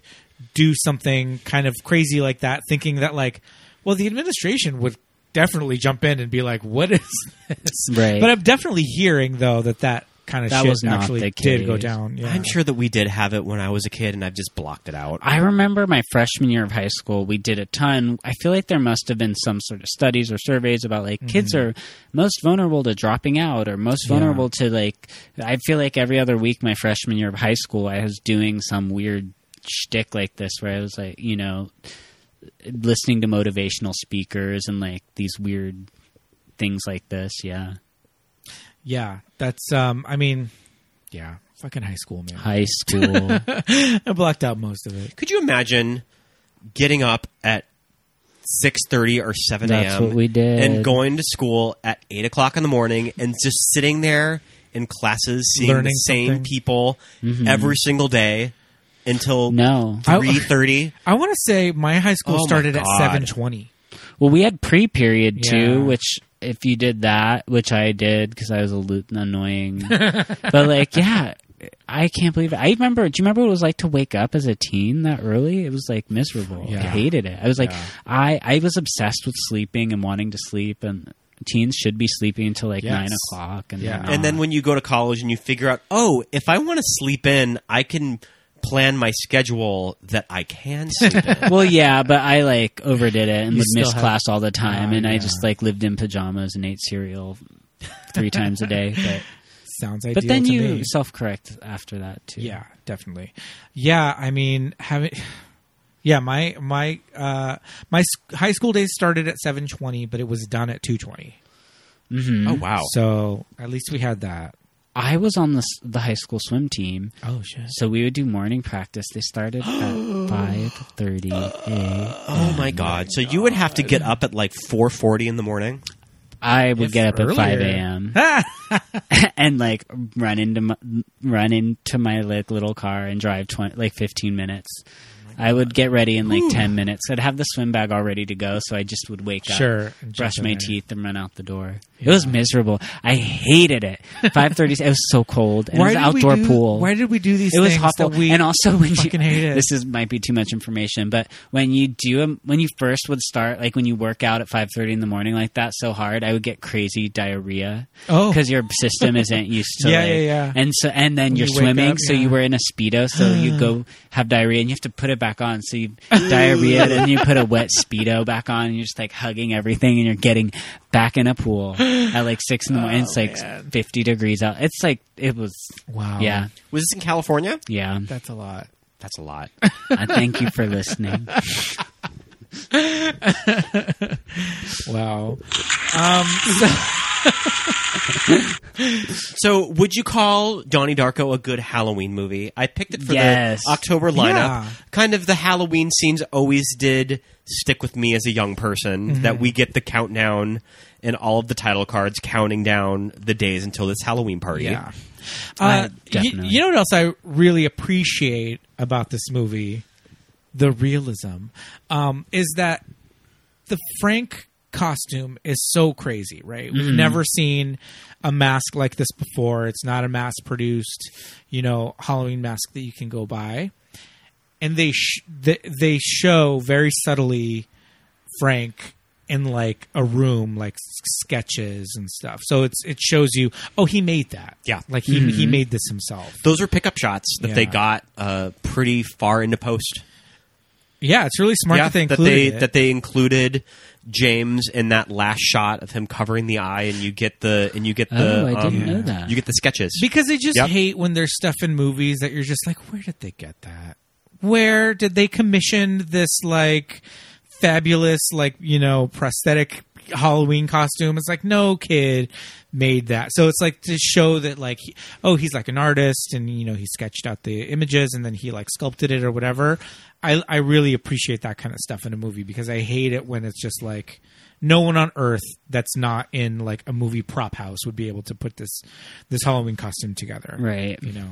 F: do something kind of crazy like that, thinking that like, well, the administration would definitely jump in and be like, what is this?
H: right.
F: But I'm definitely hearing though that that kind of
H: That
F: shit
H: was not
F: actually
H: the
F: did go
H: case.
F: down. Yeah.
G: I'm sure that we did have it when I was a kid, and I've just blocked it out.
H: I remember my freshman year of high school, we did a ton. I feel like there must have been some sort of studies or surveys about like kids are most vulnerable to dropping out or most vulnerable to like. I feel like every other week, my freshman year of high school, I was doing some weird shtick like this where I was like, you know, listening to motivational speakers and like these weird things like this. Yeah.
F: Yeah. That's um I mean yeah. Fucking high school, man.
H: High school.
F: I blocked out most of it.
G: Could you imagine getting up at six thirty or seven a.m.
H: That's what we did.
G: and going to school at eight o'clock in the morning and just sitting there in classes, seeing
F: Learning
G: the same
F: something.
G: people
H: Mm-hmm.
G: every single day until
H: no.
F: I-
G: three
H: (laughs)
G: thirty.
F: I want to say my high school
G: Oh my
F: started at
G: God.
F: 7:20.
H: Well, we had pre period
F: Yeah.
H: too, which if you did that, which I did because I was a loot and annoying. (laughs) but like, yeah, I can't believe it. I remember. Do you remember what it was like to wake up as a teen that early? It was like miserable. I
F: Yeah.
H: hated it. I was like, I I was obsessed with sleeping and wanting to sleep and. Teens should be sleeping until like
F: Yes.
H: nine o'clock, and
F: Yeah.
G: And then
H: when
G: when you go to college and you figure out, oh, if I want to sleep in, I can plan my schedule that I
H: (laughs)
G: can sleep in.
H: well, yeah, but I like overdid it and
F: You
H: would
F: still
H: miss
F: have-
H: class all the time,
F: Ah,
H: and I
F: yeah.
H: just like lived in pajamas and ate cereal three times a day. But
F: sounds ideal.
H: But then
F: to
H: you
F: me.
H: self-correct after that too.
F: Yeah, definitely. Yeah, I mean, having (sighs) yeah, my my uh my s- high school days started at 7:20, but it was done at 2:20.
H: Mm-hmm.
G: Oh wow.
F: So, at least we had that.
H: I was on the s- the high school swim team,
F: Oh shit.
H: so we would do morning practice. They started
F: (gasps)
H: at five thirty a.
G: oh my god. So you would have to get up at like 4:40 in the morning.
H: I would
F: It's
H: get up at five
F: earlier. (laughs)
H: a.m. (laughs) and like run into my, run into my like little car and drive twenty like fifteen minutes.
F: Oh
H: I would get ready in like ten minutes. I'd have the swim bag all ready to go, so I just would wake
F: Sure,
H: up,
F: and jump
H: brush
F: in
H: my
F: there.
H: teeth, and run out the door. It was miserable. I
F: (laughs)
H: hated it. Five thirty. it was so cold. And it was an
F: did we
H: outdoor
F: do-
H: pool.
F: Why did we do these
H: it was
F: things
H: awful.
F: that we
H: and also when you
F: fucking hate it?
H: this is might be too much information, but when you do 'em- when you first would start like when you work out at five thirty in the morning like that so hard, I would get crazy diarrhea.
F: Oh.
H: because your system isn't used
F: (laughs)
H: to
F: Yeah,
H: like-
F: yeah, yeah.
H: And so and then you're
F: you wake
H: swimming,
F: up,
H: so
F: yeah.
H: you were in a speedo, so
F: (sighs)
H: you go have diarrhea and you have to put it back on. So you diarrhea, then you put a wet speedo back on, and you're just like hugging everything, and you're getting back in a pool at like six in the morning.
F: Oh,
H: it's like fifty degrees out. It's like it was.
F: Wow.
H: Yeah,
G: Was this in California?
H: yeah.
F: That's a lot.
G: That's a
H: (laughs)
G: lot.
H: I thank you for listening.
F: Wow.
G: So, would you call Donnie Darko a good Halloween movie? I picked it for
H: Yes.
G: the October lineup.
F: Yeah.
G: Kind of the Halloween scenes always did stick with me as a young person
F: Mm-hmm.
G: that we get the countdown and all of the title cards counting down the days until this Halloween party.
F: Yeah.
H: I
F: Uh, y-
H: definitely-
F: you know what else I really appreciate about this movie? The realism um, is that the Frank costume is so crazy, right?
H: Mm-hmm.
F: We've never seen a mask like this before. It's not a mass produced, you know, Halloween mask that you can go buy. And they sh- th- they show very subtly Frank in like a room, like s- sketches and stuff. So it's it shows you, oh, he made that.
G: Yeah.
F: like he he made this himself.
G: Those were pickup shots that they
F: Yeah.
G: got uh, pretty far into post.
F: Yeah, it's really smart
G: Yeah,
F: that they included
G: that they
F: it.
G: that they included James in that last shot of him covering the eye, and you get the and you get the
H: (laughs) Oh, I didn't
G: um,
H: know that.
G: you get the sketches.
F: because they just
G: Yep.
F: hate when there's stuff in movies that you're just like, where did they get that? Where did they commission this like fabulous like you know prosthetic Halloween costume? It's like no kid made that. So it's like to show that like he- oh he's like an artist and you know he sketched out the images and then he like sculpted it or whatever. I I really appreciate that kind of stuff in a movie because I hate it when it's just like no one on earth that's not in like a movie prop house would be able to put this this Halloween costume together,
H: Right.
F: You know,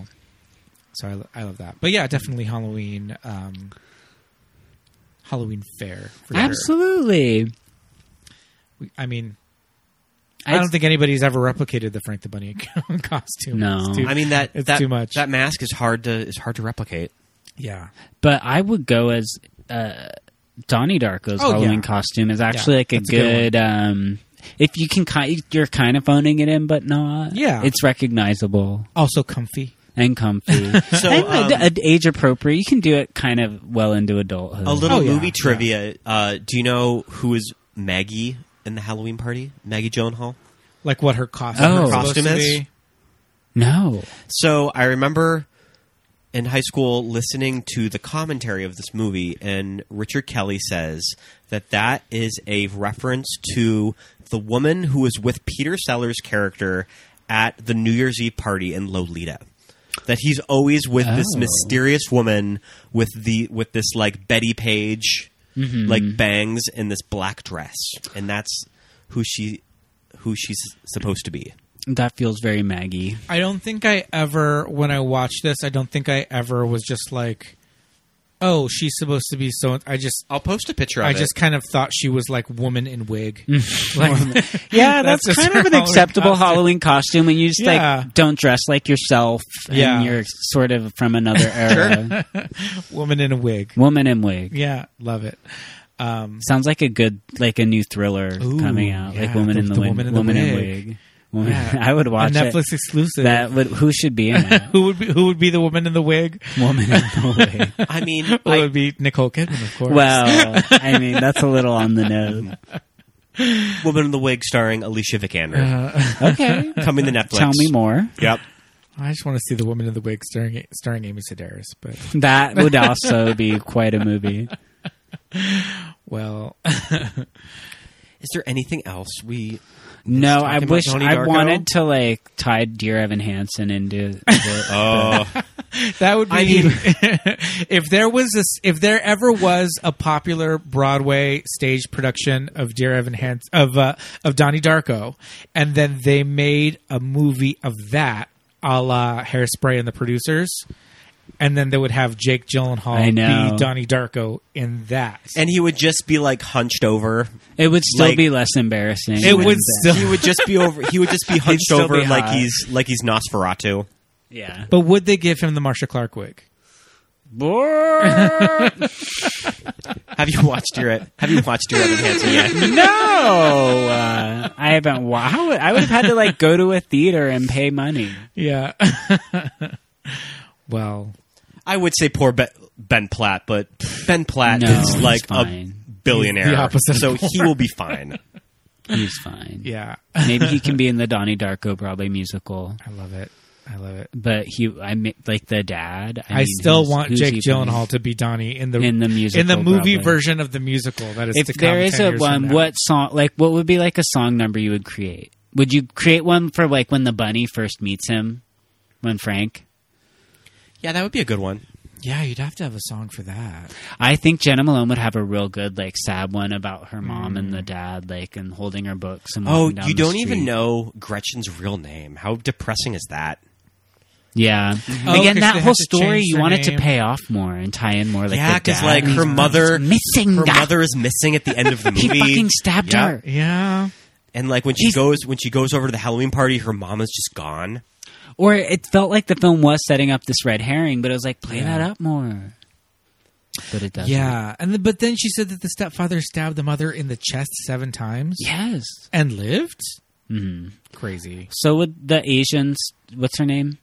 F: so I, lo- I love that. But yeah, definitely Halloween, um, Halloween fair. For sure.
H: Absolutely.
F: We- I mean, I,
H: I
F: don't think anybody's ever replicated the Frank the Bunny (laughs) costume.
H: No.
F: It's too-
G: I mean that
F: it's
G: that
F: too much.
G: that mask is hard to is hard to replicate.
F: yeah,
H: But I would go as uh, Donnie Darko's
F: Oh,
H: Halloween
F: yeah.
H: costume is actually
F: Yeah,
H: like a
F: that's a good
H: good. um, if you can, ki- you're kind of phoning it in, but not.
F: Yeah.
H: it's recognizable
F: also comfy.
H: and comfy.
G: So,
H: and
G: um,
H: uh, age appropriate. You can do it kind of well into adulthood.
G: A little
F: Oh, yeah,
G: movie
F: yeah.
G: trivia. Uh, do you know who is Maggie in the Halloween party? Maggie Gyllenhaal.
F: Like what her costume,
H: Oh.
F: is supposed to
G: Costume is?
F: be.
H: No,
G: So I remember in high school listening to the commentary of this movie, and Richard Kelly says that that is a reference to the woman who was with Peter Sellers' character at the New Year's Eve party in Lolita. That he's always with this
H: Oh. Mm-hmm.
G: mysterious woman with the with this like Betty Page
H: Mm-hmm.
G: like bangs and this black dress, and that's who she who she's supposed to be.
H: that feels very Maggie.
F: I don't think I ever, when I watched this, I don't think I ever was just like, oh, she's supposed to be so. I just,
G: I'll post a picture. Of
F: I
G: it.
F: just kind of thought she was like woman in
H: (laughs)
F: wig. (laughs) like,
H: Yeah, that's,
F: just
H: kind
F: her
H: of
F: (laughs)
H: an
F: Halloween
H: acceptable
F: costume.
H: Halloween costume when you just
F: Yeah.
H: like don't dress like yourself and
F: Yeah.
H: you're sort of from another
F: (laughs)
H: era.
F: woman in a wig.
H: Woman in wig.
F: Yeah, love it. Um,
H: Sounds like a good like a new thriller
F: Ooh,
H: coming out.
F: yeah,
H: like Woman
F: the-
H: in the,
F: the
H: Wig.
F: Woman in the
H: in
F: Wig.
H: Wig. Woman,
F: Yeah.
H: (laughs) (laughs) I would watch
F: a Netflix
H: it.
F: exclusive.
H: That would who should be in it?
F: (laughs) who would be who would be the woman in the wig?
H: Woman in the Wig.
G: I mean,
F: Well, it
G: I,
F: would be Nicole Kidman, of course. (laughs)
H: Well, I mean that's a little on the nose.
G: Woman in the Wig starring Alicia Vikander.
H: Uh, (laughs) Okay.
G: Coming to Netflix.
H: Tell me more.
G: Yep.
F: I just want to see the woman in the wig starring starring Amy Sedaris, but
H: That would also be quite a movie.
F: well,
G: Is there anything else we?
H: No, I
G: talking about
H: wish
G: Donnie
H: I
G: Darko?
H: wanted to like tie Dear Evan Hansen into
F: (laughs)
H: the,
G: Oh,
F: that would be
G: I
F: (laughs)
G: mean-
F: if there was a s if there ever was a popular Broadway stage production of Dear Evan Hans of uh, of Donnie Darko, and then they made a movie of that, a la Hairspray and the producers. And then they would have Jake Gyllenhaal
H: I know.
F: be Donnie Darko in that.
G: and he would just be like hunched over.
H: it would still
G: Like-
H: be less embarrassing.
F: It would
H: wouldn't
F: still-
G: He would just be over. He would just
H: (laughs)
G: be hunched
H: still be
G: over like
H: hot.
G: he's like he's Nosferatu.
H: Yeah.
F: but would they give him the Marsha Clark wig?
G: Have you watched your Have you watched your (laughs) Evan Hansen yet?
H: no, uh, I haven't. Wow, I would, I would have had to like go to a theater and pay money.
F: Yeah. (laughs) well,
G: I would say poor Ben, ben Platt, but Ben Platt
H: No,
G: is
H: he's
G: like a
H: fine.
G: billionaire,
F: He's the opposite of
G: so
F: poor.
G: he will be fine.
H: He's fine.
F: yeah.
H: Maybe he can be in the Donnie Darko Broadway musical,
F: I love it. I love it.
H: but he, I mi- like the dad.
F: I,
H: mean,
F: still
H: who's-
F: want
H: who's
F: Jake
H: he playing?
F: Gyllenhaal to be Donnie in the
H: In the musical,
F: in the movie
H: probably.
F: version of the musical that is.
H: If
F: to come
H: there is
F: 10
H: a
F: years from
H: one,
F: now.
H: what song? Like, what would be like a song number you would create? Would you create one for like when the bunny first meets him, when Frank?
G: (laughs) Yeah, that would be a good one.
F: Yeah, you'd have to have a song for that.
H: I think Jenna Malone would have a real good, like, sad one about her mom and the dad, like, and holding her books and
G: Mm. Oh,
H: walking down
G: you
H: the
G: don't even
H: street.
G: know Gretchen's real name. How depressing is that?
H: Yeah,
G: Mm-hmm.
F: Oh,
H: again,
F: 'cause
H: that
F: they
H: whole
F: had to change
H: story you
F: their
H: want it to
F: name.
H: pay off more and tie in more, like,
G: yeah,
H: because
G: because like her mother,
H: missing.
G: her
H: that.
G: mother is missing at the end of the
H: (laughs) he
G: movie.
H: fucking stabbed
G: Yeah.
H: her.
F: Yeah,
G: And like when she
H: He's-
G: goes when she goes over to the Halloween party, her mom is just gone.
H: Or it felt like the film was setting up this red herring, but it was like play that up more. But it doesn't.
F: yeah, and the, but then she said that the stepfather stabbed the mother in the chest seven times
H: Yes.
F: and lived.
H: Mm-hmm.
F: Crazy.
H: So would the Asians? What's her name?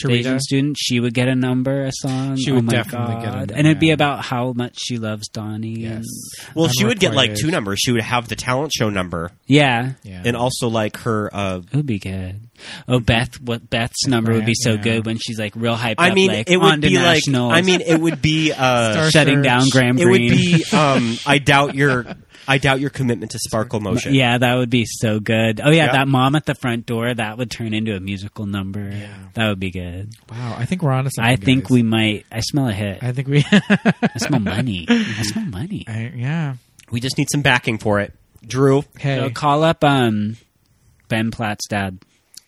H: The Asian student. She would get a number, a song.
F: She
H: Oh
F: would
H: my
F: definitely
H: God.
F: get a number.
H: and it'd be about how much she loves Donnie.
F: Yes.
H: and-
G: Well, she would get like
F: Unrequited.
G: two numbers. She would have the talent show number
H: yeah.
F: Yeah.
G: and also like her uh
H: It would be good.
G: Mm-hmm.
H: Oh, Beth, what Beth's number would be so
F: yeah.
H: good when she's like real hyped.
G: I
H: up,
G: mean
H: like,
G: it would
H: on to
G: be like
H: nationals,
G: I mean it would be uh
F: Star-
H: shutting down
F: Search.
H: Graham
G: it would
H: Greene.
G: be um
H: (laughs)
G: I doubt your I doubt your commitment to sparkle motion.
H: yeah, that would be so good. Oh yeah,
G: Yeah.
H: that mom at the front door that would turn into a musical number. That would be good.
F: wow, I think we're on to something.
H: I think
F: guys.
H: we might. I smell a hit. I,
F: I think
H: (laughs)
F: we. (laughs)
H: smell money.
G: (laughs)
H: I smell money.
F: I, yeah.
G: We just need some backing for it. Drew,
F: Hey,
H: So call up um, Ben Platt's dad,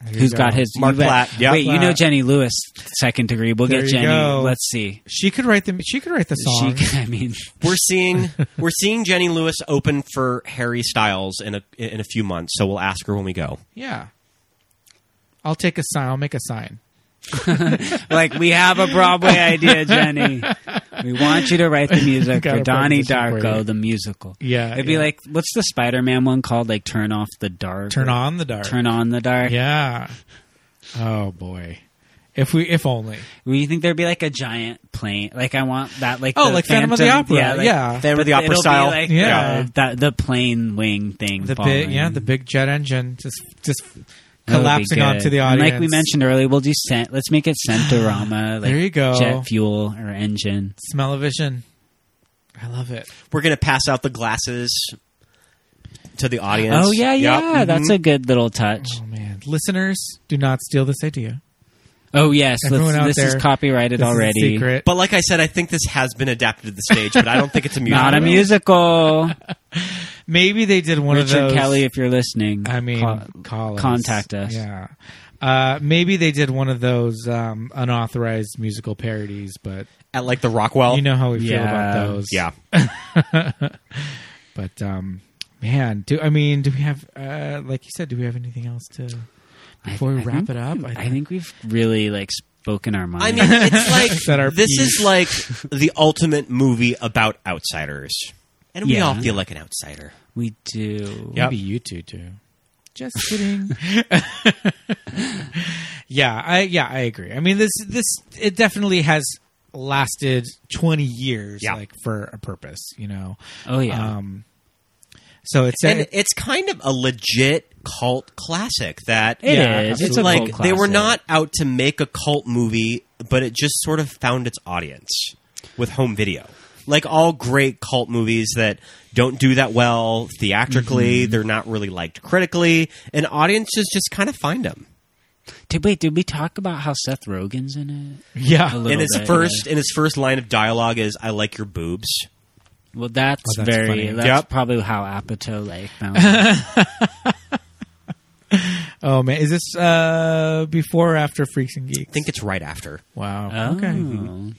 F: there you
H: who's
F: go.
H: got his
G: Mark
H: you bet-
G: Platt, yeah.
H: Wait, you know
F: Platt.
H: Jenny Lewis, second degree. We'll
F: There
H: get
F: you
H: Jenny.
F: go.
H: Let's see.
F: She could write the. She could write the song.
H: She, (laughs) I mean,
G: we're seeing
H: (laughs)
G: we're seeing Jenny Lewis open for Harry Styles in a in a few months, so we'll ask her when we go.
F: yeah. I'll take a sign. I'll make a sign.
H: like we have a Broadway
F: (laughs)
H: idea, Jenny. We want you to write the music
F: Got
H: for
F: a
H: Donnie
F: proposition for you.
H: Darko, the musical.
F: Yeah,
H: it'd be
F: yeah.
H: like what's the Spider-Man one called? Like turn off the dark.
F: Turn
H: or-
F: on the dark.
H: Turn on the dark.
F: Yeah. Oh boy. If we, if only.
H: Well, you think there'd be like a giant plane? Like I want that, like
F: Oh,
H: the
F: like Phantom of the Opera, yeah.
H: but
G: Phantom of the Opera
H: it'll be
G: style.
H: like,
F: Yeah.
H: uh, that the plane wing thing,
F: The
H: falling.
F: big, yeah, the big jet engine just, just
H: That would be
F: collapsing
H: good.
F: onto the
H: And
F: audience.
H: like we mentioned earlier, we'll do scent. Let's make it
F: (sighs)
H: scentorama. Like
F: There you go.
H: Jet fuel or engine.
F: smell of vision. I love it.
G: We're gonna pass out the glasses to the audience.
H: Oh yeah, yeah. That's
F: Mm-hmm.
H: a good little touch.
F: Oh man, listeners, do not steal this idea.
H: Oh yes,
F: Everyone out
H: let's, this is
F: there,
H: copyrighted
F: This is a
H: already.
F: secret.
G: But like I said, I think this has been adapted to the stage, but I don't think it's a musical.
H: Not
F: (laughs)
H: a musical.
F: Maybe they did one of
H: Richard
F: those.
H: Kelly, if you're listening,
F: I mean,
H: call,
F: call us.
H: contact us.
F: Yeah. Uh, maybe they did one of those um, unauthorized musical parodies, but
G: At like the Rockwell.
F: you know how we feel
H: yeah.
F: about those.
G: Yeah.
F: But um, man, do I mean? Do we have uh, like you said? Do we have anything else to before we
H: I
F: wrap
H: think-
F: it up? I,
H: I think we've really like spoken our mind.
G: I mean, it's
F: Set our
G: like this
F: piece.
G: is like the ultimate movie about outsiders, and we
H: Yeah.
G: all feel like an outsider.
H: we do.
F: maybe you two do. Just kidding. (laughs) yeah, I yeah I agree. I mean this this it definitely has lasted twenty years
G: Yeah.
F: like for a purpose. You know.
H: Oh yeah.
F: Um, So it's
G: and it's kind of a legit cult classic that
H: It
F: Yeah,
H: is. It's a
G: like
H: cult
G: they were
H: classic.
G: not out to make a cult movie, but it just sort of found its audience with home video. Like all great cult movies that don't do that well theatrically,
H: Mm-hmm.
G: they're not really liked critically, and audiences just kind of find them.
H: Did, wait, did we talk about how Seth Rogen's in it?
F: yeah,
H: A little
G: And his
H: bit,
G: first and his first line of dialogue is "I like your boobs."
H: yeah. Well, that's,
F: Oh, that's
H: very.
F: funny.
H: That's
G: Yep.
H: probably how Apatow like.
G: (laughs)
H: found it.
F: Oh man, is this uh, before or after Freaks and Geeks?
G: I think it's right after.
F: wow.
H: oh.
F: Okay,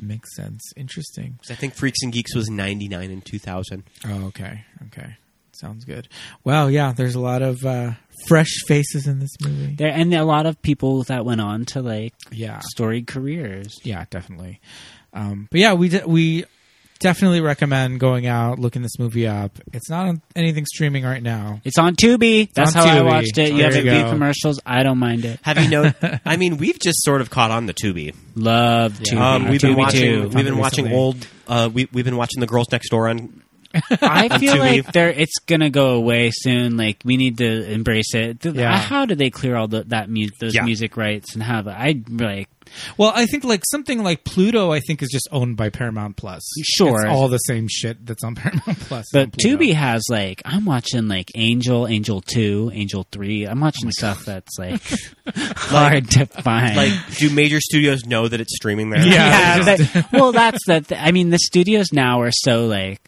F: makes sense. Interesting.
G: 'Cause I think Freaks and Geeks was ninety nine and two thousand.
F: Oh, okay, okay, sounds good. Well, yeah, there's a lot of uh, fresh faces in this movie.
H: There and a lot of people that went on to like
G: Ah.
F: Yeah,
H: storied careers.
F: yeah, definitely. Um, but yeah, we de- we definitely recommend going out, looking this movie up. It's not on anything streaming right now.
H: It's on Tubi. That's
F: on
H: how I
F: Tubi.
H: watched it. You
F: There
H: haven't
F: you
H: viewed
F: go.
H: commercials. I don't mind it.
G: Have you
H: (laughs)
G: know? I mean, we've just sort of caught on the Tubi.
H: Love Tubi.
G: Um, we've been
H: Mm-hmm. Tubi
G: watching.
H: too.
G: We've been watching
F: Recently.
G: old. Uh, we, we've been watching the girls next door on.
H: I feel
G: Tubi.
H: like there it's gonna go away soon. Like we need to embrace it. Th-
F: Yeah.
H: How do they clear all the, that mu- those
G: Yeah.
H: music rights and have I like
F: Well, I think like something like Pluto, I think is just owned by Paramount Plus.
H: Sure.
F: It's all the same shit that's on (laughs) Paramount Plus. is on
H: but
F: Pluto.
H: Tubi has like I'm watching like Angel, Angel Two, Angel Three. I'm watching stuff that's like (laughs) hard to find. (laughs)
G: Like, do major studios know that it's streaming there?
F: Yeah,
G: (laughs)
H: yeah, that- well, that's the. Th- I mean, the studios now are so like.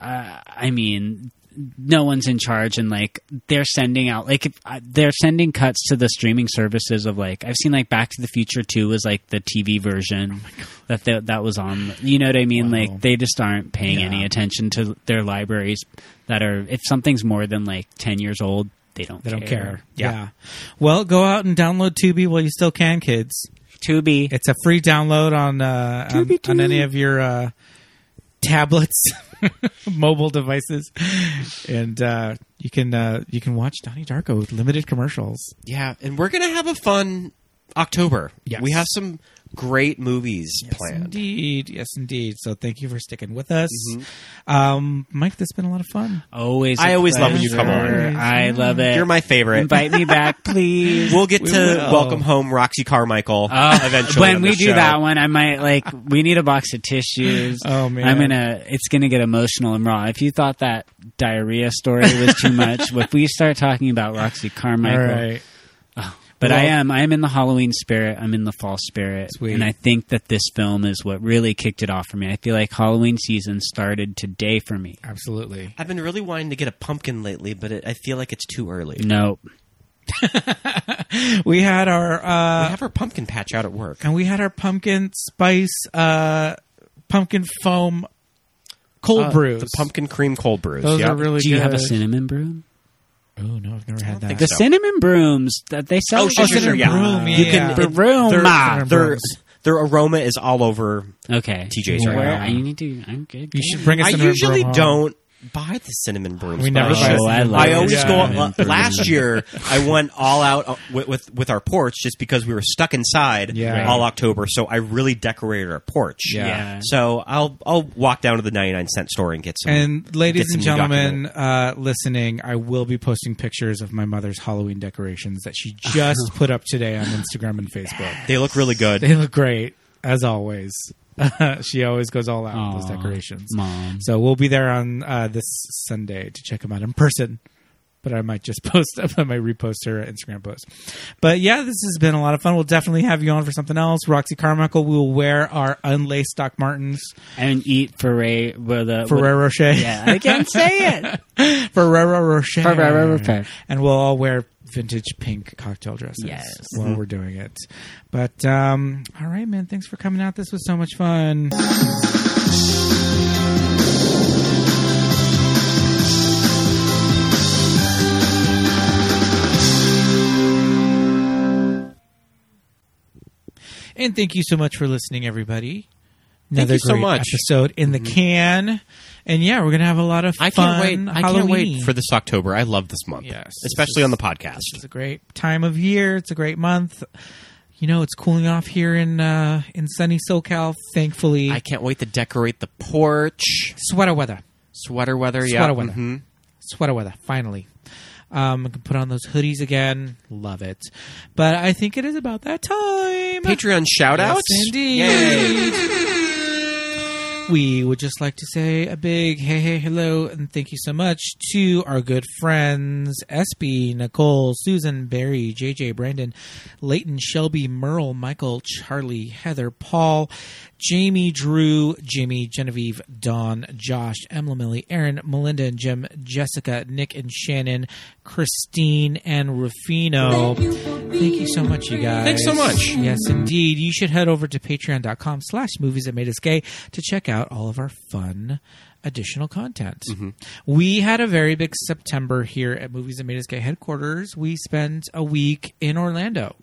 H: Uh, I mean, no one's in charge, and like they're sending out like if, uh, they're sending cuts to the streaming services of like I've seen like Back to the Future Two was like the TV
G: Oh
H: version that they, that was on. You know what I mean? Like they just aren't paying any attention to their libraries that are if something's more than like ten years old, they don't
F: They
H: care.
F: don't care. Yeah. Well, go out and download Tubi while you still can, kids.
H: Tubi.
F: It's a free download on uh, on, on any of your uh, tablets, (laughs) mobile devices, and uh, you can uh, you can watch Donnie Darko with limited commercials.
G: yeah. And we're gonna have a fun October.
F: Yes.
G: we have some great movies planned.
F: Indeed, yes, indeed. So thank you for sticking with us, um, Mike. This has been a lot of fun.
H: Always,
G: I
H: a
G: always love when Mm-hmm. you come on. (laughs)
H: pleasure. I love it.
G: You're my favorite.
H: Invite
G: (laughs)
H: me back, please.
G: We'll get to
F: will.
G: welcome home Roxy Carmichael
I: Oh,
H: Uh,
G: eventually.
H: when
G: on
H: we
G: this
H: do
G: show.
H: that one, I might like we need a box of tissues.
F: Oh, man.
H: I'm gonna it's gonna get emotional and raw. If you thought that diarrhea story was too much, if we start talking about Roxy Carmichael,
F: All right.
H: but I
F: Well-
H: am I am in the Halloween spirit. I'm in the fall spirit,
F: Sweet.
H: and I think that this film is what really kicked it off for me. I feel like Halloween season started today for me.
F: Absolutely.
G: I've been really wanting to get a pumpkin lately, but it, I feel like it's too early.
H: Nope.
F: We had our
G: We
F: uh,
G: have our pumpkin patch out at work.
F: and we had our pumpkin spice uh, pumpkin foam cold brews.
G: Uh, The pumpkin cream cold brews.
F: Those
G: yeah.
F: are really
H: Do you
F: good.
H: have a cinnamon broom?
F: Oh no, I've never had that.
G: think
H: The
G: So-
H: cinnamon brooms that they sell.
G: Oh, sure, sure, sure, yeah.
F: broom,
G: You
F: yeah.
G: can
H: Cinnamon broom.
G: Their,
H: ah.
G: their, their aroma is all over.
H: Okay.
G: TJ's right
H: Where-
F: now.
H: I need to. I'm good.
F: You should bring us.
G: I
F: cinnamon
G: usually
F: broom home.
G: don't buy the cinnamon brooms.
F: We never
G: but
F: buy
G: I,
F: Oh, I
G: I,
F: cinnamon love brooms.
G: always
F: Yeah.
G: go
H: cinnamon
F: uh, (laughs)
G: (laughs)
H: brooms.
G: last year. I went all out uh, with, with with our porch just because we were stuck inside
F: Yeah. Right.
G: all October. So I really decorated our porch.
F: Yeah.
H: Yeah.
G: So I'll I'll walk down to the ninety nine cent store and get some.
F: And
G: get
F: ladies
G: some
F: and gentlemen uh, listening, I will be posting pictures of my mother's Halloween decorations that she
G: (laughs)
F: just put up today on Instagram and Facebook.
G: they look really
F: (laughs)
G: good.
F: They look great as always. (laughs) she always goes all out with
H: Aw,
F: those decorations.
H: Mom.
F: So we'll be there on uh, this Sunday to check them out in person. But I might just (laughs) post, I might repost her Instagram post. But yeah, this has been a lot of fun. We'll definitely have you on for something else. Roxy Carmichael, we will wear our unlaced Doc Martens,
H: And eat Ferrero. Well, the,
F: Ferrero Rocher, (laughs)
H: Yeah, I can't say it.
F: Ferrero Rocher,
H: Ferrero Rocher.
F: and we'll all wear vintage pink cocktail dresses
H: Yes.
F: while we're doing it. But um, all right, man, thanks for coming out. This was so much fun. And thank you so much for listening, everybody.
G: Thank
F: Another
G: you so
F: great
G: much. Mm-hmm.
F: episode in the can, and yeah, we're gonna have a lot of
G: I
F: fun.
G: can't wait. I can't
F: Mm, Halloween.
G: wait for this October. I love this month,
F: Yes, this
G: especially
F: is-
G: on the
F: It's
G: podcast.
F: a great time of year. It's a great month. You know, it's cooling off here in uh, in sunny SoCal. Thankfully,
G: I can't wait to decorate the porch.
F: sweater weather.
G: Sweater weather, yeah.
F: Sweater weather.
G: mhm.
F: sweater weather finally um, I can put on those hoodies again. Love it. But I think it is about that time.
G: Patreon shout outs.
F: Yes, indeed. We would just like to say a big hey, hey, hello, and thank you so much to our good friends SB, Nicole, Susan, Barry, JJ, Brandon, Leighton, Shelby, Merle, Michael, Charlie, Heather, Paul, Jamie, Drew, Jimmy, Genevieve, Dawn, Josh, Emma, Millie, Aaron, Melinda, and Jim, Jessica, Nick, and Shannon, Christine, and Rufino. Thank you so much, you guys.
G: Thanks so much.
F: Yes, indeed. You should head over to patreon.com slash movies that made us gay to check out all of our fun additional content.
G: Mm-hmm.
F: We had a very big September here at Movies That Made Us Gay headquarters. We spent a week in Orlando.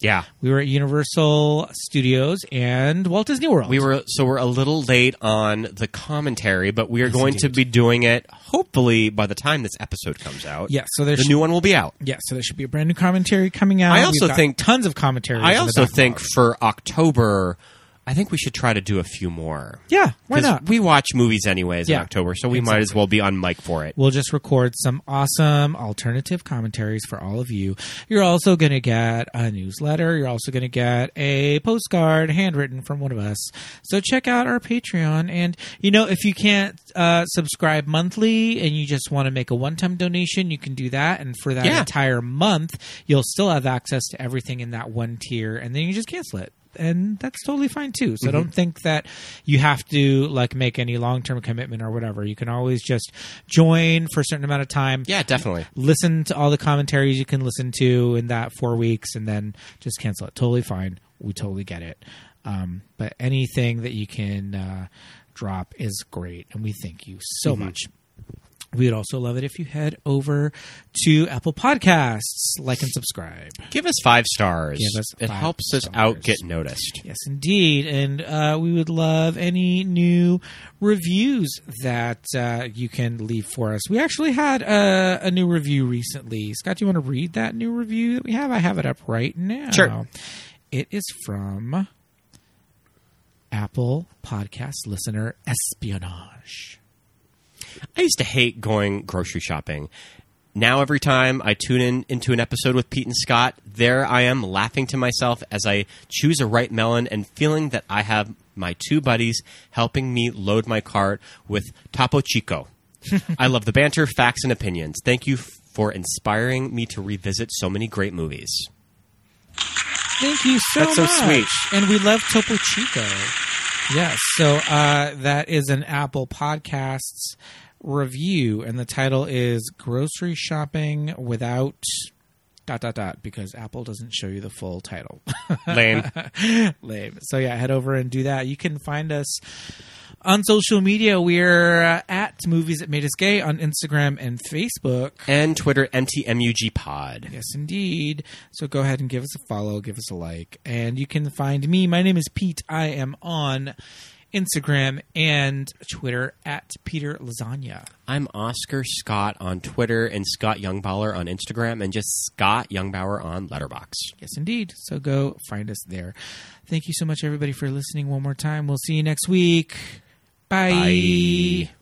G: Yeah.
F: We were at Universal Studios and Walt Disney World.
G: We were so we're a little late on the commentary, but we are going to be doing it hopefully by the time this episode comes out.
F: Yeah, so there's
G: the new one will be out.
F: Yeah, so there should be a brand new commentary coming out.
G: I
F: We've
G: also
F: got
G: think-
F: tons of commentary.
G: I also think for October, I think we should try to do a few more.
F: Yeah, why
G: 'Cause
F: not?
G: We watch movies anyways
F: Yeah.
G: in October, so we might as well be on mic for it.
F: We'll just record some awesome alternative commentaries for all of you. You're also going to get a newsletter. You're also going to get a postcard handwritten from one of us. So check out our Patreon. And, you know, if you can't uh, subscribe monthly and you just want to make a one time donation, you can do that. And for that
G: Yeah.
F: entire month, you'll still have access to everything in that one tier. And then you just cancel it. And that's totally fine too.
G: Mm-hmm.
F: So don't think that you have to like make any long term commitment or whatever. You can always just join for a certain amount of time.
G: Yeah, definitely.
F: Listen to all the commentaries you can listen to in that four weeks and then just cancel it. Totally fine. We totally get it. Um, but anything that you can uh, drop is great. And we thank you so
G: Mm-hmm.
F: much. We'd also love it if you head over to Apple Podcasts, like and subscribe.
G: Give us five stars.
F: Give us
G: it
F: five
G: helps us
F: stars.
G: out get noticed.
F: Yes, indeed. And uh, we would love any new reviews that uh, you can leave for us. We actually had a, a new review recently. Scott, do you want to read that new review that we have? I have it up right now.
G: Sure.
F: It is from Apple Podcast Listener Espionage.
G: I used to hate going grocery shopping. Now every time I tune in into
I: (laughs)
G: an episode with Pete and Scott, there I am laughing to myself as I choose a ripe melon and feeling that I have my two buddies helping me load my cart with Topo Chico. I love the banter, facts, and opinions. Thank you f- for inspiring me to revisit so many great movies.
F: Thank you so
G: That's so
F: much.
G: sweet.
F: And we love Topo Chico. Yes. So uh, that is an Apple Podcasts review, and the title is Grocery Shopping Without dot dot dot because Apple doesn't show you the full title. (laughs)
G: Lame.
F: Lame. So yeah, head over and do that. You can find us on social media. We're uh, at Movies That Made Us Gay on Instagram and Facebook.
G: and Twitter, MTMUG Pod.
F: Yes, indeed. So go ahead and give us a follow, give us a like, and you can find me. My name is Pete. I am on Instagram and Twitter at Peter Lasagna.
G: I'm Oscar Scott on Twitter and Scott Youngbauer on Instagram and just Scott Youngbauer on Letterbox.
F: Yes, indeed. So go find us there. Thank you so much, everybody, for listening one more time. We'll see you next week. Bye.
G: Bye.